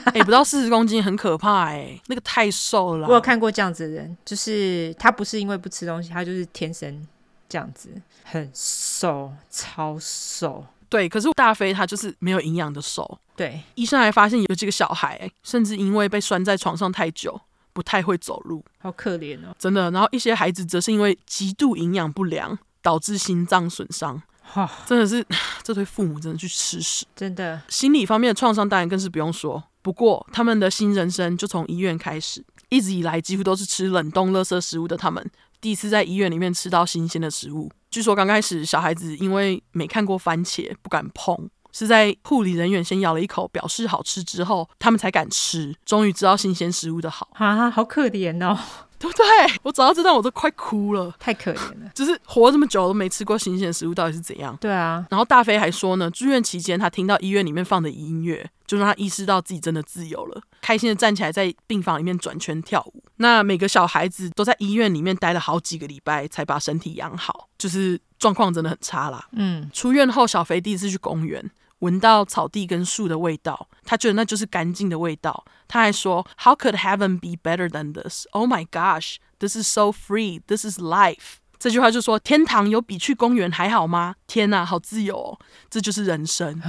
Speaker 1: 哎、不到四十公斤很可怕哎、那个太瘦了
Speaker 2: 我有
Speaker 1: 啦。
Speaker 2: 看过这样子的人，就是他不是因为不吃东西，他就是天生这样子，很瘦，超瘦。
Speaker 1: 对，可是大飞他就是没有营养的瘦。
Speaker 2: 对，
Speaker 1: 医生还发现有几个小孩、甚至因为被拴在床上太久，不太会走路，
Speaker 2: 好可怜哦。
Speaker 1: 真的。然后一些孩子则是因为极度营养不良，导致心脏损伤。
Speaker 2: 哈、
Speaker 1: 真的是，这对父母真的去吃屎。
Speaker 2: 真的
Speaker 1: 心理方面的创伤当然更是不用说。不过，他们的新人生就从医院开始。一直以来几乎都是吃冷冻垃圾食物的他们，第一次在医院里面吃到新鲜的食物。据说刚开始小孩子因为没看过番茄，不敢碰。是在护理人员先咬了一口，表示好吃之后，他们才敢吃，终于知道新鲜食物的好，
Speaker 2: 啊，好可怜哦，
Speaker 1: [LAUGHS] 对不对？我找到这段我都快哭了，
Speaker 2: 太可怜了。
Speaker 1: 就是活这么久都没吃过新鲜食物，到底是怎样？
Speaker 2: [LAUGHS] 对啊，
Speaker 1: 然后大飞还说呢，住院期间他听到医院里面放的音乐，就让他意识到自己真的自由了，开心的站起来在病房里面转圈跳舞。那每个小孩子都在医院里面待了好几个礼拜，才把身体养好，就是状况真的很差啦。
Speaker 2: 嗯，
Speaker 1: 出院后，小肥第一次去公园，闻到草地跟树的味道，他觉得那就是干净的味道。他还说：“How could heaven be better than this? Oh my gosh, this is so free. This is life.” 这句话就说天堂有比去公园还好吗？天哪，好自由哦！这就是人生。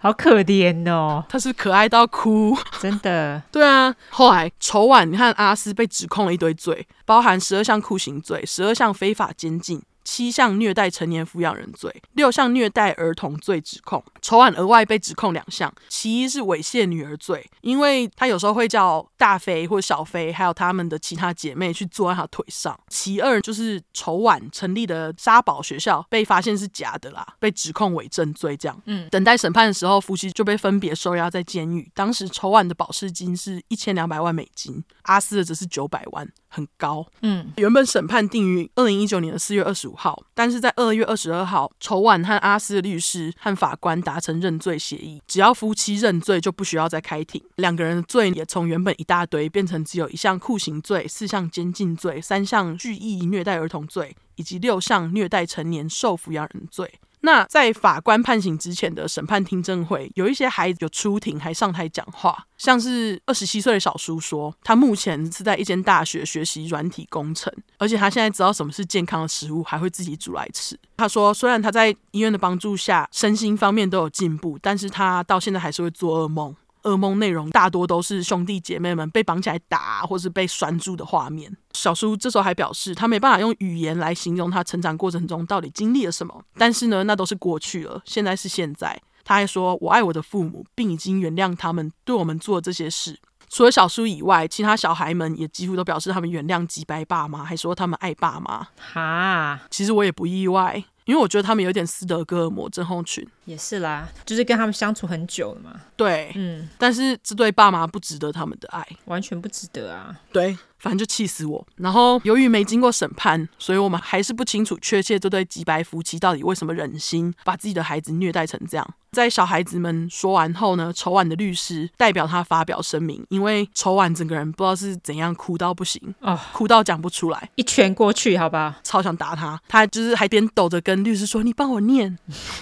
Speaker 2: 好可怜哦，
Speaker 1: 他是可爱到哭。
Speaker 2: 真的
Speaker 1: 对啊，后来丑婉和阿斯被指控了一堆罪，包含十二项酷刑罪、十二项非法监禁、七项虐待成年抚养人罪、六项虐待儿童罪指控。丑婉额外被指控两项，其一是猥亵女儿罪，因为她有时候会叫大飞或小飞，还有他们的其他姐妹去坐在她腿上。其二就是丑婉成立的沙堡学校被发现是假的啦，被指控伪证罪这样。等待审判的时候，夫妻就被分别收押在监狱。当时仇婉的保释金是一千两百万美金，阿斯的则是九百万，很高。
Speaker 2: 嗯，
Speaker 1: 原本审判定于二零一九年的四月二十五号，但是在二月二十二号，仇婉和阿斯的律师和法官达成认罪协议，只要夫妻认罪，就不需要再开庭。两个人的罪也从原本一大堆变成只有一项酷刑罪、四项监禁罪、三项蓄意虐待儿童罪以及六项虐待成年受抚养人罪。那在法官判刑之前的审判听证会，有一些孩子有出庭还上台讲话，像是二十七岁的小叔说，他目前是在一间大学学习软体工程，而且他现在知道什么是健康的食物，还会自己煮来吃。他说，虽然他在医院的帮助下，身心方面都有进步，但是他到现在还是会做噩梦。噩梦内容大多都是兄弟姐妹们被绑起来打，啊或是被拴住的画面。小叔这时候还表示，他没办法用语言来形容他成长过程中到底经历了什么，但是呢，那都是过去了，现在是现在。他还说：“我爱我的父母，并已经原谅他们对我们做的这些事。”除了小叔以外，其他小孩们也几乎都表示他们原谅击败爸妈，还说他们爱爸妈。
Speaker 2: 哈，
Speaker 1: 其实我也不意外，因为我觉得他们有点斯德哥尔摩症候群。
Speaker 2: 也是啦，就是跟他们相处很久了嘛，
Speaker 1: 对，
Speaker 2: 嗯，
Speaker 1: 但是这对爸妈不值得他们的爱。
Speaker 2: 完全不值得啊，
Speaker 1: 对，反正就气死我。然后由于没经过审判，所以我们还是不清楚确切这对吉白夫妻到底为什么忍心把自己的孩子虐待成这样。在小孩子们说完后呢，仇婉的律师代表他发表声明，因为仇婉整个人不知道是怎样哭到不行，
Speaker 2: 哦，
Speaker 1: 哭到讲不出来，
Speaker 2: 一拳过去，好不好？
Speaker 1: 超想打他。他就是还边抖着跟律师说：“你帮我念。”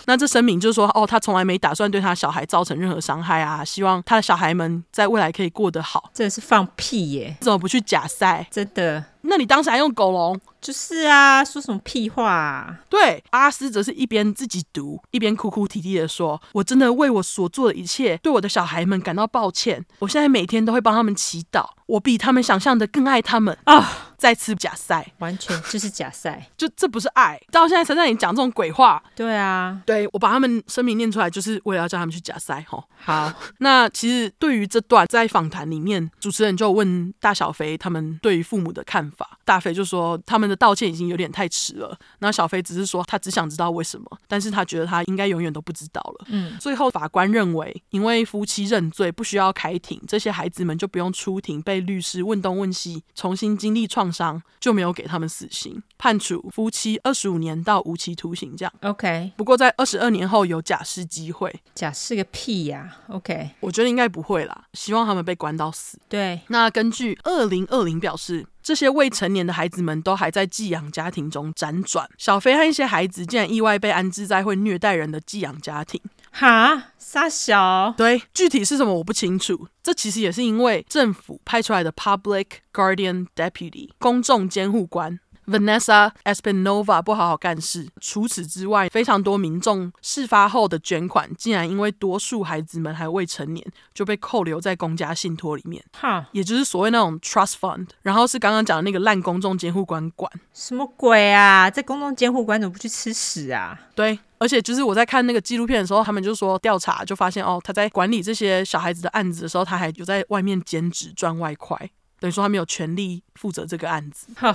Speaker 1: 那这声明就是说，哦，他从来没打算对他小孩造成任何伤害啊，希望他的小孩们在未来可以过得好。
Speaker 2: 真的是放屁耶，
Speaker 1: 怎么不去假赛？
Speaker 2: 真的
Speaker 1: 那你当时还用狗笼？
Speaker 2: 就是啊，说什么屁话、啊？
Speaker 1: 对，阿斯则是一边自己读，一边哭哭啼啼的说：“我真的为我所做的一切，对我的小孩们感到抱歉。我现在每天都会帮他们祈祷，我比他们想象的更爱他们。
Speaker 2: 啊、”
Speaker 1: 再次假赛，
Speaker 2: 完全 [LAUGHS] 就是假赛。
Speaker 1: 就这不是爱，到现在才让你讲这种鬼话。
Speaker 2: 对啊，
Speaker 1: 对我把他们声明念出来，就是为了要叫他们去假赛吼。
Speaker 2: 好，
Speaker 1: 那其实对于这段在访谈里面，主持人就问大小肥他们对于父母的看法，大肥就说他们的道歉已经有点太迟了，那小肥只是说他只想知道为什么，但是他觉得他应该永远都不知道了。
Speaker 2: 嗯，
Speaker 1: 最后法官认为，因为夫妻认罪不需要开庭，这些孩子们就不用出庭被律师问东问西，重新经历创伤，就没有给他们死刑，判处夫妻二十五年到无期徒刑这样。
Speaker 2: OK，
Speaker 1: 不过在二十二年后有假释机会，
Speaker 2: 假是个屁呀、OK，
Speaker 1: 我觉得应该不会啦，希望他们被关到死。
Speaker 2: 对，
Speaker 1: 那根据二零二零表示，这些未成年的孩子们都还在寄养家庭中辗转。小飞和一些孩子竟然意外被安置在会虐待人的寄养家庭。
Speaker 2: 哈，傻小，
Speaker 1: 对，具体是什么我不清楚。这其实也是因为政府派出来的 Public Guardian Deputy 公众监护官。 Vanessa Espinova 不好好干事。除此之外，非常多民众事发后的捐款，竟然因为多数孩子们还未成年，就被扣留在公家信托里面，
Speaker 2: 哈，
Speaker 1: 也就是所谓那种 trust fund。然后是刚刚讲的那个烂公众监护官管。
Speaker 2: 什么鬼啊？这公众监护官怎么不去吃屎啊？
Speaker 1: 对，而且就是我在看那个纪录片的时候，他们就说调查就发现哦，他在管理这些小孩子的案子的时候，他还有在外面兼职赚外快，等于说他没有权利负责这个案子。
Speaker 2: 哈，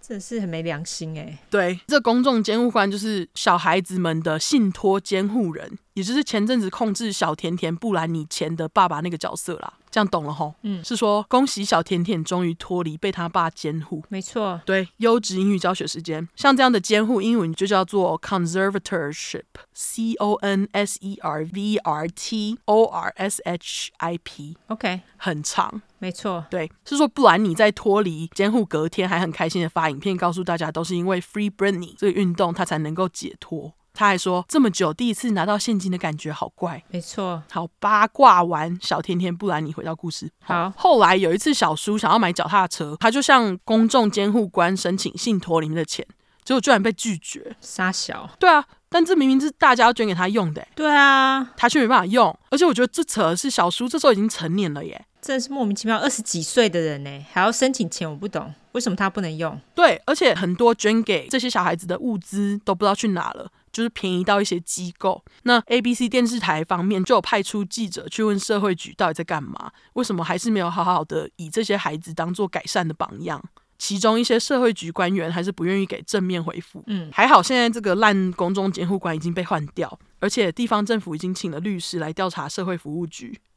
Speaker 2: 真的是很没良心哎、
Speaker 1: 对，这公众监护官就是小孩子们的信托监护人，也就是前阵子控制小甜甜布兰妮钱的爸爸那个角色啦。这样懂了吼？
Speaker 2: 嗯
Speaker 1: 是说恭喜小甜甜终于脱离被他爸监护。
Speaker 2: 没错，
Speaker 1: 对，优质英语教学时间，像这样的监护英文就叫做 conservatorship，C O N S E R V R T O R S H I P，
Speaker 2: ，OK，
Speaker 1: 很长。
Speaker 2: 没错，
Speaker 1: 对，是说布兰妮在脱离监护隔天还很开心的发影片，告诉大家都是因为 Free Britney 这个运动，她才能够解脱。她还说这么久第一次拿到现金的感觉好怪。
Speaker 2: 没错，
Speaker 1: 好，八卦完小甜甜布兰妮回到故事。
Speaker 2: 好
Speaker 1: 后来有一次小叔想要买脚踏车，他就向公众监护官申请信托里面的钱，结果居然被拒绝。
Speaker 2: 傻小，
Speaker 1: 对啊，但这明明是大家要捐给他用的欸，
Speaker 2: 对啊，
Speaker 1: 他却没办法用。而且我觉得最扯的是，小叔这时候已经成年了耶。
Speaker 2: 真的是莫名其妙，二十几岁的人呢、欸还要申请钱，我不懂为什么他不能用。
Speaker 1: 对，而且很多捐给这些小孩子的物资都不知道去哪了，就是便宜到一些机构。那 ABC 电视台方面就有派出记者去问社会局到底在干嘛，为什么还是没有好好的以这些孩子当做改善的榜样。其中一些社会局官员还是不愿意给正面回复。
Speaker 2: 嗯，
Speaker 1: 还好现在这个烂公众监护官已经被换掉，而且地方政府已经请了律师来调查社会服务局。 [SIGHS]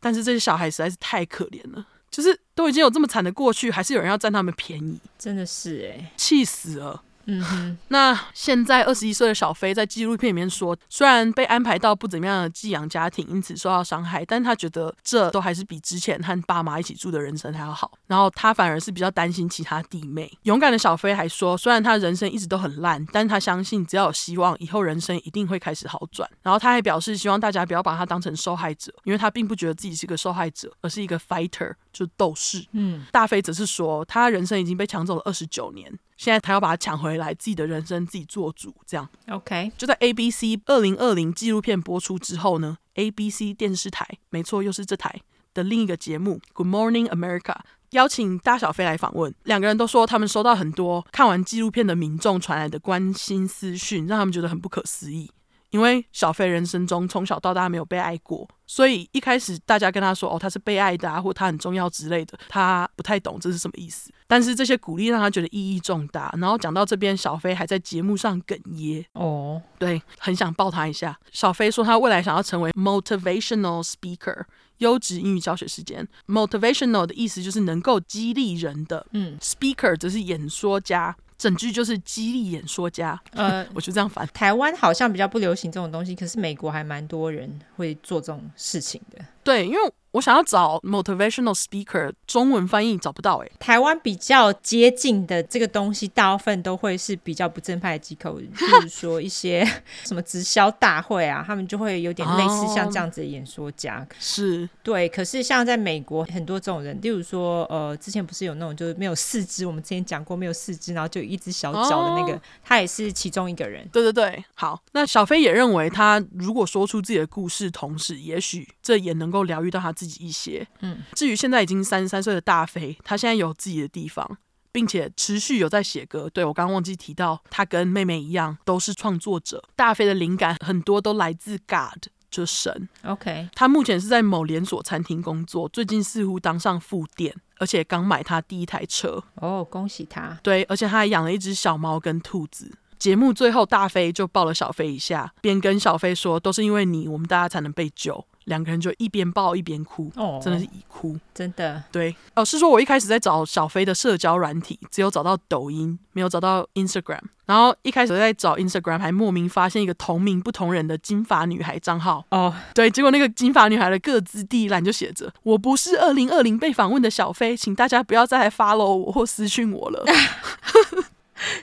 Speaker 1: 但是这些小孩实在是太可怜了，就是都已经有这么惨的过去，还是有人要占他们便宜。
Speaker 2: 真的是哎、
Speaker 1: 气死了。
Speaker 2: 嗯哼，
Speaker 1: 那现在二十一岁的小飞在纪录片里面说，虽然被安排到不怎么样的寄养家庭，因此受到伤害，但他觉得这都还是比之前和爸妈一起住的人生还要好。然后他反而是比较担心其他弟妹。勇敢的小飞还说，虽然他人生一直都很烂，但他相信只要有希望，以后人生一定会开始好转。然后他还表示，希望大家不要把他当成受害者，因为他并不觉得自己是个受害者，而是一个 fighter，就是斗士。
Speaker 2: 嗯，
Speaker 1: 大飞则是说，他人生已经被抢走了二十九年，现在他要把它抢回来，自己的人生自己做主。这样，
Speaker 2: OK，
Speaker 1: 就在 ABC 二零二零纪录片播出之后呢，ABC 电视台，没错，又是这台的另一个节目《Good Morning America》。邀请大小飞来访问，两个人都说他们收到很多看完纪录片的民众传来的关心私讯，让他们觉得很不可思议。因为小飞人生中从小到大没有被爱过，所以一开始大家跟他说哦他是被爱的啊，或他很重要之类的，他不太懂这是什么意思。但是这些鼓励让他觉得意义重大。然后讲到这边，小飞还在节目上哽咽，
Speaker 2: 哦，
Speaker 1: 对，很想抱他一下。小飞说他未来想要成为 motivational speaker，优质英语教学时间。motivational 的意思就是能够激励人的
Speaker 2: 嗯，
Speaker 1: ，speaker 则是演说家，整句就是激励演说家。
Speaker 2: 呃，
Speaker 1: [LAUGHS] 我就这样翻。
Speaker 2: 台湾好像比较不流行这种东西，可是美国还蛮多人会做这种事情的。
Speaker 1: 对，因为我想要找 motivational speaker，中文翻译找不到诶、欸
Speaker 2: 台湾比较接近的这个东西，大部分都会是比较不正派的机构，比如说
Speaker 1: [LAUGHS]
Speaker 2: 一些什么直销大会啊，他们就会有点类似像这样子的演说家。
Speaker 1: 哦是
Speaker 2: 对，可是像在美国很多这种人，例如说呃，之前不是有那种就是没有四肢，我们之前讲过没有四肢，然后就有一只小脚的那个，
Speaker 1: 哦
Speaker 2: 他也是其中一个人。
Speaker 1: 对对对，好。那小飞也认为，他如果说出自己的故事，同时也许这也能够疗愈到他自己一些。
Speaker 2: 嗯，
Speaker 1: 至于现在已经三十三岁的大飞，他现在有自己的地方，并且持续有在写歌。对我刚忘记提到，他跟妹妹一样都是创作者。大飞的灵感很多都来自 God，就是神。
Speaker 2: OK，
Speaker 1: 他目前是在某连锁餐厅工作，最近似乎当上副店，而且刚买他第一台车。
Speaker 2: 哦，恭喜他。
Speaker 1: 对，而且他还养了一只小猫跟兔子。节目最后，大飞就抱了小飞一下，边跟小飞说：“都是因为你，我们大家才能被救。”两个人就一边抱一边哭，
Speaker 2: 哦，
Speaker 1: 真的是一哭。
Speaker 2: 真的
Speaker 1: 对，哦，是说我一开始在找小飞的社交软体，只有找到抖音，没有找到 Instagram。然后一开始在找 Instagram，还莫名发现一个同名不同人的金发女孩账号，
Speaker 2: 哦， [LAUGHS]
Speaker 1: 对，结果那个金发女孩的各自第一栏就写着：“我不是二零二零被访问的小飞，请大家不要再来 follow 我或私讯我了。”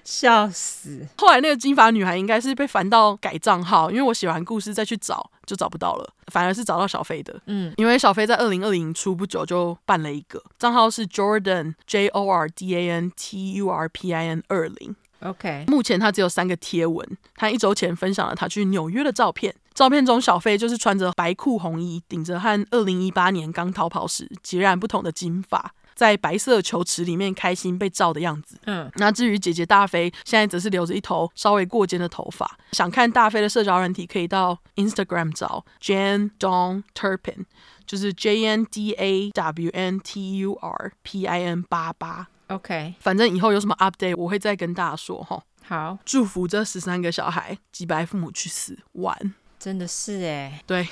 Speaker 2: 笑死！
Speaker 1: 后来那个金发女孩应该是被烦到改账号，因为我写完故事再去找就找不到了，反而是找到小飞的。
Speaker 2: 嗯，
Speaker 1: 因为小飞在二零二零出不久就办了一个账号是 Jordan J O R D A N T U R P I N 二零，
Speaker 2: OK，
Speaker 1: 目前他只有三个贴文。他一周前分享了他去纽约的照片，照片中小费就是穿着白裤红衣，顶着和二零一八年刚逃跑时截然不同的金发，在白色球池里面开心被照的样子。
Speaker 2: 嗯，
Speaker 1: 那至于姐姐大飞，现在则是留着一头稍微过肩的头发。想看大飞的社交软体，可以到 Instagram 找 Jan Dawn Turpin，就是 J N D A W N T U R P I N 八八。
Speaker 2: OK，
Speaker 1: 反正以后有什么 update，我会再跟大家说哈。
Speaker 2: 好，
Speaker 1: 祝福这十三个小孩击败父母去死，完！
Speaker 2: 真的是哎，
Speaker 1: 对。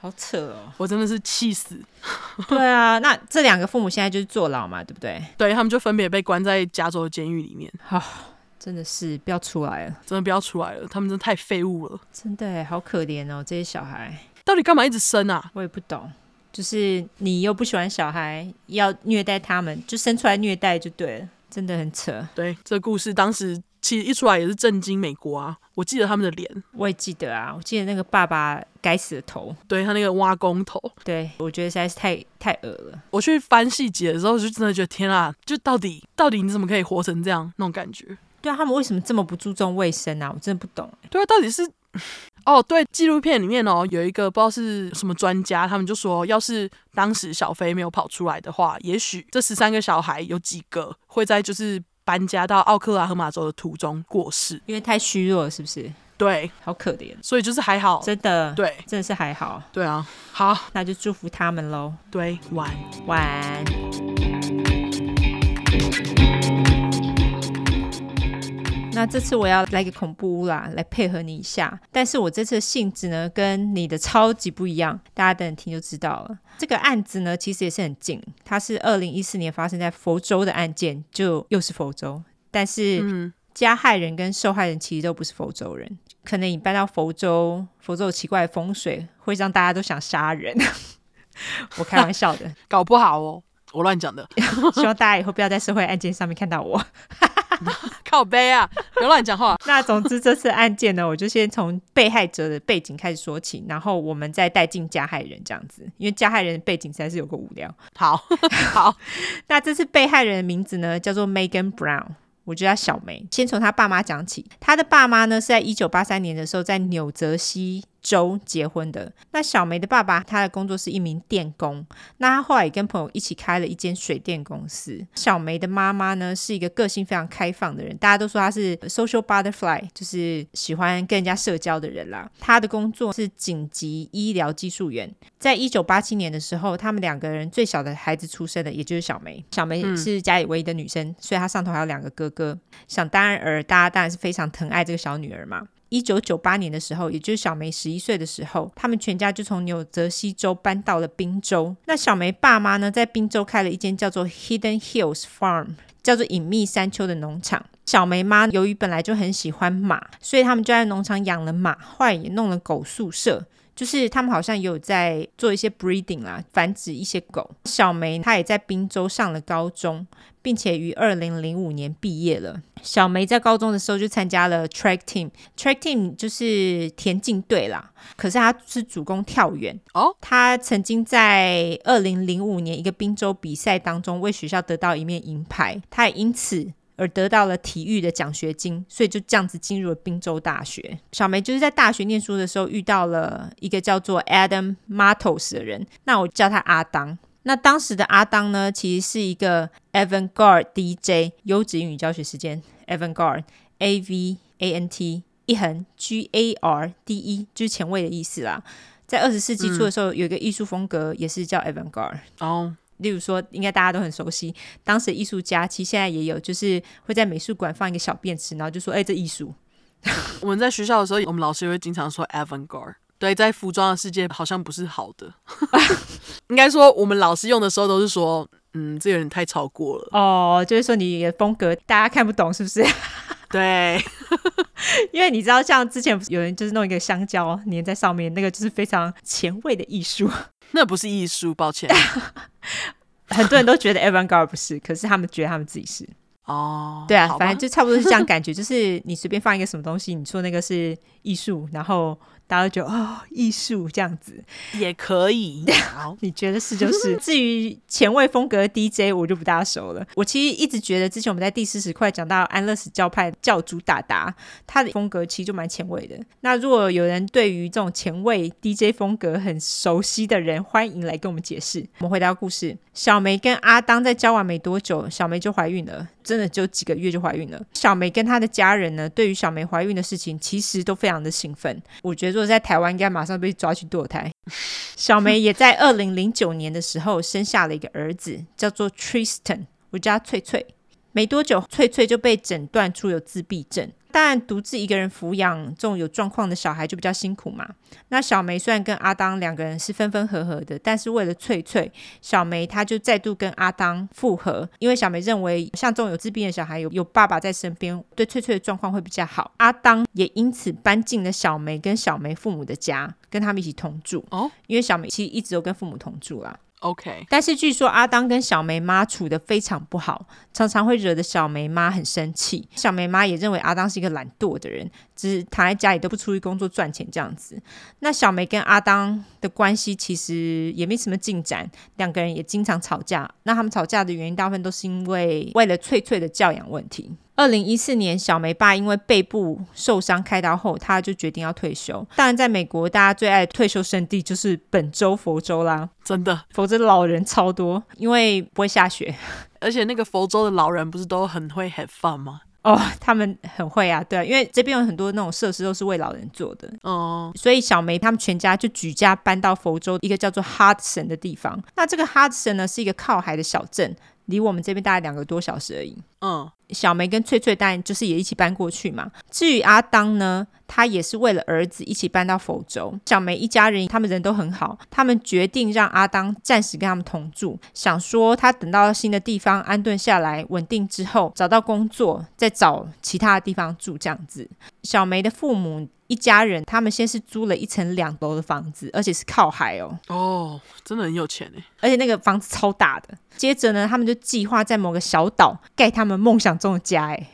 Speaker 2: 好扯哦
Speaker 1: 我真的是气死。
Speaker 2: 对啊，那这两个父母现在就是坐牢嘛，对不对？
Speaker 1: 对他们就分别被关在加州的监狱里面，
Speaker 2: 好、真的是不要出来了，
Speaker 1: 真的不要出来了，他们真的太废物了。
Speaker 2: 真的哎，好可怜哦，这些小孩，
Speaker 1: 到底干嘛一直生啊？
Speaker 2: 我也不懂。就是你又不喜欢小孩，要虐待他们，就生出来虐待就对了，真的很扯。
Speaker 1: 对，这故事当时其实一出来也是震惊美国啊！我记得他们的脸，
Speaker 2: 我也记得啊，我记得那个爸爸该死的头，
Speaker 1: 对他那个挖工头，
Speaker 2: 对我觉得实在是太太恶了。
Speaker 1: 我去翻细节的时候，我就真的觉得天啊，就到底到底你怎么可以活成这样那种感觉？
Speaker 2: 对啊，他们为什么这么不注重卫生啊？我真的不懂。
Speaker 1: 对啊，到底是哦，对，纪录片里面哦有一个不知道是什么专家，他们就说，要是当时小飞没有跑出来的话，也许这十三个小孩有几个会在就是搬家到奥克拉荷马州的途中过世。
Speaker 2: 因为太虚弱了，是不是？
Speaker 1: 对，
Speaker 2: 好可怜，
Speaker 1: 所以就是还好，
Speaker 2: 真的，
Speaker 1: 对
Speaker 2: 真的是还好。
Speaker 1: 对啊，好，
Speaker 2: 那就祝福他们喽，
Speaker 1: 对，完。
Speaker 2: 晚安。那这次我要来个恐怖屋啦，来配合你一下。但是我这次的性质呢，跟你的超级不一样，大家等着听就知道了。这个案子呢，其实也是很近，它是二零一四年发生在佛州的案件，就又是佛州，但是
Speaker 1: 嗯，
Speaker 2: 加害人跟受害人其实都不是佛州人，可能你搬到佛州，佛州有奇怪的风水会让大家都想杀人。 [LAUGHS] 我开玩笑的，
Speaker 1: 搞不好哦，我乱讲的， [LAUGHS]
Speaker 2: 希望大家以后不要在社会案件上面看到我。 [LAUGHS]
Speaker 1: 靠背啊，不要乱讲话。
Speaker 2: 那总之这次案件呢，我就先从被害者的背景开始说起，然后我们再带进加害人这样子，因为加害人的背景实在是有个无聊。
Speaker 1: 好 [LAUGHS] 好，
Speaker 2: 那这次被害人的名字呢，叫做 Megan Brown。我叫她小梅。先从她爸妈讲起，她的爸妈呢是在一九八三年的时候在纽泽西州结婚的。那小梅的爸爸，他的工作是一名电工，那他后来也跟朋友一起开了一间水电公司。小梅的妈妈呢是一个个性非常开放的人，大家都说她是 social butterfly，就是喜欢跟人家社交的人啦。她的工作是紧急医疗技术员，在一九八七年的时候，他们两个人最小的孩子出生的，也就是小梅。小梅是家里唯一的女生，所以她上头还有两个哥哥。想当然而，大家当然是非常疼爱这个小女儿嘛。一九九八年的时候，也就是小梅十一岁的时候，他们全家就从纽泽西州搬到了宾州。那小梅爸妈呢，在宾州开了一间叫做 Hidden Hills Farm，叫做隐秘山丘的农场。小梅妈由于本来就很喜欢马，所以他们就在农场养了马，后来也弄了狗宿舍。就是他们好像也有在做一些 breeding 啦，繁殖一些狗。小梅她也在宾州上了高中，并且于二零零五年毕业了。小梅在高中的时候就参加了 track team，track team 就是田径队啦，可是她是主攻跳远。
Speaker 1: 哦，
Speaker 2: 她曾经在二零零五年一个宾州比赛当中为学校得到一面银牌，她也因此而得到了体育的奖学金，所以就这样子进入了宾州大学。小梅就是在大学念书的时候遇到了一个叫做 Adam Matos 的人，那我叫他阿当。那当时的阿当呢，其实是一个 avant-garde DJ 优质英语教学时间 avant-garde A V A N T 一横 G A R D E 就是前卫的意思啦。在二十世纪
Speaker 1: 嗯
Speaker 2: 初的时候，有一个艺术风格也是叫 avant-garde，
Speaker 1: 哦，
Speaker 2: 例如说，应该大家都很熟悉，当时的艺术家其实现在也有，就是会在美术馆放一个小便池，然后就说：“哎、这艺术。
Speaker 1: 我们在学校的时候，我们老师也会经常说 avant-garde。对，在服装的世界好像不是好的， [LAUGHS] 应该说我们老师用的时候都是说，嗯，这有点太超过”了。
Speaker 2: 哦，就是说你的风格大家看不懂是不 [LAUGHS] 是？
Speaker 1: 对，
Speaker 2: 因为你知道，像之前有人就是弄一个香蕉粘在上面，那个就是非常前卫的艺术。 [LAUGHS]
Speaker 1: 那不是艺术，抱歉。
Speaker 2: 很多人都觉得 avant-garde 不是，可是他们觉得他们自己是。
Speaker 1: 哦，
Speaker 2: 对啊
Speaker 1: 好，吧
Speaker 2: 反正就差不多是这样感觉，就是你随便放一个什么东西，你说那个是艺术，然后大家就觉得哦，艺术这样子，
Speaker 1: 也可以。
Speaker 2: 啊
Speaker 1: 好，
Speaker 2: 你觉得是就是。至于前卫风格的 DJ，我就不大熟了。我其实一直觉得，之前我们在第四十块讲到安乐死教派教主达达，他的风格其实就蛮前卫的。那如果有人对于这种前卫 DJ 风格很熟悉的人，欢迎来跟我们解释。我们回到故事，小梅跟阿当在交往没多久，小梅就怀孕了，真的就几个月就怀孕了。小梅跟她的家人呢，对于小梅怀孕的事情，其实都非常的兴奋。我觉得如果在台湾，应该马上被抓去堕胎。小梅也在二零零九年的时候生下了一个儿子，叫做 Tristan，我叫他翠翠。没多久，翠翠就被诊断出有自闭症。当然，独自一个人抚养这种有状况的小孩就比较辛苦嘛。那小梅虽然跟阿当两个人是分分合合的，但是为了翠翠，小梅她就再度跟阿当复合，因为小梅认为像这种有自闭的小孩有有爸爸在身边，对翠翠的状况会比较好。阿当也因此搬进了小梅跟小梅父母的家，跟他们一起同住。因为小梅其实一直都跟父母同住啦。
Speaker 1: OK，
Speaker 2: 但是据说阿当跟小梅妈处的非常不好，常常会惹得小梅妈很生气。小梅妈也认为阿当是一个懒惰的人，只是躺在家里都不出去工作赚钱这样子。那小梅跟阿当的关系其实也没什么进展，两个人也经常吵架。那他们吵架的原因大部分都是因为为了翠翠的教养问题。二零一四年，小梅爸因为背部受伤开刀后，他就决定要退休。当然，在美国，大家最爱的退休圣地就是本州佛州啦。
Speaker 1: 真的，
Speaker 2: 否则老人超多，因为不会下雪
Speaker 1: 而且那个佛州的老人不是都很会 have fun 吗？
Speaker 2: [LAUGHS] 哦。他们很会啊，对啊，因为这边有很多那种设施都是为老人做的，
Speaker 1: 哦、
Speaker 2: 所以小梅他们全家就举家搬到佛州一个叫做 Hudson 的地方。那这个 Hudson 呢是一个靠海的小镇，离我们这边大概两个多小时而已。
Speaker 1: 嗯，
Speaker 2: 小梅跟翠翠当然就是也一起搬过去嘛。至于阿当呢，他也是为了儿子一起搬到佛州。小梅一家人他们人都很好，他们决定让阿当暂时跟他们同住，想说他等到新的地方安顿下来、稳定之后，找到工作再找其他的地方住这样子。小梅的父母一家人，他们先是租了一层两楼的房子，而且是靠海哦。
Speaker 1: 哦，真的很有钱哎，
Speaker 2: 而且那个房子超大的。接着呢，他们就计划在某个小岛盖他们梦想中的家。哎，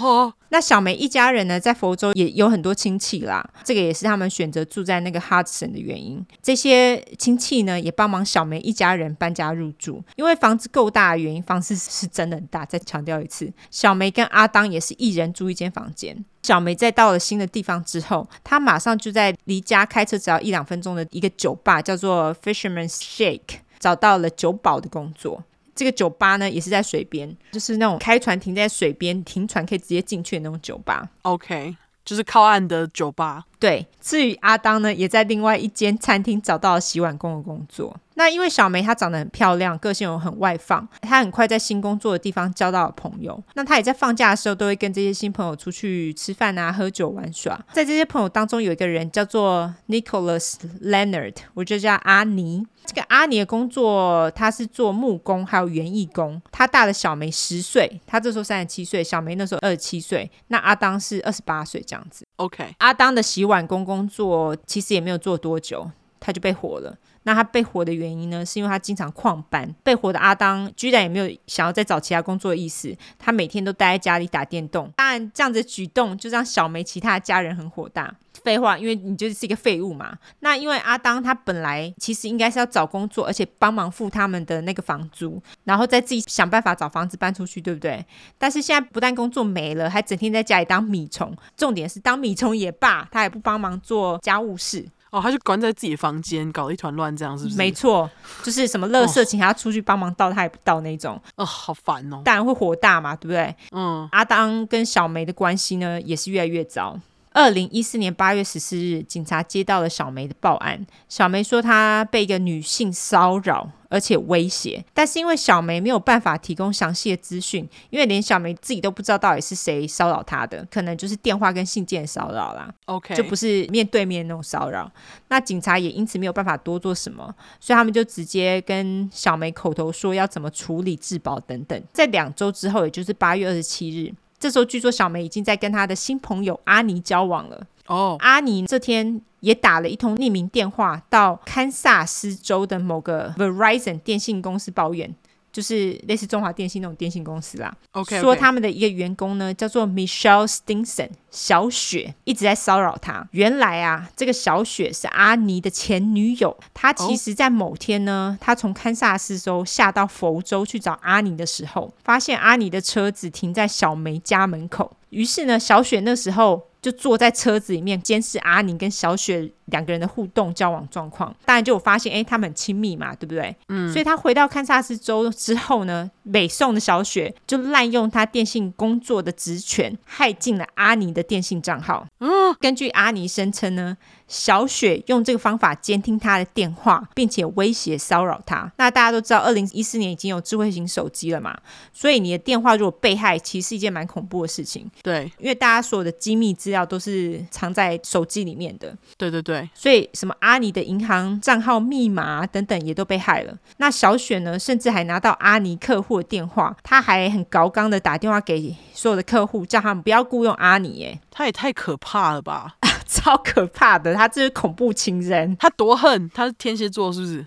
Speaker 1: 哦，
Speaker 2: 那小梅一家人呢，在佛州也有很多亲戚啦，这个也是他们选择住在那个哈森的原因。这些亲戚呢，也帮忙小梅一家人搬家入住，因为房子够大的原因，房子是真的很大。再强调一次，小梅跟阿当也是一人住一间房间。小梅在到了新的地方之后，她马上就在离家开车只要一两分钟的一个酒吧，叫做 Fisherman's Shake，找到了酒保的工作。这个酒吧呢，也是在水边，就是那种开船停在水边，停船可以直接进去的那种酒吧。
Speaker 1: OK，就是靠岸的酒吧。
Speaker 2: 对，至于阿当呢，也在另外一间餐厅找到了洗碗工的工作。那因为小梅她长得很漂亮，个性又很外放，她很快在新工作的地方交到了朋友。那她也在放假的时候都会跟这些新朋友出去吃饭啊、喝酒玩耍。在这些朋友当中，有一个人叫做 Nicholas Leonard，我就叫阿尼。这个阿尼的工作，他是做木工还有园艺工。他大了小梅十岁，他这时候三十七岁，小梅那时候二十七岁，那阿当是二十八岁这样子。
Speaker 1: OK，
Speaker 2: 阿当的洗碗工工作其实也没有做多久，他就被火了。那他被火的原因呢，是因为他经常旷班。被火的阿当居然也没有想要再找其他工作的意思，他每天都待在家里打电动。当然，这样子的举动就让小梅其他的家人很火大。废话，因为你就是一个废物嘛。那因为阿当他本来其实应该是要找工作，而且帮忙付他们的那个房租，然后再自己想办法找房子搬出去，对不对？但是现在不但工作没了，还整天在家里当米虫。重点是当米虫也罢，他也不帮忙做家务事。
Speaker 1: 哦，他就关在自己的房间，搞得一团乱，这样是不是？
Speaker 2: 没错，就是什么垃圾请他出去帮忙倒，他也不倒那种，
Speaker 1: 哦，好烦哦。
Speaker 2: 当然会火大嘛，对不对？
Speaker 1: 嗯，
Speaker 2: 阿当跟小梅的关系呢，也是越来越糟。二零一四年八月十四日，警察接到了小梅的报案。小梅说她被一个女性骚扰，而且威胁。但是因为小梅没有办法提供详细的资讯，因为连小梅自己都不知道到底是谁骚扰她的，可能就是电话跟信件骚扰啦。
Speaker 1: OK，
Speaker 2: 就不是面对面那种骚扰。那警察也因此没有办法多做什么，所以他们就直接跟小梅口头说要怎么处理质保等等。在两周之后，也就是八月二十七日。这时候，据说小梅已经在跟她的新朋友阿尼交往了。
Speaker 1: 哦，
Speaker 2: 阿尼这天也打了一通匿名电话到堪萨斯州的某个 Verizon 电信公司抱怨，就是类似中华电信那种电信公司啦。
Speaker 1: OK，
Speaker 2: 说他们的一个员工呢叫做 Michelle Stinson 小雪，一直在骚扰他。原来啊，这个小雪是阿尼的前女友。她其实在某天呢，她从堪萨斯州下到佛州去找阿尼的时候，发现阿尼的车子停在小梅家门口。于是呢，小雪那时候就坐在车子里面监视阿宁跟小雪两个人的互动交往状况。当然就有发现，哎、他们很亲密嘛，对不对？嗯。所以他回到堪萨斯州之后呢，北宋的小雪就滥用他电信工作的职权，害进了阿宁的电信账号。嗯。根据阿宁声称呢，小雪用这个方法监听他的电话，并且威胁骚扰他。那大家都知道，二零一四年已经有智慧型手机了嘛，所以你的电话如果被害，其实是一件蛮恐怖的事情。
Speaker 1: 对
Speaker 2: 因为大家所有的机密资料都是藏在手机里面的，
Speaker 1: 对对对，
Speaker 2: 所以什么阿尼的银行账号密码啊等等也都被害了。那小雪呢，甚至还拿到阿尼客户的电话，她还很高刚的打电话给所有的客户，叫他们不要雇佣阿尼，耶， [LAUGHS]
Speaker 1: 他也太可怕了吧！
Speaker 2: 超可怕的，他这是恐怖情人， [LAUGHS]
Speaker 1: 他多恨，他是天蝎座是不是？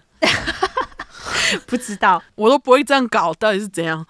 Speaker 2: 不知道
Speaker 1: 我都不会这样搞，到底是怎样？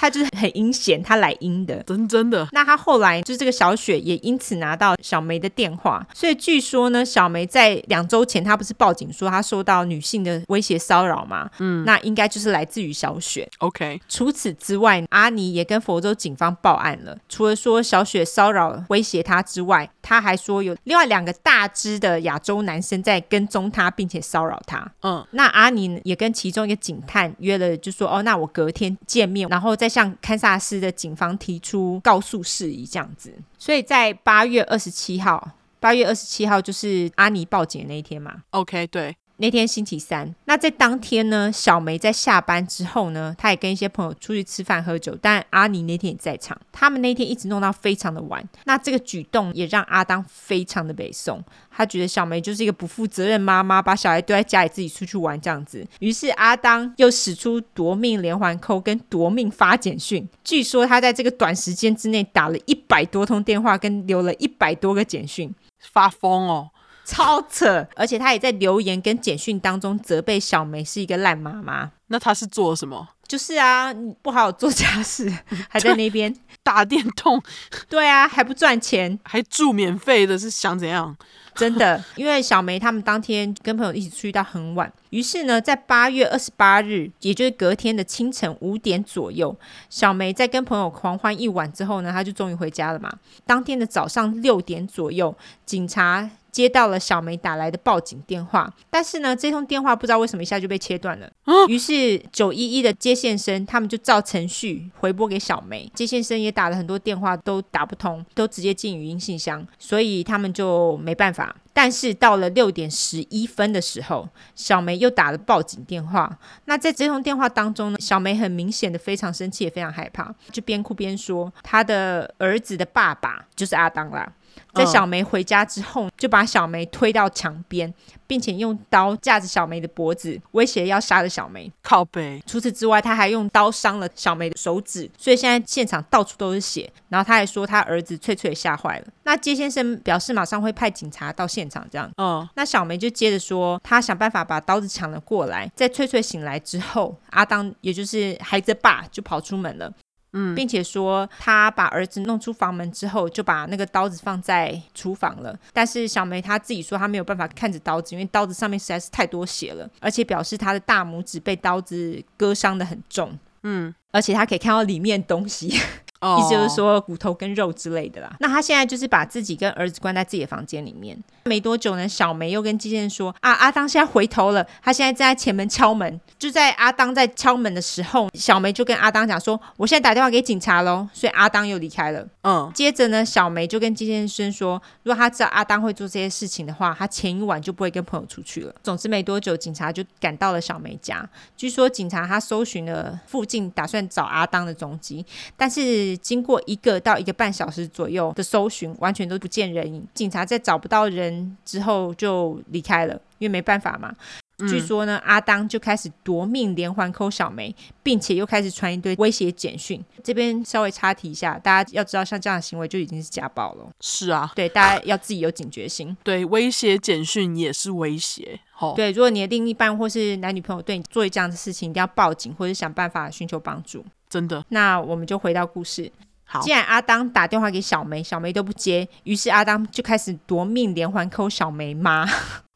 Speaker 2: 他就是很阴险，他来阴的。
Speaker 1: 真真的
Speaker 2: 那他后来就是这个小雪也因此拿到小梅的电话，所以据说呢，小梅在两周前她不是报警说她受到女性的威胁骚扰吗？嗯，那应该就是来自于小雪。
Speaker 1: OK，
Speaker 2: 除此之外，阿尼也跟佛州警方报案了。除了说小雪骚扰威胁她之外，他还说有另外两个大只的亚洲男生在跟踪她，并且骚扰她。
Speaker 1: 嗯，
Speaker 2: 那阿尼也跟其中一个警探约了，就说哦，那我隔天见面，然后再向堪萨斯的警方提出告诉事宜这样子。所以在八月二十七号，八月二十七号就是阿尼报警的那一天嘛。
Speaker 1: OK，对，
Speaker 2: 那天星期三，那在当天呢，小梅在下班之后呢，她也跟一些朋友出去吃饭喝酒，但阿尼那天也在场。他们那天一直弄到非常的晚，那这个举动也让阿当非常的北宋，他觉得小梅就是一个不负责任妈妈，把小孩丢在家里自己出去玩这样子。于是阿当又使出夺命连环扣跟夺命发简讯，据说他在这个短时间之内打了一百多通电话，跟留了一百多个简讯。
Speaker 1: 发疯哦，
Speaker 2: 超扯！而且他也在留言跟简讯当中责备小梅是一个烂妈妈。
Speaker 1: 那他是做了什么？
Speaker 2: 就是啊，你不好好做家事，还在那边，
Speaker 1: 打电动
Speaker 2: 对啊，还不赚钱，
Speaker 1: 还住免费的，是想怎样？
Speaker 2: 真的。 [LAUGHS] 因为小梅他们当天跟朋友一起出去到很晚，于是呢，在八月二十八日，也就是隔天的清晨五点左右，小梅在跟朋友狂欢一晚之后呢，她就终于回家了嘛。当天的早上六点左右，警察接到了小梅打来的报警电话，但是呢，这通电话不知道为什么一下就被切断了。于是九一一的接线生他们就照程序回拨给小梅，接线生也打了很多电话都打不通，都直接进语音信箱，所以他们就没办法。但是到了六点十一分的时候，小梅又打了报警电话。那在这通电话当中呢，小梅很明显的非常生气，也非常害怕，就边哭边说，她的儿子的爸爸就是阿当啦。在
Speaker 1: 嗯
Speaker 2: 小梅回家之后，就把小梅推到墙边，并且用刀架着小梅的脖子，威胁要杀了小梅。
Speaker 1: 靠背，
Speaker 2: 除此之外，他还用刀伤了小梅的手指，所以现在现场到处都是血。然后他还说他儿子翠翠也吓坏了。那接先生表示马上会派警察到现场，这样。
Speaker 1: 嗯，
Speaker 2: 那小梅就接着说，她想办法把刀子抢了过来。在翠翠醒来之后，阿当也就是孩子的爸就跑出门了。嗯，并且说他把儿子弄出房门之后，就把那个刀子放在厨房了。但是小梅她自己说她没有办法看着刀子，因为刀子上面实在是太多血了，而且表示她的大拇指被刀子割伤的很重。
Speaker 1: 嗯，
Speaker 2: 而且她可以看到里面东西，
Speaker 1: 哦，
Speaker 2: 意思就是，说骨头跟肉之类的啦。那他现在就是把自己跟儿子关在自己的房间里面。没多久呢，小梅又跟基健说啊，阿当现在回头了，他现在正在前门敲门。就在阿当在敲门的时候，小梅就跟阿当讲说，我现在打电话给警察喽。所以阿当又离开了。
Speaker 1: 嗯，
Speaker 2: 接着呢，小梅就跟金先生说，如果她知道阿当会做这些事情的话，她前一晚就不会跟朋友出去了。总之没多久，警察就赶到了小梅家。据说警察他搜寻了附近，打算找阿当的踪迹，但是经过一个到一个半小时左右的搜寻，完全都不见人影。警察在找不到人之后就离开了，因为没办法嘛。
Speaker 1: 嗯
Speaker 2: 据说呢，阿当就开始夺命连环抠小梅，并且又开始传一堆威胁简讯。这边稍微插题一下，大家要知道，像这样的行为就已经是家暴了。
Speaker 1: 是啊，
Speaker 2: 对，大家要自己有警觉心。
Speaker 1: 对，威胁简讯也是威胁。好、
Speaker 2: 对，如果你的另一半或是男女朋友对你做这样的事情，一定要报警或者想办法寻求帮助。
Speaker 1: 真的
Speaker 2: 那我们就回到故事。
Speaker 1: 好
Speaker 2: 既然阿当打电话给小梅，小梅都不接，于是阿当就开始夺命连环抠小梅妈，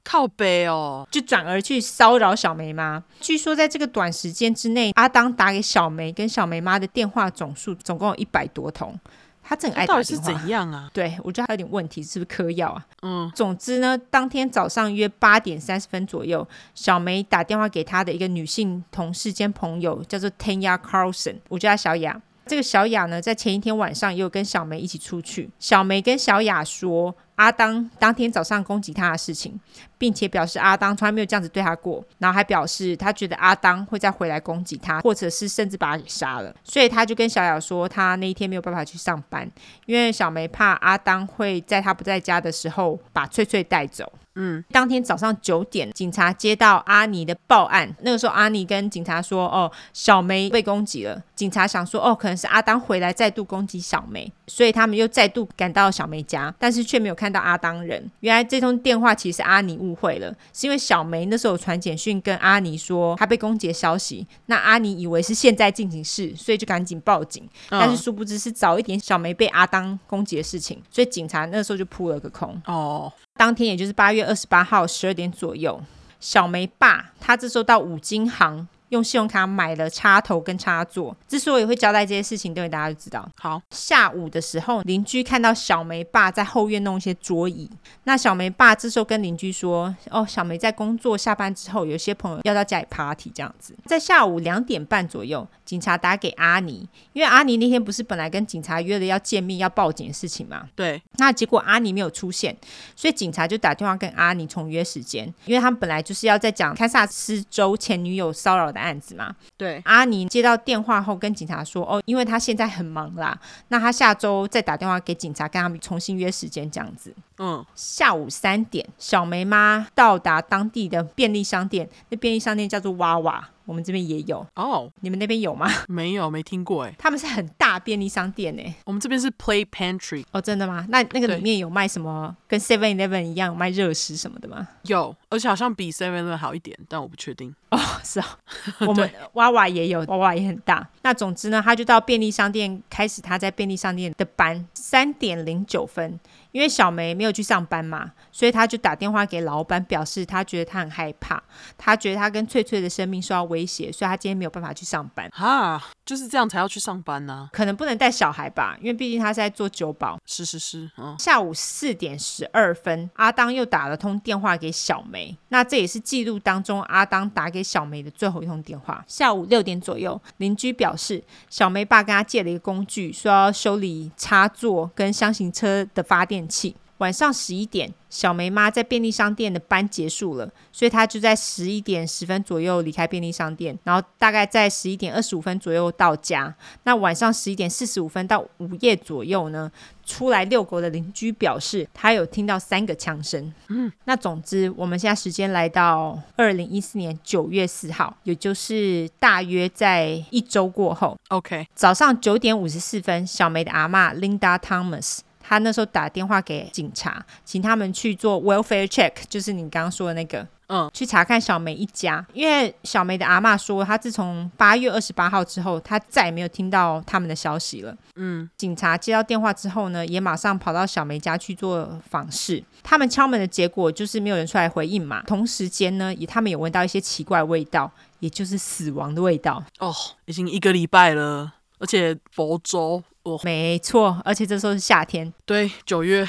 Speaker 1: 靠背哦，
Speaker 2: 就转而去骚扰小梅妈。据说在这个短时间之内，阿当打给小梅跟小梅妈的电话总数总共有一百多通，他真的很爱
Speaker 1: 到
Speaker 2: 打
Speaker 1: 底是
Speaker 2: 电话。
Speaker 1: 怎样啊？
Speaker 2: 对，我觉得他有点问题，是不是嗑药啊？
Speaker 1: 嗯，
Speaker 2: 总之呢，当天早上约八点三十分左右，小梅打电话给她的一个女性同事兼朋友，叫做 Tanya Carlson，我叫她小雅。这个小雅呢，在前一天晚上也有跟小梅一起出去。小梅跟小雅说，阿当当天早上攻击她的事情，并且表示阿当从来没有这样子对她过，然后还表示她觉得阿当会再回来攻击她，或者是甚至把她给杀了。所以她就跟小雅说，她那一天没有办法去上班，因为小梅怕阿当会在她不在家的时候把翠翠带走。嗯，当天早上九点，警察接到阿尼的报案。那个时候，阿尼跟警察说：“哦，小梅被攻击了。”警察想说：“哦，可能是阿当回来再度攻击小梅。”所以他们又再度赶到小梅家，但是却没有看到阿当人。原来这通电话其实是阿尼误会了，是因为小梅那时候有传简讯跟阿尼说她被攻击的消息，那阿尼以为是现在进行式，所以就赶紧报警。但是
Speaker 1: 嗯
Speaker 2: 殊不知是早一点小梅被阿当攻击的事情，所以警察那时候就扑了个空。
Speaker 1: 哦，
Speaker 2: 当天也就是八月二十八号十二点左右，小梅爸他这时候到五金行。用信用卡买了插头跟插座，之所以会交代这些事情，对大家就知道。
Speaker 1: 好，
Speaker 2: 下午的时候，邻居看到小梅爸在后院弄一些桌椅。那小梅爸这时候跟邻居说：“哦，小梅在工作下班之后，有些朋友要到家里 party 这样子。”在下午两点半左右，警察打给阿尼，因为阿尼那天不是本来跟警察约了要见面要报警的事情吗？
Speaker 1: 对，
Speaker 2: 那结果阿尼没有出现，所以警察就打电话跟阿尼重约时间，因为他们本来就是要在讲堪萨斯州前女友骚扰的案子嘛。
Speaker 1: 对，
Speaker 2: 阿尼接到电话后跟警察说：“哦，因为他现在很忙啦，那他下周再打电话给警察，跟他们重新约时间这样子。”
Speaker 1: 嗯，
Speaker 2: 下午三点，小梅妈到达当地的便利商店，那便利商店叫做娃娃，我们这边也有，
Speaker 1: 哦，
Speaker 2: 你们那边有吗？ [LAUGHS]
Speaker 1: 没有，没听过哎，
Speaker 2: 他们是很大便利商店呢、
Speaker 1: 我们这边是 Play Pantry，
Speaker 2: 哦，真的吗？那那个
Speaker 1: 对
Speaker 2: 里面有卖什么跟 Seven Eleven 一样有卖热食什么的吗？
Speaker 1: 有，而且好像比 Seven Eleven 好一点，但我不确定。
Speaker 2: [LAUGHS] 是啊，我们娃娃也有，娃娃也很大。那总之呢，他就到便利商店开始他在便利商店的班，三点零九分，因为小梅没有去上班嘛，所以他就打电话给老板，表示他觉得他很害怕，他觉得他跟翠翠的生命受到威胁，所以他今天没有办法去上班。
Speaker 1: 哈，就是这样才要去上班呐、
Speaker 2: 可能不能带小孩吧，因为毕竟他是在做酒保。
Speaker 1: 是是是，嗯，
Speaker 2: 下午四点十二分，阿当又打了通电话给小梅，那这也是记录当中阿当打给小梅的最后一通电话。下午六点左右，邻居表示小梅爸跟他借了一个工具，说要修理插座跟箱型车的发电器。晚上十一点，小梅妈在便利商店的班结束了，所以她就在十一点十分左右离开便利商店，然后大概在十一点二十五分左右到家。那晚上十一点四十五分到午夜左右呢，出来遛狗的邻居表示，他有听到三个枪声。嗯，那总之，我们现在时间来到二零一四年九月四号，也就是大约在一周过后，
Speaker 1: OK，
Speaker 2: 早上九点五十四分，小梅的阿嬷 Linda Thomas。她那时候打电话给警察，请他们去做 welfare check，就是你刚刚说的那个，
Speaker 1: 嗯，
Speaker 2: 去查看小梅一家。因为小梅的阿嬷说，她自从八月二十八号之后，她再也没有听到他们的消息了。
Speaker 1: 嗯，
Speaker 2: 警察接到电话之后呢，也马上跑到小梅家去做访视。他们敲门的结果就是没有人出来回应嘛。同时间呢，也他们也闻到一些奇怪味道，也就是死亡的味道。
Speaker 1: 哦，已经一个礼拜了，而且佛州，哦，
Speaker 2: 没错，而且这时候是夏天，
Speaker 1: 对，九月，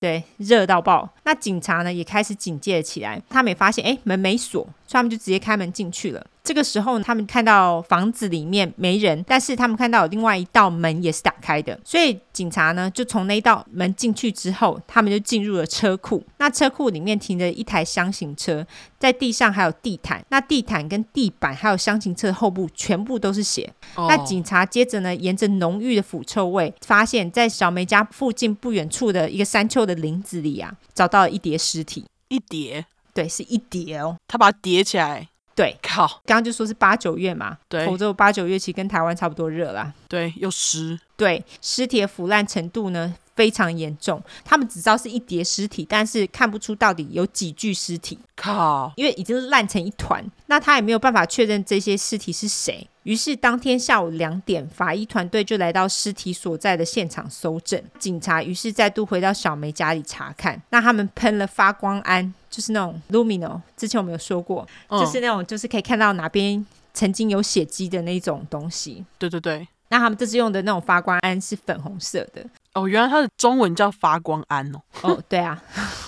Speaker 2: 对，热到爆。那警察呢也开始警戒起来，他们也发现哎门没锁，所以他们就直接开门进去了。这个时候呢，他们看到房子里面没人，但是他们看到有另外一道门也是打开的，所以警察呢就从那一道门进去之后，他们就进入了车库。那车库里面停着一台箱型车，在地上还有地毯，那地毯跟地板还有箱型车的后部全部都是血，
Speaker 1: 哦、
Speaker 2: 那警察接着呢，沿着浓郁的腐臭味，发现在小梅家附近不远处的一个山丘的林子里啊，找到了一叠尸体。
Speaker 1: 一叠，
Speaker 2: 对，是一叠哦。
Speaker 1: 他把它叠起来，
Speaker 2: 对，
Speaker 1: 靠，
Speaker 2: 刚刚就说是八九月嘛，
Speaker 1: 对
Speaker 2: 欧洲八九月其实跟台湾差不多热啦。
Speaker 1: 对，又湿，
Speaker 2: 对，尸体的腐烂程度呢非常严重，他们只知道是一叠尸体，但是看不出到底有几具尸体，
Speaker 1: 靠，
Speaker 2: 因为已经烂成一团。那他也没有办法确认这些尸体是谁。于是当天下午两点，法医团队就来到尸体所在的现场搜证。警察于是再度回到小梅家里查看。那他们喷了发光胺，就是那种 lumino，之前我们有说过，
Speaker 1: 嗯、
Speaker 2: 就是那种就是可以看到哪边曾经有血迹的那种东西。
Speaker 1: 对对对。
Speaker 2: 那他们这次用的那种发光胺是粉红色的。
Speaker 1: 哦，原来它的中文叫发光胺哦，
Speaker 2: 哦，对啊，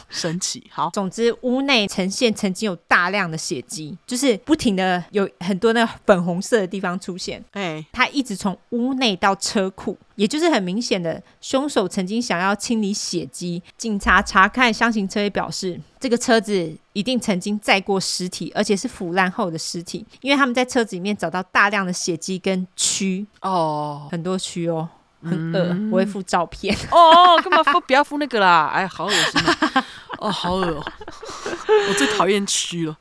Speaker 1: 神奇。好，
Speaker 2: 总之屋内呈现曾经有大量的血迹，就是不停的有很多那个粉红色的地方出现。
Speaker 1: 哎，
Speaker 2: 它一直从屋内到车库，也就是很明显的，凶手曾经想要清理血迹。警察查看箱型车也表示，这个车子一定曾经载过尸体，而且是腐烂后的尸体，因为他们在车子里面找到大量的血迹跟蛆，
Speaker 1: 哦，
Speaker 2: 很多蛆哦，很恶，我会附照片。 [LAUGHS]
Speaker 1: 哦，干嘛敷？不要敷那个啦！哎，好恶心啊！
Speaker 2: [LAUGHS]
Speaker 1: 哦，好恶、哦，我最讨厌蛆了，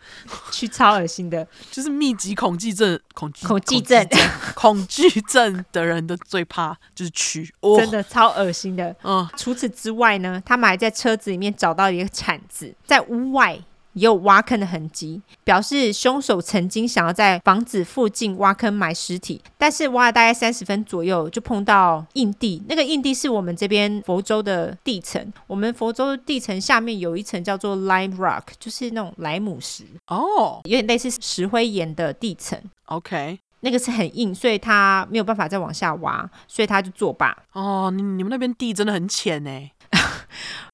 Speaker 2: 去超恶心的
Speaker 1: 就是密集恐惧症、恐惧、
Speaker 2: 恐惧症，
Speaker 1: 恐惧症的人的最怕就是蛆。哦，
Speaker 2: 真的超恶心的。
Speaker 1: 嗯，
Speaker 2: 除此之外呢，他们还在车子里面找到一个铲子，在屋外也有挖坑的痕迹，表示凶手曾经想要在房子附近挖坑埋尸体，但是挖了大概三十分左右就碰到硬地，那个硬地是我们这边佛州的地层，我们佛州地层下面有一层叫做 lime rock，就是那种莱姆石，
Speaker 1: 哦
Speaker 2: 有点类似石灰岩的地层。
Speaker 1: ，OK，
Speaker 2: 那个是很硬，所以他没有办法再往下挖，所以他就作罢。
Speaker 1: 哦，你你们那边地真的很浅呢、
Speaker 2: [LAUGHS]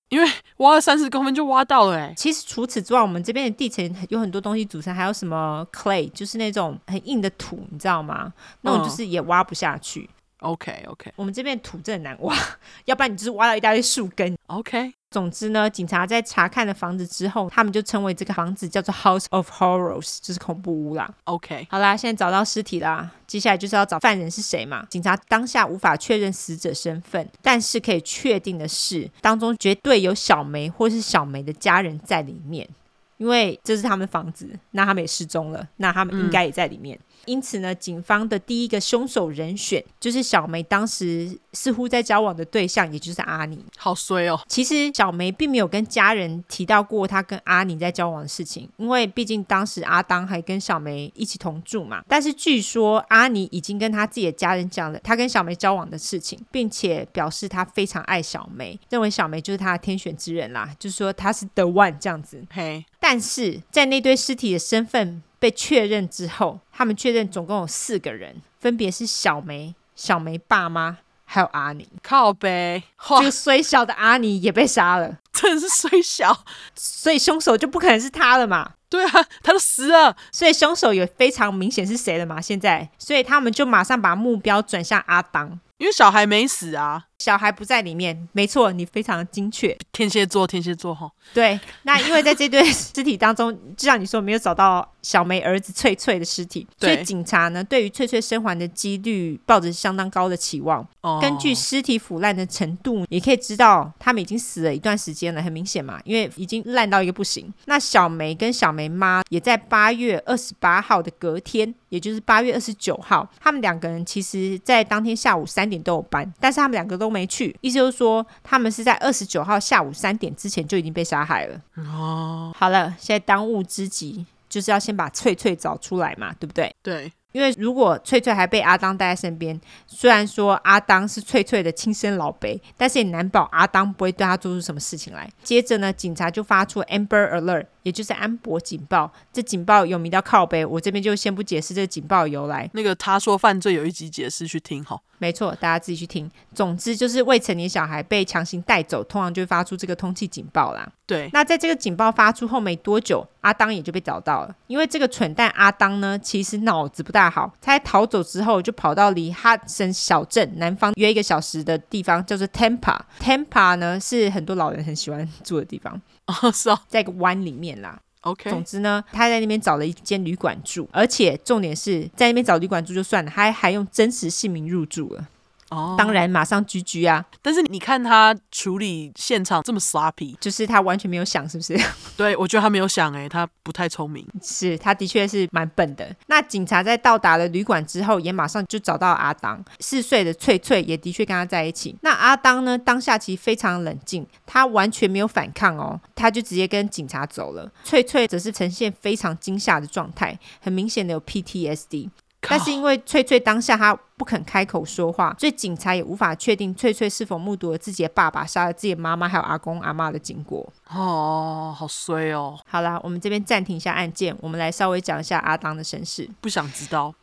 Speaker 1: 因为挖了三十公分就挖到了哎、
Speaker 2: 其实除此之外，我们这边的地层有很多东西组成，还有什么 clay，就是那种很硬的土，你知道吗？那种就是也挖不下去。
Speaker 1: OK OK
Speaker 2: 我们这边的土真的难挖， [LAUGHS] 要不然你就是挖到一大堆树根。
Speaker 1: OK，
Speaker 2: 总之呢，警察在查看了房子之后，他们就称为这个房子叫做 House of Horrors，就是恐怖屋啦。
Speaker 1: OK，
Speaker 2: 好啦，现在找到尸体啦，接下来就是要找犯人是谁嘛。警察当下无法确认死者身份，但是可以确定的是，当中绝对有小梅或是小梅的家人在里面，因为这是他们的房子，那他们也失踪了，那他们应该也在里面。因此呢，警方的第一个凶手人选就是小梅当时似乎在交往的对象，也就是阿尼。
Speaker 1: 好衰哦，
Speaker 2: 其实小梅并没有跟家人提到过她跟阿尼在交往的事情，因为毕竟当时阿当还跟小梅一起同住嘛。但是据说阿尼已经跟他自己的家人讲了他跟小梅交往的事情，并且表示他非常爱小梅，认为小梅就是他的天选之人啦，就是说他是 the one 这样子。
Speaker 1: 嘿，
Speaker 2: 但是在那堆尸体的身份被确认之后，他们确认总共有四个人，分别是小梅、小梅爸妈还有阿尼。
Speaker 1: 靠呗，哇
Speaker 2: 这，个虽小的阿尼也被杀了。
Speaker 1: 真的是虽小，
Speaker 2: 所以凶手就不可能是他了嘛。
Speaker 1: 对啊，他都死了，
Speaker 2: 所以凶手也非常明显是谁了嘛？现在，所以他们就马上把目标转向阿当。
Speaker 1: 因为小孩没死啊。
Speaker 2: 小孩不在里面，没错，你非常精确。
Speaker 1: 天蝎座，天蝎座哈，
Speaker 2: 对，那因为在这堆尸体当中，就像你说，没有找到小梅儿子翠翠的尸体，所
Speaker 1: 对
Speaker 2: 以警察呢对于翠翠生还的几率抱着相当高的期望。
Speaker 1: 哦，
Speaker 2: 根据尸体腐烂的程度，也可以知道他们已经死了一段时间了，很明显嘛，因为已经烂到一个不行。那小梅跟小梅妈也在八月二十八号的隔天，也就是八月二十九号，他们两个人其实在当天下午三点都有班，但是他们两个都没去，意思就是说他们是在二十九号下午三点之前就已经被杀害了。
Speaker 1: 哦，
Speaker 2: 好了，现在当务之急就是要先把翠翠找出来嘛，对不对？
Speaker 1: 对，
Speaker 2: 因为如果翠翠还被阿当带在身边，虽然说阿当是翠翠的亲生老辈，但是也难保阿当不会对她做出什么事情来。接着呢，警察就发出 Amber Alert，也就是安博警报。这警报有名到靠背，我这边就先不解释这警报的由来。
Speaker 1: 那个他说犯罪有一集解释去听哈，
Speaker 2: 没错，大家自己去听。总之就是未成年小孩被强行带走，通常就会发出这个通气警报啦。
Speaker 1: 对， [LAUGHS]
Speaker 2: 那在这个警报发出后没多久，阿当也就被找到了。因为这个蠢蛋阿当呢，其实脑子不大好，他在逃走之后就跑到离哈森小镇南方约一个小时的地方，叫做 Tampa。Tampa 呢是很多老人很喜欢住的地方，
Speaker 1: 哦是哦
Speaker 2: 在一个湾里面啦。总
Speaker 1: ，OK，
Speaker 2: 之呢，他在那边找了一间旅馆住，而且重点是在那边找旅馆住就算了，他还用真实姓名入住了。
Speaker 1: 哦
Speaker 2: 当，然马上居居啊，
Speaker 1: 但是你看他处理现场这么 sloppy，
Speaker 2: 就是他完全没有想，是不是？
Speaker 1: 对我觉得他没有想哎、他不太聪明。
Speaker 2: 是他的确是蛮笨的。那警察在到达了旅馆之后，也马上就找到阿当。四岁的翠翠也的确跟他在一起。那阿当呢，当下其实非常冷静，他完全没有反抗哦，他就直接跟警察走了。翠翠则是呈现非常惊吓的状态，很明显的有 PTSD。但是因为翠翠当下她不肯开口说话，所以警察也无法确定翠翠是否目睹了自己的爸爸杀了自己的妈妈还有阿公阿妈的经过。
Speaker 1: 靠哦，好衰哦，
Speaker 2: 好啦，我们这边暂停一下案件，我们来稍微讲一下阿当的身世。
Speaker 1: 不想知道，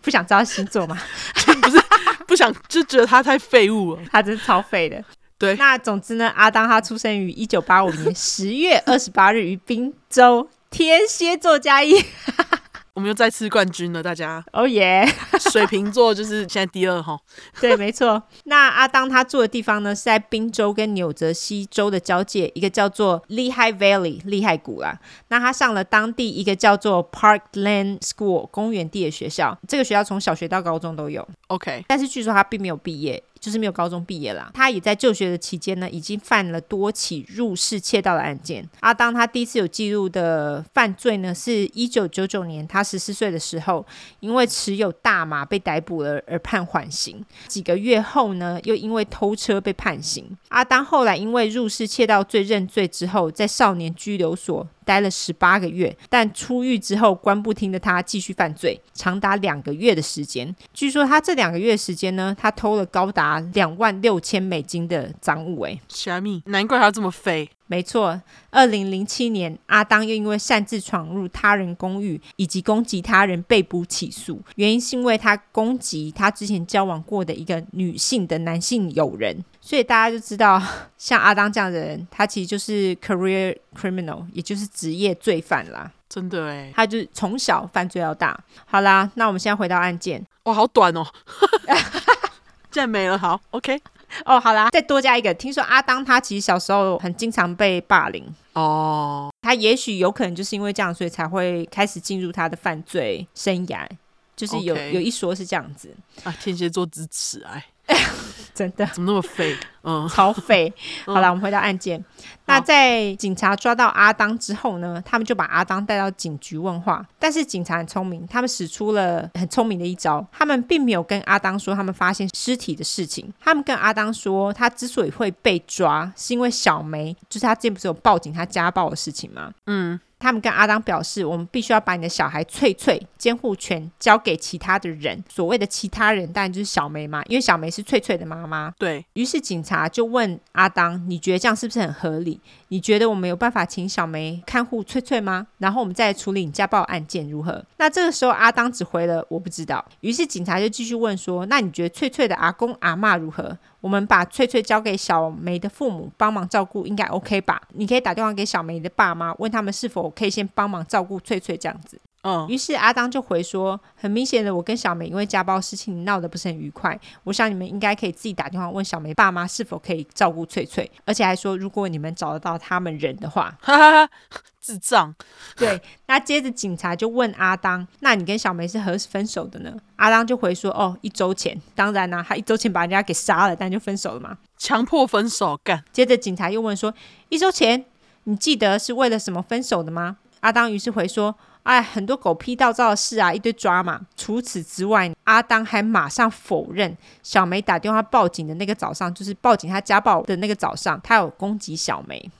Speaker 2: 不想知道星座嘛， [LAUGHS]
Speaker 1: 不想就觉得他太废物了。
Speaker 2: 他真是超废的。
Speaker 1: 对
Speaker 2: 那总之呢，阿当他出生于一九八五 [LAUGHS] 年十月二十八日于滨州，天蝎座加一。。
Speaker 1: 我们又再次冠军了，大家
Speaker 2: [LAUGHS] 哦耶！
Speaker 1: 水瓶座就是现在第二哈，
Speaker 2: [LAUGHS] 对，没错。那阿当他住的地方呢，是在宾州跟纽泽西州的交界，一个叫做厉害 Valley 厉害谷啦。那他上了当地一个叫做 Parkland School 公园地的学校，这个学校从小学到高中都有。
Speaker 1: OK，
Speaker 2: 但是据说他并没有毕业，就是没有高中毕业啦。他也在就学的期间呢，已经犯了多起入室窃盗的案件。阿当他第一次有记录的犯罪呢，是一九九九年他十四岁的时候，因为持有大麻被逮捕了而判缓刑。几个月后呢，又因为偷车被判刑。阿当后来因为入室窃盗罪认罪之后，在少年拘留所待了十八个月，但出狱之后关不听的他继续犯罪，长达两个月的时间。据说他这两个月时间呢，他偷了高达两万六千美金的赃物、欸诶，
Speaker 1: 虾米，难怪他这么废。
Speaker 2: 没错，二零零七年，阿当又因为擅自闯入他人公寓以及攻击他人被捕起诉，原因是因为他攻击他之前交往过的一个女性的男性友人。所以大家就知道， [LAUGHS] 像阿当这样的人，他其实就是 career criminal，也就是职业罪犯啦。
Speaker 1: 真的哎，
Speaker 2: 他就是从小犯罪到大。好啦，那我们现在回到案件
Speaker 1: 哇，好短
Speaker 2: [LAUGHS]
Speaker 1: 哦， [LAUGHS] 竟然没了。好，OK，
Speaker 2: 哦。好啦，再多加一个，听说阿当他其实小时候很经常被霸凌，
Speaker 1: 哦，
Speaker 2: 他也许有可能就是因为这样，所以才会开始进入他的犯罪生涯。就是有
Speaker 1: OK
Speaker 2: 有一说是这样子，
Speaker 1: 啊，天蝎座之耻，哎，
Speaker 2: 真
Speaker 1: [LAUGHS]
Speaker 2: 的
Speaker 1: 怎么那么废？嗯，
Speaker 2: 超废。
Speaker 1: 嗯
Speaker 2: 好了，我们回到案件。那在警察抓到阿当之后呢，他们就把阿当带到警局问话。但是警察很聪明，他们使出了很聪明的一招，他们并没有跟阿当说他们发现尸体的事情，他们跟阿当说，他之所以会被抓，是因为小梅，就是他之前不是有报警他家暴的事情吗？
Speaker 1: 嗯，
Speaker 2: 他们跟阿当表示，我们必须要把你的小孩翠翠监护权交给其他的人。所谓的其他人，当然就是小梅嘛，因为小梅是翠翠的妈妈。
Speaker 1: 对，
Speaker 2: 于是警察就问阿当：“你觉得这样是不是很合理？你觉得我们有办法请小梅看护翠翠吗？然后我们再来处理你家暴案件如何？”那这个时候阿当只回了“我不知道”。于是警察就继续问说：“那你觉得翠翠的阿公阿嬷如何？我们把翠翠交给小梅的父母帮忙照顾，应该 OK 吧？你可以打电话给小梅的爸妈，问他们是否可以先帮忙照顾翠翠这样子。”
Speaker 1: 嗯，。
Speaker 2: 于是阿当就回说：“很明显的，我跟小梅因为家暴事情闹得不是很愉快。我想你们应该可以自己打电话问小梅爸妈是否可以照顾翠翠，而且还说如果你们找得到他们人的话
Speaker 1: 哈哈哈，智障，
Speaker 2: 对，那接着警察就问阿当：那你跟小梅是何时分手的呢？阿当就回说：哦，一周前。当然啦、他一周前把人家给杀了，但就分手了嘛。
Speaker 1: 强迫分手，干，
Speaker 2: 接着警察又问说：“一周前你记得是为了什么分手的吗？”阿当于是回说：“哎，很多狗屁倒灶的事啊，一堆抓嘛。”除此之外，阿当还马上否认小梅打电话报警的那个早上，就是报警他家暴的那个早上，他有攻击小梅。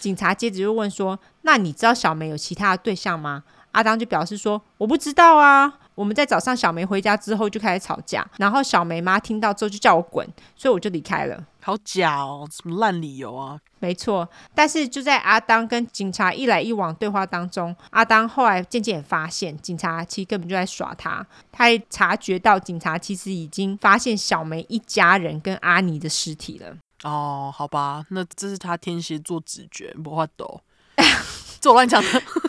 Speaker 2: 警察接着又问说：“那你知道小梅有其他的对象吗？”阿当就表示说：“我不知道啊。”我们在早上小梅回家之后就开始吵架，然后小梅妈听到之后就叫我滚，所以我就离开了。
Speaker 1: 好假哦，什么烂理由啊？
Speaker 2: 没错，但是就在阿当跟警察一来一往对话当中，阿当后来渐渐也发现，警察其实根本就在耍他。他也察觉到警察其实已经发现小梅一家人跟阿尼的尸体了。
Speaker 1: 哦，好吧，那这是他天蝎座直觉，不法
Speaker 2: [LAUGHS]
Speaker 1: 抖。这我乱讲的，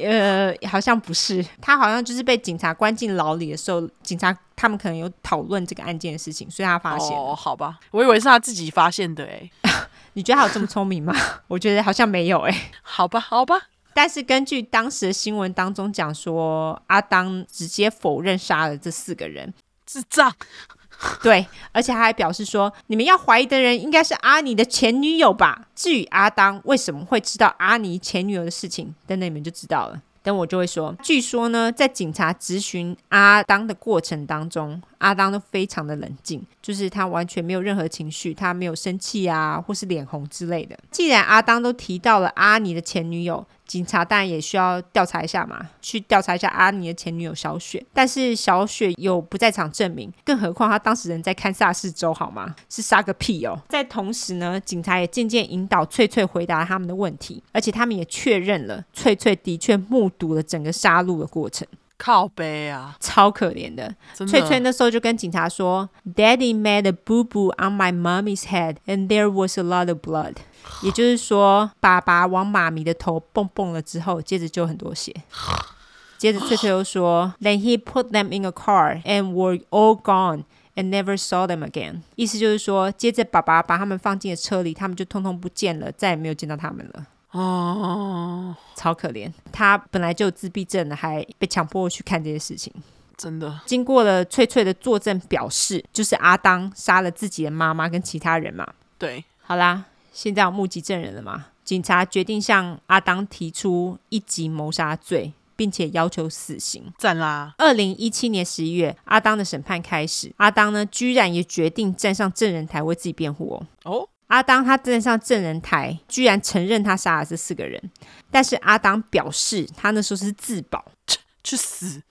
Speaker 2: 呃，好像不是，他好像就是被警察关进牢里的时候，警察他们可能有讨论这个案件的事情，所以他发现。
Speaker 1: 哦，好吧，我以为是他自己发现的，哎，
Speaker 2: 你觉得他有这么聪明吗？ [LAUGHS] 我觉得好像没有诶、
Speaker 1: 好吧，好吧，
Speaker 2: 但是根据当时的新闻当中讲说，阿当直接否认杀了这四个人，
Speaker 1: 智障，
Speaker 2: 对，而且他还表示说，你们要怀疑的人应该是阿尼的前女友吧？至于阿当为什么会知道阿尼前女友的事情，等等你们就知道了。等我就会说，据说呢，在警察质询阿当的过程当中，阿当都非常的冷静，就是他完全没有任何情绪，他没有生气啊，或是脸红之类的。既然阿当都提到了阿尼的前女友，警察当然也需要调查一下嘛，去调查一下阿尼的前女友小雪。但是小雪有不在场证明，更何况她当时人在堪萨斯州，好吗？是杀个屁哦！在同时呢，警察也渐渐引导翠翠回答他们的问题，而且他们也确认了翠翠的确目睹了整个杀戮的过程，
Speaker 1: 靠背啊，
Speaker 2: 超可怜的。
Speaker 1: 真的。
Speaker 2: 翠翠那时候就跟警察说：“Daddy made a boo boo on my mommy's head, and there was a lot of
Speaker 1: [SIGHS]
Speaker 2: blood。”也就是说，爸爸往妈咪的头蹦蹦了之后，接着就很多血。接着翠翠又说：“Then he put them in a car and were all gone。” And never saw them again。意思就是说，接着爸爸把他们放进了车里，他们就通通不见了，再也没有见到他们了，
Speaker 1: 哦，
Speaker 2: 超可怜。他本来就有自闭症了，还被强迫去看这些事情。
Speaker 1: 真的
Speaker 2: 经过了翠翠的作证，表示就是阿当杀了自己的妈妈跟其他人嘛。
Speaker 1: 对，
Speaker 2: 好啦，现在有目击证人了嘛？警察决定向阿当提出一级谋杀罪，并且要求死刑。
Speaker 1: 赞啦，
Speaker 2: 二零一七年十一月，阿当的审判开始。阿当呢，居然也决定站上证人台为自己辩护哦。
Speaker 1: 哦，
Speaker 2: 阿当他站上证人台，居然承认他杀了这四个人，但是阿当表示他那时候是自保，
Speaker 1: 去死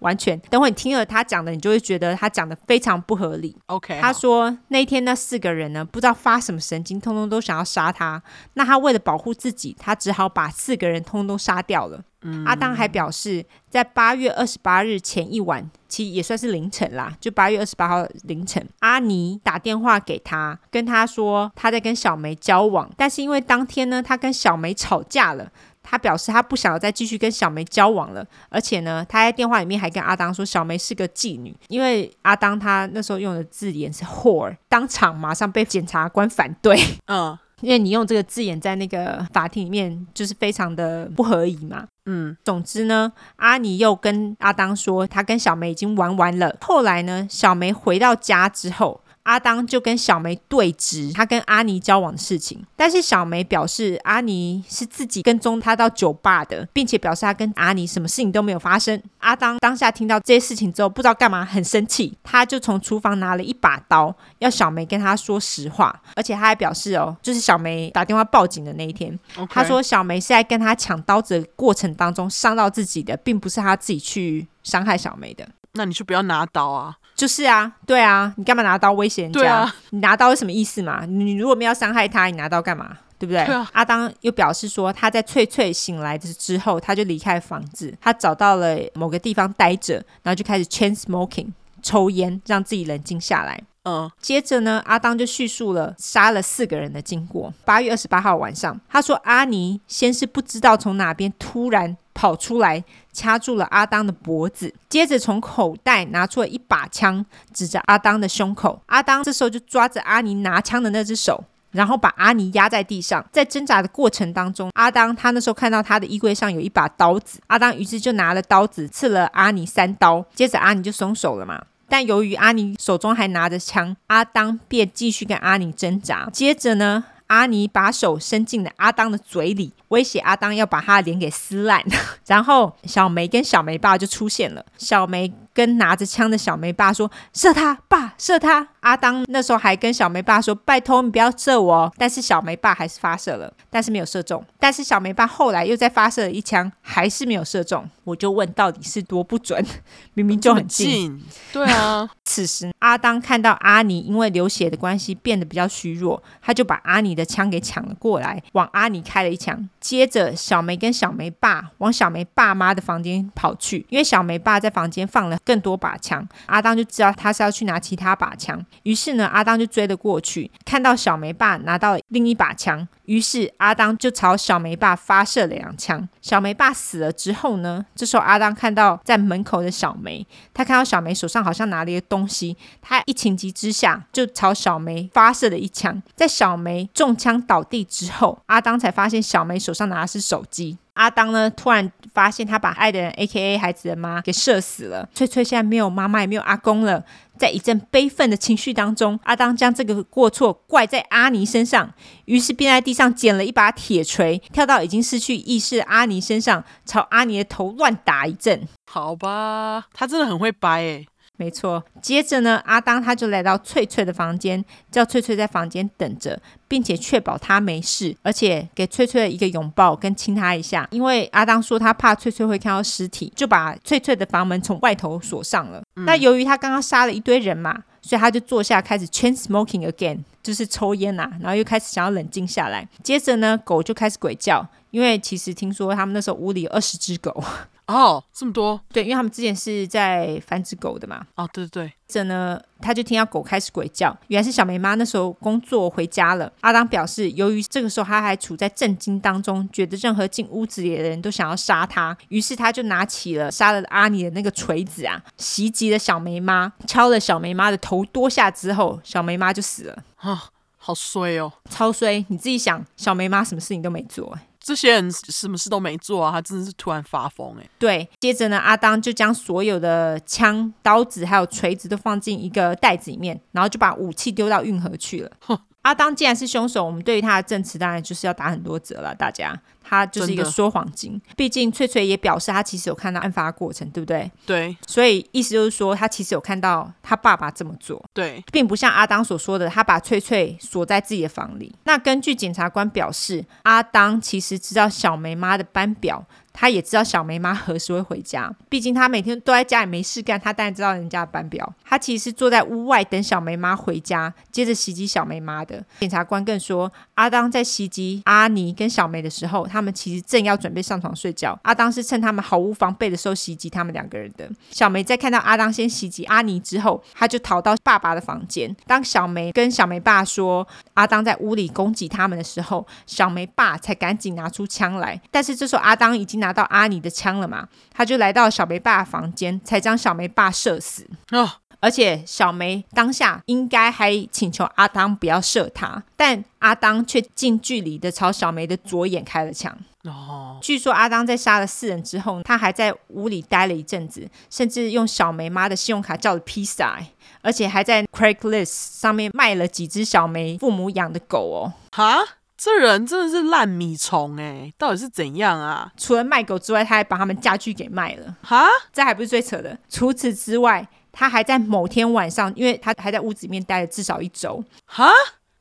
Speaker 2: 完全。等会你听了他讲的，你就会觉得他讲的非常不合理。
Speaker 1: ，OK，
Speaker 2: 他
Speaker 1: 好
Speaker 2: 说那天那四个人呢，不知道发什么神经，通通都想要杀他。那他为了保护自己，他只好把四个人通通都杀掉了。阿当还表示，在八月二十八日前一晚，其实也算是凌晨啦，就八月二十八号凌晨，阿尼打电话给他，跟他说他在跟小梅交往，但是因为当天呢，他跟小梅吵架了。他表示他不想再继续跟小梅交往了，而且呢，他在电话里面还跟阿当说小梅是个妓女，因为阿当他那时候用的字眼是 whore，当场马上被检察官反对， [LAUGHS]
Speaker 1: 嗯
Speaker 2: 因为你用这个字眼在那个法庭里面就是非常的不合宜嘛。
Speaker 1: 嗯，
Speaker 2: 总之呢，阿尼又跟阿当说，他跟小梅已经玩完了。后来呢，小梅回到家之后。阿当就跟小梅对质他跟阿尼交往的事情，但是小梅表示阿尼是自己跟踪他到酒吧的，并且表示他跟阿尼什么事情都没有发生。阿当当下听到这些事情之后，不知道干嘛很生气，他就从厨房拿了一把刀，要小梅跟他说实话，而且他还表示哦，就是小梅打电话报警的那一天，
Speaker 1: OK
Speaker 2: 他说小梅是在跟他抢刀子的过程当中伤到自己的，并不是他自己去伤害小梅的。
Speaker 1: 那你就不要拿刀啊，
Speaker 2: 就是啊，对啊，你干嘛拿刀威胁人家？
Speaker 1: 对啊
Speaker 2: 你拿刀是什么意思嘛？你你如果没有伤害他，你拿刀干嘛？对不对？
Speaker 1: 对啊
Speaker 2: 阿当又表示说，他在翠翠醒来的之后，他就离开房子，他找到了某个地方待着，然后就开始 chain smoking 抽烟，让自己冷静下来。
Speaker 1: 嗯，
Speaker 2: 接着呢，阿当就叙述了杀了四个人的经过。八月二十八号晚上，他说阿尼先是不知道从哪边突然跑出来，掐住了阿当的脖子，接着从口袋拿出了一把枪，指着阿当的胸口。阿当这时候就抓着阿尼拿枪的那只手。然后把阿尼压在地上，在挣扎的过程当中，阿当他那时候看到他的衣柜上有一把刀子，阿当于是就拿了刀子刺了阿尼三刀，接着阿尼就松手了嘛。但由于阿尼手中还拿着枪，阿当便继续跟阿尼挣扎。接着呢，阿尼把手伸进了阿当的嘴里，威胁阿当要把他的脸给撕烂。然后小梅跟小梅爸就出现了，小梅跟拿着枪的小梅爸说：“射他，爸，射他！”阿当那时候还跟小梅爸说：“拜托你不要射我哦。”但是小梅爸还是发射了，但是没有射中。但是小梅爸后来又再发射了一枪，还是没有射中。我就问，到底是多不准？ [LAUGHS] 明明就
Speaker 1: 这么
Speaker 2: 很近。
Speaker 1: 近，对啊，
Speaker 2: 此时，阿当看到阿尼因为流血的关系变得比较虚弱，他就把阿尼的枪给抢了过来，往阿尼开了一枪。接着，小梅跟小梅爸往小梅爸妈的房间跑去，因为小梅爸在房间放了更多把枪，阿当就知道他是要去拿其他把枪。于是呢，阿当就追了过去，看到小梅爸拿到了另一把枪，于是阿当就朝小梅爸发射了两枪。小梅爸死了之后呢，这时候阿当看到在门口的小梅，他看到小梅手上好像拿了一个东西，他一情急之下就朝小梅发射了一枪。在小梅中枪倒地之后，阿当才发现小梅手上拿的是手机。阿当呢，突然发现他把爱的人 （A.K.A. 孩子的妈）给射死了。翠翠现在没有妈妈，也没有阿公了。在一阵悲愤的情绪当中，阿当将这个过错怪在阿尼身上，于是便在地上捡了一把铁锤，跳到已经失去意识的阿尼身上，朝阿尼的头乱打一阵。
Speaker 1: 好吧，他真的很会掰欸诶。
Speaker 2: 没错，接着呢，阿当他就来到翠翠的房间，叫翠翠在房间等着，并且确保她没事，而且给翠翠一个拥抱跟亲她一下，因为阿当说他怕翠翠会看到尸体，就把翠翠的房门从外头锁上了。那由于他刚刚杀了一堆人嘛，所以他就坐下开始 chain smoking again，就是抽烟呐、然后又开始想要冷静下来。接着呢，狗就开始鬼叫，因为其实听说他们那时候屋里有二十只狗， [LAUGHS]
Speaker 1: 哦，这么多
Speaker 2: 对，因为他们之前是在繁殖狗的嘛，
Speaker 1: 哦，对对对，
Speaker 2: 这呢，他就听到狗开始鬼叫，原来是小梅妈那时候工作回家了。阿当表示，由于这个时候他还处在震惊当中，觉得任何进屋子里的人都想要杀他，于是他就拿起了杀了阿尼的那个锤子啊，袭击了小梅妈，敲了小梅妈的头多下之后，小梅妈就死了。
Speaker 1: 啊，好衰哦，
Speaker 2: 超衰，你自己想，小梅妈什么事情都没做、哎
Speaker 1: 这些人什么事都没做啊，他真的是突然发疯欸诶。
Speaker 2: 对，接着呢，阿当就将所有的枪、刀子还有锤子都放进一个袋子里面，然后就把武器丢到运河去了
Speaker 1: [LAUGHS] 哼。
Speaker 2: 阿当既然是凶手，我们对于他的证词当然就是要打很多折了。大家，他就是一个
Speaker 1: 真的
Speaker 2: 说谎精。毕竟翠翠也表示她其实有看到案发过程，对不对？
Speaker 1: 对
Speaker 2: 所以意思就是说，她其实有看到她爸爸这么做。
Speaker 1: 对，
Speaker 2: 并不像阿当所说的，他把翠翠锁在自己的房里。那根据检察官表示，阿当其实知道小梅妈的班表，他也知道小梅妈何时会回家。毕竟他每天都在家里没事干，他当然知道人家的班表。他其实是坐在屋外等小梅妈回家，接着袭击小梅妈的。检察官更说，阿当在袭击阿尼跟小梅的时候，他们其实正要准备上床睡觉。阿当是趁他们毫无防备的时候袭击他们两个人的。小梅在看到阿当先袭击阿尼之后，她就逃到爸爸的房间。当小梅跟小梅爸说阿当在屋里攻击他们的时候，小梅爸才赶紧拿出枪来。但是这时候阿当已经拿到阿尼的枪了嘛，他就来到小梅爸的房间，才将小梅爸射死。
Speaker 1: 啊，
Speaker 2: 而且小梅当下应该还请求阿当不要射她，但阿当却近距离的朝小梅的左眼开了枪。
Speaker 1: 哦，
Speaker 2: 据说阿当在杀了四人之后，他还在屋里待了一阵子，甚至用小梅妈的信用卡叫了披萨、欸而且还在 Craigslist 上面卖了几只小梅父母养的狗哦。
Speaker 1: 哈，这人真的是烂米虫诶，到底是怎样啊？
Speaker 2: 除了卖狗之外，他还把他们家具给卖了。
Speaker 1: 哈，
Speaker 2: 这还不是最扯的。除此之外，他还在某天晚上，因为他还在屋子里面待了至少一周，
Speaker 1: 哈，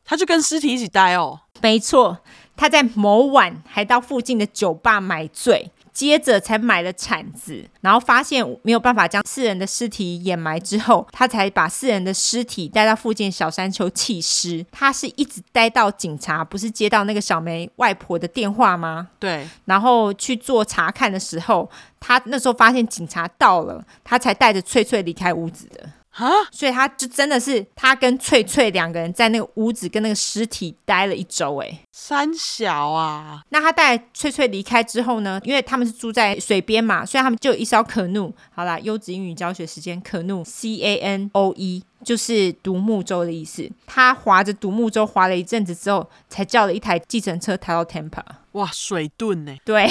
Speaker 1: 他就跟尸体一起待哦，
Speaker 2: 没错，他在某晚还到附近的酒吧买醉，接着才买了铲子，然后发现没有办法将四人的尸体掩埋之后，他才把四人的尸体带到附近的小山丘弃尸。他是一直待到警察不是接到那个小梅外婆的电话吗？
Speaker 1: 对，
Speaker 2: 然后去做查看的时候，他那时候发现警察到了，他才带着翠翠离开屋子的。
Speaker 1: 哈，
Speaker 2: 所以他就真的是他跟翠翠两个人在那个屋子跟那个尸体待了一周、欸，
Speaker 1: 三小啊，
Speaker 2: 那他带翠翠离开之后呢？因为他们是住在水边嘛，所以他们就有一艘可怒。好啦，优质英语教学时间，可怒 C A N O E 就是独木舟的意思。他划着独木舟划了一阵子之后，才叫了一台计程车开到 Tampa。
Speaker 1: 哇，水遁欸呢？
Speaker 2: 对，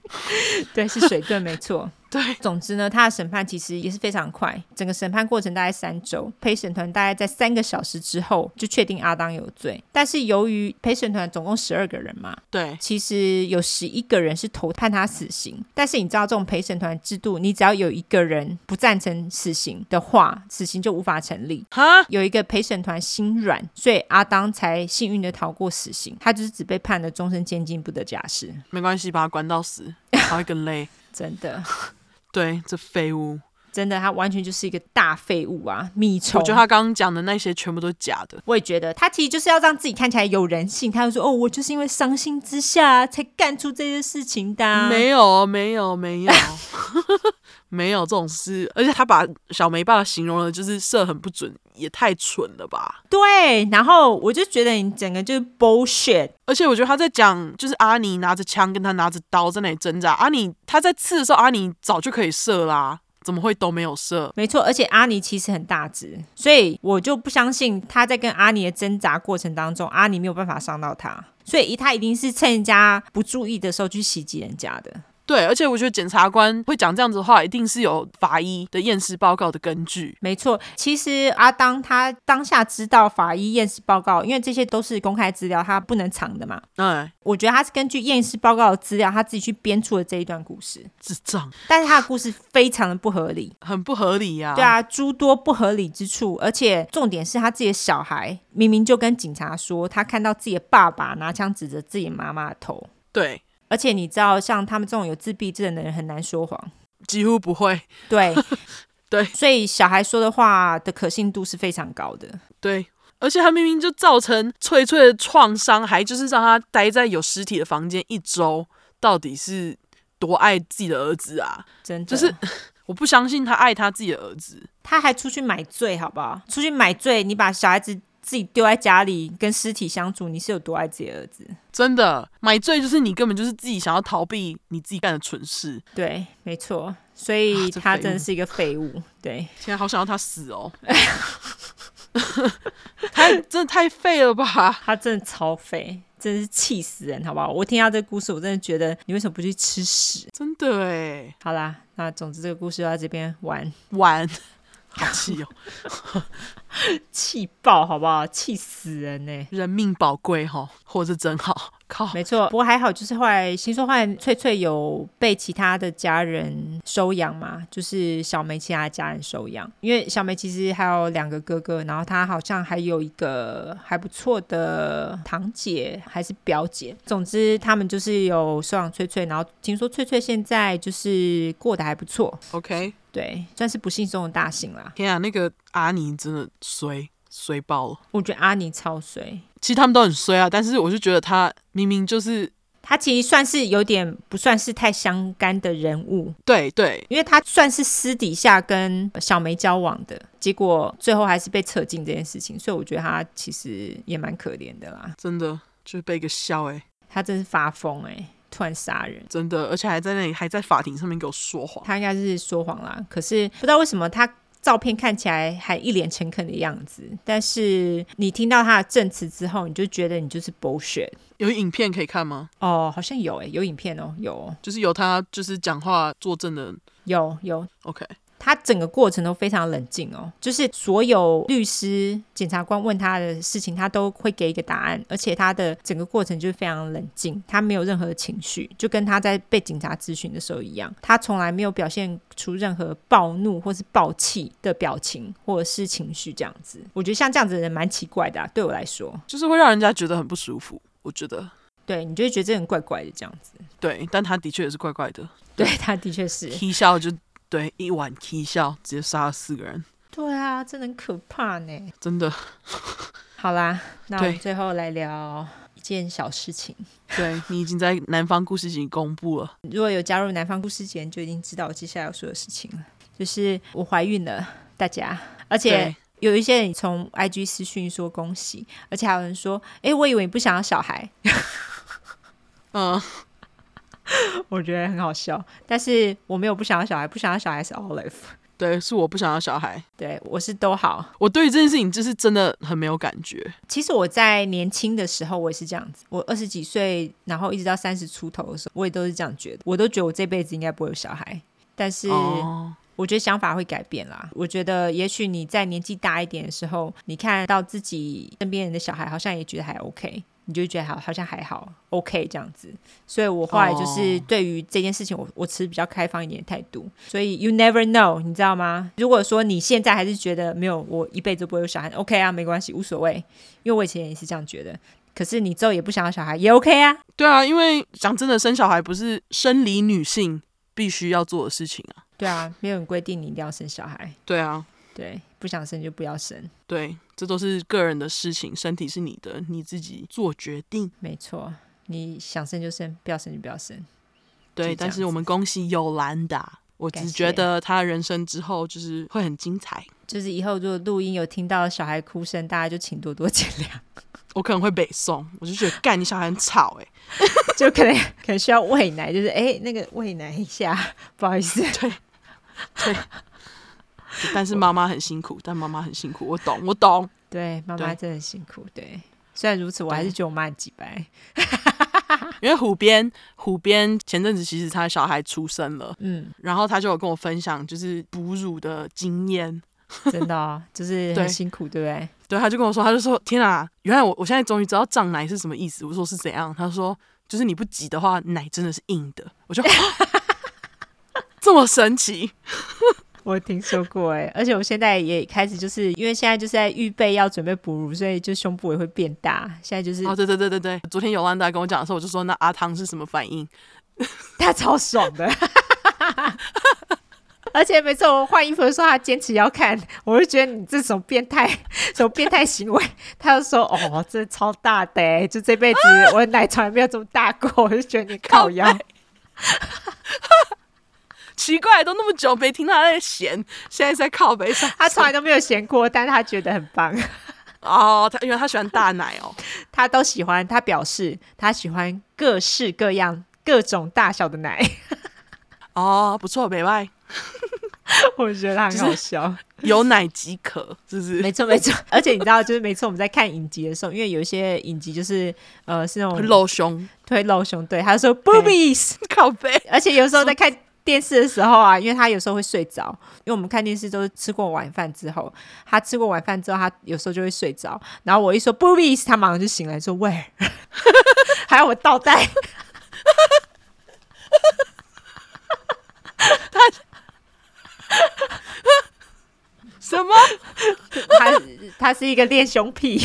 Speaker 2: [LAUGHS] 对，是水遁，没错。
Speaker 1: 对，
Speaker 2: 总之呢，他的审判其实也是非常快，整个审判过程大概三周，陪审团大概在三个小时之后就确定阿当有罪。但是由于陪审团总共十二个人嘛，
Speaker 1: 对，
Speaker 2: 其实有十一个人是投判他死刑，但是你知道这种陪审团制度，你只要有一个人不赞成死刑的话，死刑就无法成立。
Speaker 1: 哈，
Speaker 2: 有一个陪审团心软，所以阿当才幸运的逃过死刑，他就是只被判了终身监禁，不得假释。
Speaker 1: 没关系，把他关到死，他会更累。
Speaker 2: 真的，
Speaker 1: 对，这废物。
Speaker 2: 真的，它完全就是一个大废物啊，米虫。
Speaker 1: 我觉得他刚刚讲的那些全部都是假的。
Speaker 2: 我也觉得，他其实就是要让自己看起来有人性。他就说：“哦，我就是因为伤心之下才干出这些事情的啊、
Speaker 1: 没有，没有，没有， [LAUGHS] 没有这种事。而且他把小梅爸形容的，就是射很不准，也太蠢了吧。
Speaker 2: 对，然后我就觉得你整个就是 bullshit。
Speaker 1: 而且我觉得他在讲，就是阿尼拿着枪跟他拿着刀在那里挣扎。阿尼他在刺的时候，阿尼早就可以射啦，怎么会都没有射？
Speaker 2: 没错，而且阿尼其实很大只，所以我就不相信他在跟阿尼的挣扎过程当中，阿尼没有办法伤到他。所以他一定是趁人家不注意的时候去袭击人家的。
Speaker 1: 对，而且我觉得检察官会讲这样子的话，一定是有法医的验尸报告的根据。
Speaker 2: 没错，其实阿当他当下知道法医验尸报告，因为这些都是公开资料，他不能藏的嘛。
Speaker 1: 哎，
Speaker 2: 我觉得他是根据验尸报告的资料，他自己去编出了这一段故事，
Speaker 1: 智障，
Speaker 2: 但是他的故事非常的不合理。
Speaker 1: 很不合理呀、
Speaker 2: 对，啊，诸多不合理之处，而且重点是他自己的小孩明明就跟警察说，他看到自己的爸爸拿枪指着自己妈妈的头，
Speaker 1: 对，
Speaker 2: 而且你知道，像他们这种有自闭症的人很难说谎，
Speaker 1: 几乎不会。
Speaker 2: 对
Speaker 1: 对
Speaker 2: 所以小孩说的话的可信度是非常高的。
Speaker 1: 对，而且他明明就造成翠翠的创伤，还就是让他待在有尸体的房间一周，到底是多爱自己的儿子啊？
Speaker 2: 真
Speaker 1: 就
Speaker 2: 的，
Speaker 1: 是我不相信他爱他自己的儿子。
Speaker 2: 他还出去买醉，好不好？出去买醉，你把小孩子自己丢在家里跟尸体相处，你是有多爱自己的儿子？
Speaker 1: 真的，买醉就是你根本就是自己想要逃避你自己干的蠢事。
Speaker 2: 对，没错，所以
Speaker 1: 啊这
Speaker 2: 他
Speaker 1: 废物
Speaker 2: 真的是一个废物。对，
Speaker 1: 现在好想要他死哦！ [LAUGHS] 太真的太废了吧？
Speaker 2: 他真的超废，真是气死人，好不好？我听到这个故事，我真的觉得你为什么不去吃屎？
Speaker 1: 真的哎，
Speaker 2: 好啦，那总之这个故事就到这边完，
Speaker 1: 玩， [LAUGHS] 好气哦！
Speaker 2: 气爆，好不好？气死人欸呢、
Speaker 1: 人命宝贵哈，活着真好。靠，
Speaker 2: 没错，不过还好，就是后来新说，后来翠翠有被其他的家人收养嘛，就是小梅其他的家人收养，因为小梅其实还有两个哥哥，然后她好像还有一个还不错的堂姐还是表姐，总之他们就是有收养翠翠，然后听说翠翠现在就是过得还不错，
Speaker 1: OK，
Speaker 2: 对，算是不幸中的大幸啦。
Speaker 1: 天啊，那个阿尼真的衰衰爆了。
Speaker 2: 我觉得阿尼超衰，
Speaker 1: 其实他们都很衰啊，但是我就觉得他明明就是
Speaker 2: 她其实算是有点不算是太相干的人物，
Speaker 1: 对对，
Speaker 2: 因为他算是私底下跟小梅交往的，结果最后还是被扯进这件事情，所以我觉得他其实也蛮可怜的啦。
Speaker 1: 真的就是被一个笑哎、
Speaker 2: 他真是发疯哎、突然杀人，
Speaker 1: 真的，而且还在那里还在法庭上面给我说谎。
Speaker 2: 他应该是说谎啦。可是不知道为什么他。照片看起来还一脸诚恳的样子，但是你听到他的证词之后，你就觉得你就是 bullshit
Speaker 1: 有影片可以看吗？
Speaker 2: 哦，好像有诶、有影片哦，有哦
Speaker 1: 就是有他就是讲话作证的。
Speaker 2: 有有，
Speaker 1: OK，
Speaker 2: 他整个过程都非常冷静哦，就是所有律师、检察官问他的事情，他都会给一个答案，而且他的整个过程就是非常冷静，他没有任何情绪，就跟他在被警察咨询的时候一样，他从来没有表现出任何暴怒或是暴气的表情或者是情绪这样子。我觉得像这样子的人蛮奇怪的、啊，对我来说，
Speaker 1: 就是会让人家觉得很不舒服。我觉得
Speaker 2: 对你就会觉得这人怪怪的这样子。
Speaker 1: 对，但他的确也是怪怪的。
Speaker 2: 对他的确是，
Speaker 1: 踢笑就对，一碗踢笑直接杀了四个人，
Speaker 2: 对啊，真的很可怕呢。
Speaker 1: 真的
Speaker 2: 好啦，那我们
Speaker 1: 对
Speaker 2: 最后来聊一件小事情。
Speaker 1: 对你已经在南方故事集公布了。
Speaker 2: 如果有加入南方故事节，你就已经知道我接下来要说的事情了，就是我怀孕了，大家，而且
Speaker 1: 对。
Speaker 2: 有一些人从 IG 私讯说恭喜，而且还有人说：“哎、我以为你不想要小孩。
Speaker 1: 嗯，”
Speaker 2: 我觉得很好笑，但是我没有不想要小孩，不想要小孩是 Olive，
Speaker 1: 对，是我不想要小孩。
Speaker 2: 对我是都好。
Speaker 1: 我对于这件事情就是真的很没有感觉。
Speaker 2: 其实我在年轻的时候我也是这样子，我二十几岁，然后一直到三十出头的时候，我也都是这样觉得，我都觉得我这辈子应该不会有小孩，但是。
Speaker 1: 哦，
Speaker 2: 我觉得想法会改变啦。我觉得也许你在年纪大一点的时候，你看到自己身边人的小孩，好像也觉得还 OK，你就觉得好好像还好 OK 这样子。所以我后来就是
Speaker 1: 哦
Speaker 2: 对于这件事情我，我持比较开放一点的态度。所以 you never know，你知道吗？如果说你现在还是觉得没有，我一辈子都不会有小孩，OK 啊，没关系，无所谓，因为我以前也是这样觉得。可是你之后也不想要小孩，也 OK 啊。
Speaker 1: 对啊，因为讲真的，生小孩不是生理女性必须要做的事情啊。
Speaker 2: 对啊，没有人规定你一定要生小孩，
Speaker 1: 对啊，
Speaker 2: 对，不想生就不要生，
Speaker 1: 对，这都是个人的事情，身体是你的，你自己做决定。
Speaker 2: 没错，你想生就生，不要生就不要生。
Speaker 1: 对，
Speaker 2: 就这样
Speaker 1: 但是
Speaker 2: 子
Speaker 1: 我们恭喜尤兰达，我
Speaker 2: 感
Speaker 1: 只
Speaker 2: 谢
Speaker 1: 觉得她人生之后就是会很精彩，
Speaker 2: 就是以后如果录音有听到小孩哭声，大家就请多多见谅， [LAUGHS]
Speaker 1: 我可能会北宋，我就觉得干你小孩很吵哎、
Speaker 2: 就可能可能需要喂奶，就是哎、那个喂奶一下，不好意思，
Speaker 1: 就但是妈妈很辛苦，但妈妈很辛苦，我懂，我懂。
Speaker 2: 对，妈
Speaker 1: 对
Speaker 2: 妈真的很辛苦，对。虽然如此，我还是觉得我妈很几白。
Speaker 1: 因为虎边，虎边前阵子其实他小孩出生了，
Speaker 2: 嗯，
Speaker 1: 然后他就有跟我分享就是哺乳的经验，
Speaker 2: 真的、哦， [LAUGHS] 就是
Speaker 1: 对
Speaker 2: 很辛苦，对不对？
Speaker 1: 对，他就跟我说，他就说：“天啊，原来我我现在终于知道胀奶是什么意思。”我说：“是怎样？”他说：“就是你不挤的话，奶真的是硬的。”我就 [LAUGHS] 这么神奇，
Speaker 2: 我听说过哎， [LAUGHS] 而且我现在也开始就是因为现在就是在预备要准备哺乳，所以就胸部也会变大。现在就是、
Speaker 1: 哦，对对对对对，昨天尤兰达跟我讲的时候，我就说：“那阿汤是什么反应
Speaker 2: 他超爽的。 [LAUGHS] 而且每次我换衣服的时候，他坚持要看，我就觉得你这种变态， [LAUGHS] 什么变态行为？他就说：“哦，这超大的欸，就这辈子我的奶从来没有这么大过。”我就觉得你靠腰，
Speaker 1: 奇怪，都那么久没听到他在闲，现在是在靠背上。
Speaker 2: 他从来都没有嫌过，但他觉得很棒，
Speaker 1: 哦，他原来他喜欢大奶哦，
Speaker 2: 他都喜欢。他表示他喜欢各式各样、各种大小的奶， [LAUGHS]
Speaker 1: 哦，不错，北外
Speaker 2: 我觉得他很好笑。
Speaker 1: 有奶即可，是不是？
Speaker 2: 没错，没错。 [LAUGHS] 而且你知道，就是每次我们在看影集的时候，因为有一些影集就是呃是那种
Speaker 1: 会露胸
Speaker 2: 推露胸，对，他说 [LAUGHS] boobies，
Speaker 1: 靠背，
Speaker 2: 而且有时候在看电视的时候啊，因为他有时候会睡着，因为我们看电视都是吃过晚饭之后，他吃过晚饭之后，他有时候就会睡着，然后我一说 boobies，他马上就醒来说喂，还有我倒带，
Speaker 1: 什么？
Speaker 2: 他他是一个练胸癖，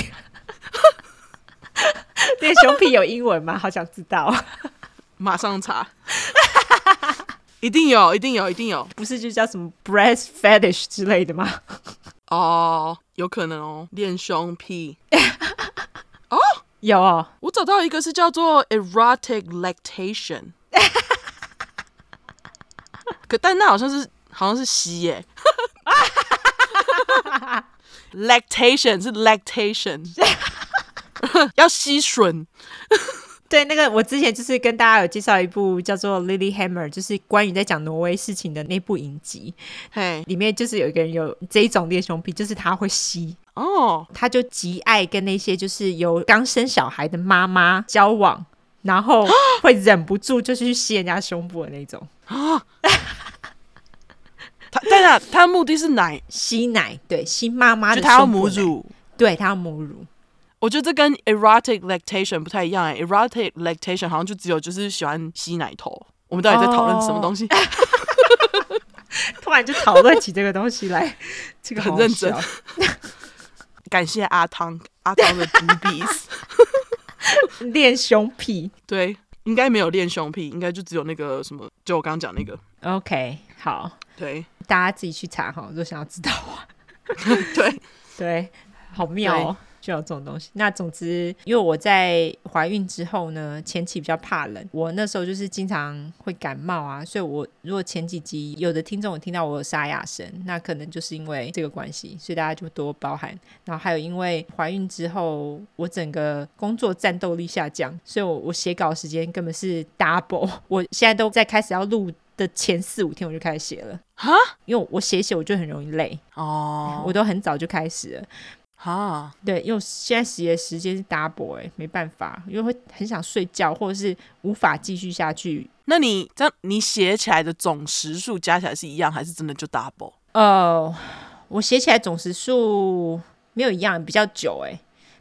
Speaker 2: [LAUGHS] 练胸癖有英文吗？好想知道， [LAUGHS]
Speaker 1: 马上查， [LAUGHS] 一定有，一定有，一定有。
Speaker 2: 不是就叫什么 breast fetish 之类的吗？
Speaker 1: 哦，有可能哦，练胸癖。
Speaker 2: 有哦、
Speaker 1: 我找到一个是叫做 erotic lactation，可但那好像是好像是吸耶。lactation 是 lactation，要吸吮。
Speaker 2: 对，那个我之前就是跟大家有介绍一部叫做《Lily Hammer》，就是关于在讲挪威事情的那部影集，
Speaker 1: 嘿，
Speaker 2: 里面就是有一个人有这一种恋胸癖，就是他会吸，
Speaker 1: 哦，
Speaker 2: 他就极爱跟那些就是有刚生小孩的妈妈交往，然
Speaker 1: [GASPS]
Speaker 2: 后会忍不住就是去吸人家胸部的那种
Speaker 1: 他但他他的目的是奶，
Speaker 2: 吸奶，对，吸妈妈
Speaker 1: 就
Speaker 2: 的
Speaker 1: 他要
Speaker 2: 胸部
Speaker 1: 母
Speaker 2: 奶，
Speaker 1: 乳。
Speaker 2: 对，他要母乳，
Speaker 1: 我觉得这跟 erotic lactation 不太一样、欸、，erotic lactation 好像就只有就是喜欢吸奶头。我们到底在讨论什么东西？
Speaker 2: 突然就讨论起这个东
Speaker 1: [LAUGHS]
Speaker 2: 西来，这个
Speaker 1: 很
Speaker 2: 好好
Speaker 1: 认真
Speaker 2: 笑
Speaker 1: [LAUGHS] 感谢阿汤，阿汤的 boobies。
Speaker 2: [LAUGHS]
Speaker 1: [LAUGHS]
Speaker 2: 恋胸癖
Speaker 1: 对，应该没有练胸癖，应该就只有那个什么，就我刚刚讲那个。
Speaker 2: ，OK，好，
Speaker 1: 对 [LAUGHS]
Speaker 2: 大家自己去查哈，如果想要知道的话。
Speaker 1: 对，
Speaker 2: 对，好妙哦，就有这种东西。那总之，因为我在怀孕之后呢，前期比较怕冷，我那时候就是经常会感冒啊，所以我如果前几集有的听众有听到我有沙哑声，那可能就是因为这个关系，所以大家就多包涵。然后还有因为怀孕之后，我整个工作战斗力下降，所以我我写稿时间根本是 double。我 [LAUGHS] 现在都在开始要录的前四五天我就开始写了，
Speaker 1: 哈，
Speaker 2: 因为我写一写我就很容易累，
Speaker 1: 哦，
Speaker 2: 我都很早就开始了。
Speaker 1: 哈，
Speaker 2: 对，因为我现在写的时间是 double 哎、没办法，因为会很想睡觉，或者是无法继续下去。
Speaker 1: 那你这样你写起来的总时数加起来是一样，还是真的就 double？
Speaker 2: 呃，我写起来总时数没有一样，比较久哎、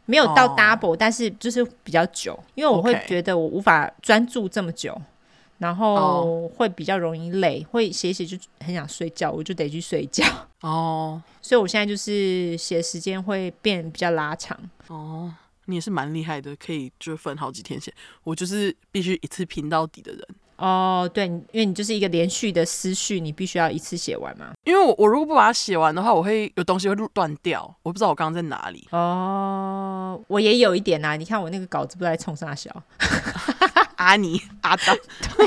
Speaker 2: 没有到
Speaker 1: 哦
Speaker 2: double，、但是就是比较久，因为我会
Speaker 1: OK
Speaker 2: 觉得我无法专注这么久，然后
Speaker 1: 哦
Speaker 2: 会比较容易累，会写一写就很想睡觉，我就得去睡觉， [LAUGHS]
Speaker 1: 哦
Speaker 2: 所以我现在就是写时间会变比较拉长。
Speaker 1: 哦，你也是蛮厉害的，可以就分好几天写。我就是必须一次拼到底的人。
Speaker 2: 哦，对，你因为你就是一个连续的思绪，你必须要一次写完嘛。
Speaker 1: 因为我我如果不把它写完的话，我会有东西会断掉，我不知道我刚刚在哪里。
Speaker 2: 哦，我也有一点啦、你看我那个稿子不知道在冲啥小，
Speaker 1: 阿尼阿当，
Speaker 2: [LAUGHS]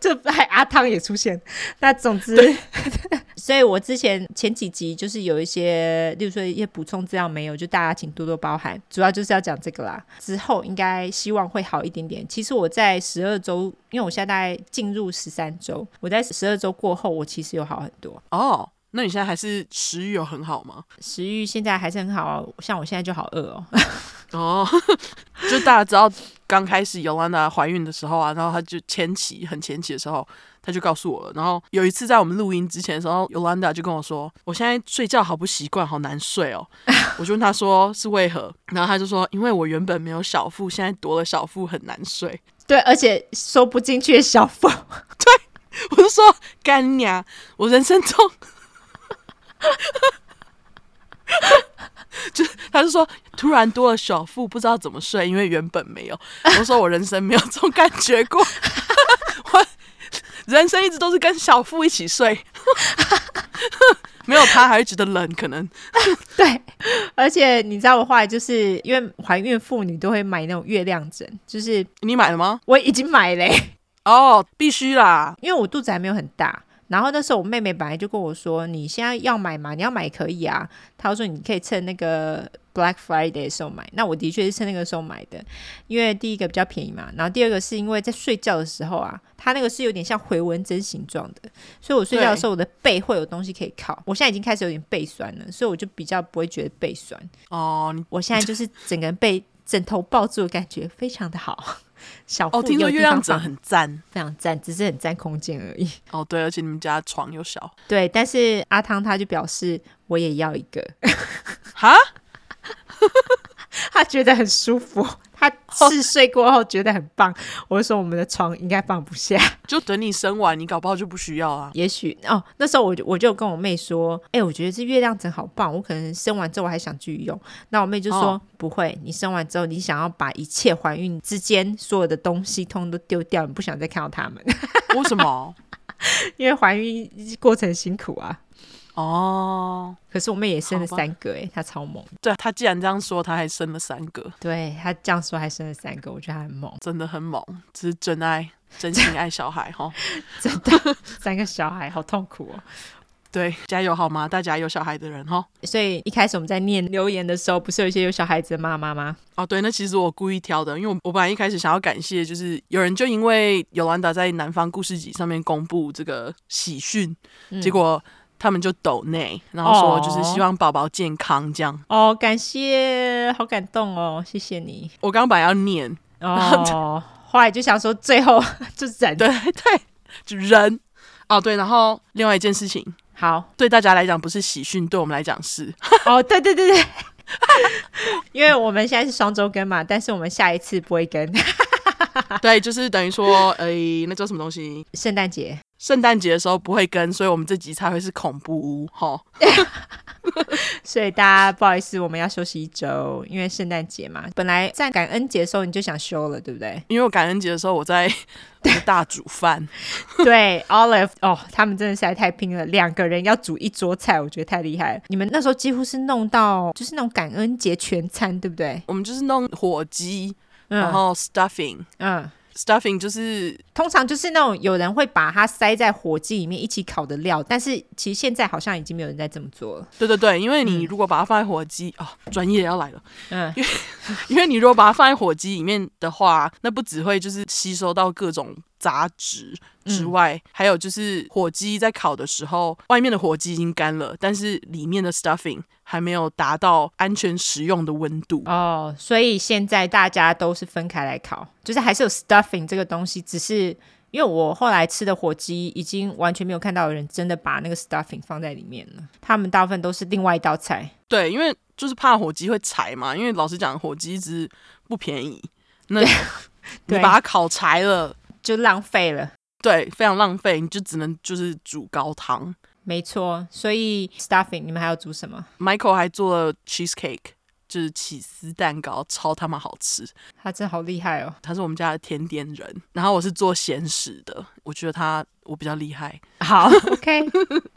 Speaker 2: 这还阿汤也出现。那总之， [LAUGHS] 所以我之前前几集就是有一些，例如说一些补充资料没有，就大家请多多包涵。主要就是要讲这个啦，之后应该希望会好一点点。其实我在十二周，因为我现在大概进入十三周，我在十二周过后，我其实有好很多。
Speaker 1: 哦，那你现在还是食欲有很好吗？
Speaker 2: 食欲现在还是很好啊，像我现在就好饿哦。 [LAUGHS]
Speaker 1: 哦， [LAUGHS] 就大家知道刚开始尤兰娜怀孕的时候啊，然后她就前期很前期的时候，她就告诉我了。然后有一次在我们录音之前的时候，尤兰娜就跟我说：“我现在睡觉好不习惯，好难睡哦。”我就问她说是为何，然后她就说：“因为我原本没有小腹，现在多了小腹很难睡。
Speaker 2: 对，而且收不进去的小缝，”
Speaker 1: 我就说：“干娘，我人生中。”就 [LAUGHS] 他就说，突然多了小腹，不知道怎么睡，因为原本没有。我说我人生没有这种感觉过， [LAUGHS] 我人生一直都是跟小腹一起睡， [LAUGHS] 没有他还会觉得冷，可能
Speaker 2: [LAUGHS] 对，而且你知道我后来就是因为怀孕妇女都会买那种月亮枕，就是
Speaker 1: 你买了吗？
Speaker 2: 我已经买嘞、
Speaker 1: 哦，必须啦，
Speaker 2: [LAUGHS] 因为我肚子还没有很大。然后那时候我妹妹本来就跟我说：“你现在要买嘛？你要买可以啊。”她说：“你可以趁那个 Black Friday 的时候买。”那我的确是趁那个时候买的，因为第一个比较便宜嘛，然后第二个是因为在睡觉的时候啊，它那个是有点像回纹针形状的，所以我睡觉的时候我的背会有东西可以靠。我现在已经开始有点背酸了，所以我就比较不会觉得背酸。
Speaker 1: 哦，你
Speaker 2: 我现在就是整个人被枕头抱住的感觉，非常的好。 [LAUGHS] 小腹
Speaker 1: 哦，听说
Speaker 2: 有地
Speaker 1: 月亮
Speaker 2: 方
Speaker 1: 枕
Speaker 2: 放
Speaker 1: 很赞
Speaker 2: 非常赞，只是很占空间而已。
Speaker 1: 哦，对，而且你们家床又小，
Speaker 2: 对，但是阿汤他就表示我也要一个， [LAUGHS]
Speaker 1: 哈，
Speaker 2: 他觉得很舒服。他试睡过后觉得很棒，我就说我们的床应该放不下。 [LAUGHS]
Speaker 1: 就等你生完，你搞不好就不需要啊。
Speaker 2: 也许哦，那时候我就我就跟我妹说，哎、我觉得这月亮枕好棒，我可能生完之后我还想继续用。那我妹就说、
Speaker 1: 哦
Speaker 2: 不会，你生完之后你想要把一切怀孕之间所有的东西通都丢掉，你不想再看到他们，
Speaker 1: 为什么？
Speaker 2: 因为怀孕过程辛苦啊。
Speaker 1: 哦，
Speaker 2: 可是我妹也生了
Speaker 1: 好吧
Speaker 2: 三个、哎，她超猛。
Speaker 1: 对他既然这样说，他还生了三个，
Speaker 2: 对她这样说还生了三个，我觉得她很 [LAUGHS] 猛。
Speaker 1: 真的很猛，这是真爱，真心爱小孩哈。
Speaker 2: 真的，三个小孩好痛苦哦。
Speaker 1: 对，加油好吗？大家有小孩的人哈。
Speaker 2: 所以一开始我们在念留言的时候，不是有一些有小孩子的妈妈吗？
Speaker 1: 哦，对，那其实我故意挑的，因为我我本来一开始想要感谢，就是有人就因为尤兰达在南方故事集上面公布这个喜讯，
Speaker 2: 嗯
Speaker 1: 结果他们就抖内，然后说就是
Speaker 2: 哦
Speaker 1: 希望宝宝健康这样。
Speaker 2: 哦，感谢，好感动哦，谢谢你
Speaker 1: 我刚刚本来要念，
Speaker 2: [LAUGHS] 哦。后来就想说，最后 [LAUGHS] 就忍
Speaker 1: 对对，就人。哦，对，然后另外一件事情，
Speaker 2: 好
Speaker 1: 对大家来讲不是喜讯，对我们来讲是
Speaker 2: 哦，对对对对， [LAUGHS] 因为我们现在是双周更嘛，但是我们下一次不会更 [LAUGHS]
Speaker 1: 对，就是等于说，诶、那叫什么东西？
Speaker 2: 圣诞节。
Speaker 1: 圣诞节的时候不会跟，所以我们这集才会是恐怖屋哈。
Speaker 2: 所以大家不好意思，我们要休息一周，因为圣诞节嘛。本来在感恩节的时候你就想休了，对不对？
Speaker 1: 因为我感恩节的时候我在我在大煮饭，
Speaker 2: [LAUGHS] 对，Olive 哦，他们真的实在太拼了，两个人要煮一桌菜，我觉得太厉害了。你们那时候几乎是弄到就是那种感恩节全餐，对不对？
Speaker 1: 我们就是弄火鸡，
Speaker 2: 嗯
Speaker 1: 然后 stuffing，stuffing、
Speaker 2: 嗯，
Speaker 1: stuffing 就是
Speaker 2: 通常就是那种有人会把它塞在火鸡里面一起烤的料，但是其实现在好像已经没有人在这么做了。
Speaker 1: 对对对，因为你如果把它放在火鸡哦，专业要来了，
Speaker 2: 嗯，
Speaker 1: 因为你如果把它放在火鸡里面的话，那不只会就是吸收到各种杂质之
Speaker 2: 嗯
Speaker 1: 外，还有就是火鸡在烤的时候，外面的火鸡已经干了，但是里面的 stuffing 还没有达到安全食用的温度。
Speaker 2: 哦，所以现在大家都是分开来烤，就是还是有 stuffing 这个东西，只是。因为我后来吃的火鸡已经完全没有看到有人真的把那个 stuffing 放在里面了，他们大部分都是另外一道菜。
Speaker 1: 对，因为就是怕火鸡会柴嘛，因为老实讲，火鸡一只不便宜，那你
Speaker 2: 对
Speaker 1: 把它烤柴了，
Speaker 2: 就浪费了。
Speaker 1: 对，非常浪费，你就只能就是煮高汤。
Speaker 2: 没错，所以 stuffing 你们还要煮什么？
Speaker 1: Michael 还做了 cheesecake，就是起司蛋糕，超他妈好吃。
Speaker 2: 他真好厉害哦！
Speaker 1: 他是我们家的甜点人，然后我是做咸食的，我觉得他我比较厉害，
Speaker 2: 好，OK，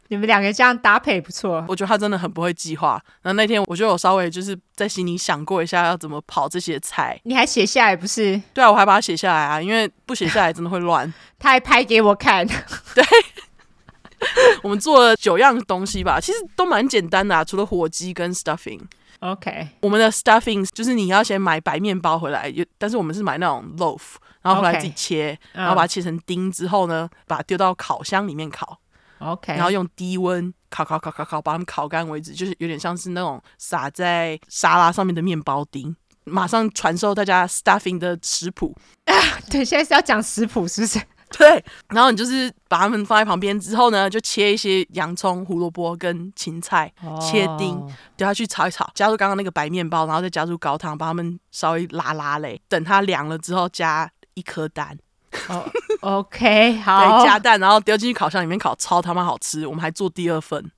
Speaker 2: 你 [LAUGHS] 们两个这样搭配不错。
Speaker 1: 我觉得他真的很不会计划。然后那天我就有稍微就是在心里想过一下要怎么跑这些菜，
Speaker 2: 你还写下来不是？
Speaker 1: 对啊，我还把它写下来啊，因为不写下来真的会乱。 [LAUGHS]
Speaker 2: 他还拍给我看，
Speaker 1: 我们做了九样东西吧，其实都蛮简单的、啊，除了火鸡跟 stuffing。
Speaker 2: OK，嗯
Speaker 1: 我们的 stuffing 就是你要先买白面包回来，有但是我们是买那种 loaf，然后回来
Speaker 2: OK
Speaker 1: 自己切
Speaker 2: 嗯
Speaker 1: 然后把它切成丁之后呢，把它丢到烤箱里面烤，
Speaker 2: OK， [LAUGHS]
Speaker 1: 然后用低温烤烤烤烤烤，把它们烤干为止，就是有点像是那种撒在沙拉上面的面包丁。马上传授大家 stuffing 的食谱，
Speaker 2: 对，现在是要讲食谱是不是？
Speaker 1: 对，然后你就是把它们放在旁边之后呢，就切一些洋葱、胡萝卜跟芹菜，切丁
Speaker 2: 哦
Speaker 1: 丢下去炒一炒，加入刚刚那个白面包，然后再加入高汤，把它们稍微拉拉嘞。等它凉了之后，加一颗蛋， [LAUGHS]
Speaker 2: 哦 OK，好
Speaker 1: 对，，加蛋，然后丢进去烤箱里面烤，超他妈好吃。我们还做第二份，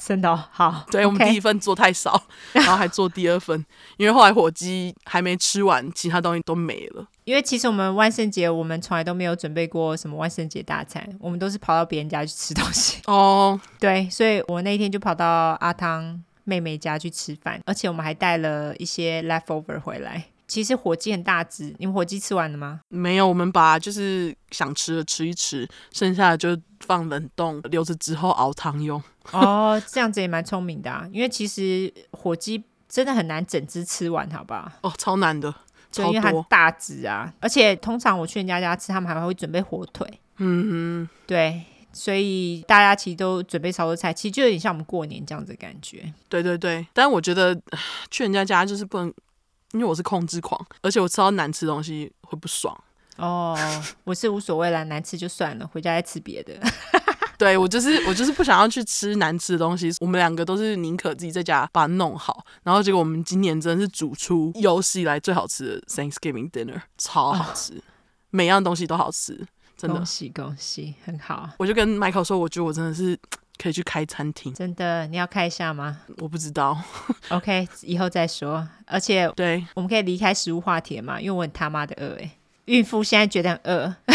Speaker 2: 真的、哦、好，
Speaker 1: 对我们
Speaker 2: OK
Speaker 1: 第一份做太
Speaker 2: [LAUGHS]
Speaker 1: 少，然后还做第二份，因为后来火鸡还没吃完，其他东西都没了。
Speaker 2: 因为其实我们万圣节我们从来都没有准备过什么万圣节大餐，我们都是跑到别人家去吃东
Speaker 1: [LAUGHS]
Speaker 2: 西。
Speaker 1: 哦，
Speaker 2: 对，所以我那天就跑到阿汤妹妹家去吃饭，而且我们还带了一些 leftover 回来。其实火鸡很大只，你们火鸡吃完了吗？
Speaker 1: 没有，我们把就是想吃的吃一吃，剩下的就放冷冻，留着之后熬汤用。
Speaker 2: 哦，这样子也蛮聪明的、啊，因为其实火鸡真的很难整只吃完，好不好？
Speaker 1: 哦，超难的，
Speaker 2: 就
Speaker 1: 超
Speaker 2: 因为它很
Speaker 1: 多。
Speaker 2: 大只啊，而且通常我去人家家吃，他们还会准备火腿。
Speaker 1: 嗯哼，
Speaker 2: 对，所以大家其实都准备烧多菜，其实就有点像我们过年这样子的感觉。
Speaker 1: 对对对，但我觉得 [LAUGHS] 唉去人家家就是不能，因为我是控制狂，而且我吃到难吃的东西会不爽。 [LAUGHS]
Speaker 2: 哦，我是无所谓啦，难吃就算了，回家再吃别的。
Speaker 1: 对我就是我就是不想要去吃难吃的东西，我们两个都是宁可自己在家把它弄好。然后结果我们今年真的是煮出有史以来最好吃的 Thanksgiving dinner，超好吃，每样东西都好吃，真的
Speaker 2: 哦恭。喜恭喜，很好。
Speaker 1: 我就跟 Michael 说，我觉得我真的是可以去开餐厅，
Speaker 2: 真的，你要开一下吗
Speaker 1: 我不知道。
Speaker 2: ？OK，以后再说。而且
Speaker 1: 对，
Speaker 2: 我们可以离开食物话题了嘛，因为我很他妈的饿哎、孕妇现在觉得很饿。 [LAUGHS]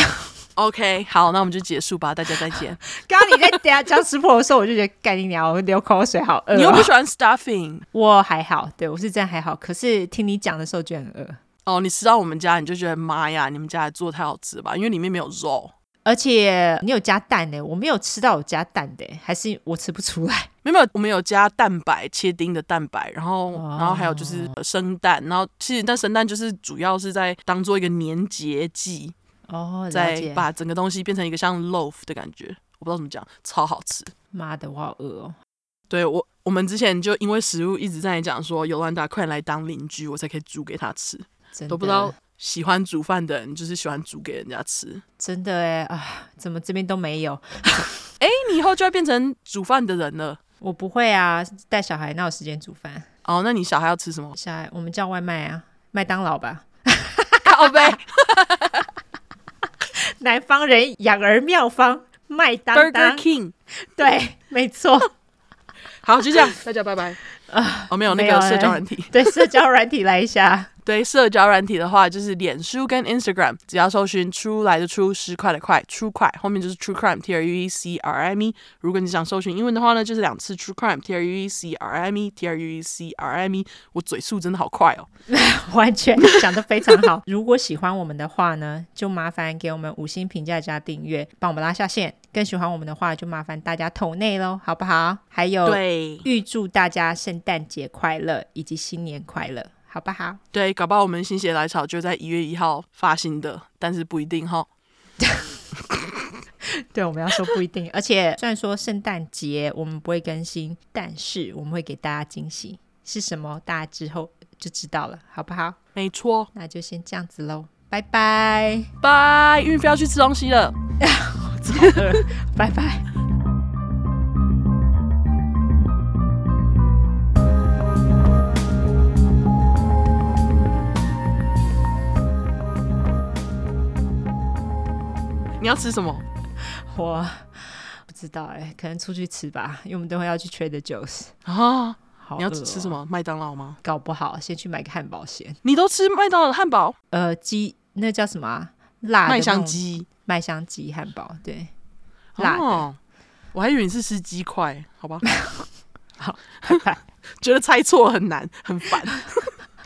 Speaker 1: OK，好，那我们就结束吧，大家再见。
Speaker 2: 刚刚你在等下讲食谱的时候，我就觉得干你娘，我流口水，好饿哦、
Speaker 1: 你又不喜欢 stuffing
Speaker 2: 我还好，对我是真的还好。可是听你讲的时候，觉得很饿。
Speaker 1: 哦，你吃到我们家你就觉得妈呀，你们家的做得太好吃了吧？因为里面没有肉，
Speaker 2: 而且你有加蛋呢、我没有吃到有加蛋的欸、还是我吃不出来。
Speaker 1: 没有没有，我们有加蛋白切丁的蛋白，然后、
Speaker 2: 哦
Speaker 1: 然后还有就是呃生蛋，然后其实但生蛋就是主要是在当做一个粘结剂，
Speaker 2: 哦，了
Speaker 1: 再
Speaker 2: 解。
Speaker 1: 把整个东西变成一个像 loaf 的感觉，我不知道怎么讲，超好吃。
Speaker 2: 妈的，我好饿哦。
Speaker 1: 对我我们之前就因为食物一直在讲说尤兰达快来当邻居，我才可以煮给他吃，
Speaker 2: 真的
Speaker 1: 都不知道。喜欢煮饭的人就是喜欢煮给人家吃， [LAUGHS]
Speaker 2: 真的哎、啊，怎么这边都没有？
Speaker 1: 哎，你以后就要变成煮饭的人了。
Speaker 2: 我不会啊，带小孩哪有时间煮饭？？
Speaker 1: 哦，那你小孩要吃什么
Speaker 2: [LAUGHS] 小孩我们叫外卖啊，麦当劳吧。
Speaker 1: 靠背
Speaker 2: 南方人养儿妙方，麦当
Speaker 1: ，Burger
Speaker 2: 当，
Speaker 1: King。
Speaker 2: 对，没错，
Speaker 1: 好，就这样， [LAUGHS] 大家拜拜。哦，没有那
Speaker 2: 没有
Speaker 1: 个
Speaker 2: 欸
Speaker 1: 社交软体，
Speaker 2: 对，社交软体来一下。
Speaker 1: 对社交软体的话，就是脸书跟 Instagram，只要搜寻“出来的出十块的块出块”，后面就是 True Crime T R U E C R I M E。如果你想搜寻英文的话呢，就是两次 True Crime T R U E C R I M E T R U E C R I M E。我嘴速真的好快哦。
Speaker 2: [LAUGHS] 完全讲得非常好。 [LAUGHS] 如果喜欢我们的话呢，就麻烦给我们五星评价加订阅，帮我们拉下线。更喜欢我们的话，就麻烦大家投内喽，好不好？还有，
Speaker 1: 对
Speaker 2: 预祝大家圣诞节快乐以及新年快乐，好不好？
Speaker 1: 对，搞不好我们心血来潮就在一月一号发行的，但是不一定哈。
Speaker 2: 对，我们要说不一定，而且虽然说圣诞节我们不会更新，但是我们会给大家惊喜，是什么大家之后就知道了，好不好？
Speaker 1: 没错，
Speaker 2: 那就先这样子喽，拜拜，
Speaker 1: 拜，孕妇要去吃东西了。
Speaker 2: 拜拜。
Speaker 1: 你要吃什么？
Speaker 2: 欸我不知道哎、可能出去吃吧，因为我们等会要去 Trader Joe's。
Speaker 1: 啊，
Speaker 2: 好、
Speaker 1: 你要吃什？么？麦当劳吗？
Speaker 2: 搞不好先去买个汉堡先。
Speaker 3: 你都吃麦当劳的汉堡、
Speaker 2: 呃，鸡那叫什么啊、辣的
Speaker 1: 麦
Speaker 2: 那
Speaker 1: 香
Speaker 2: 种
Speaker 1: 鸡？
Speaker 2: 麦香鸡汉堡，对，辣的。
Speaker 1: 哦，我还以为你是吃鸡块，好吧？ [LAUGHS]
Speaker 2: 好，
Speaker 1: 觉得猜错很难，很烦。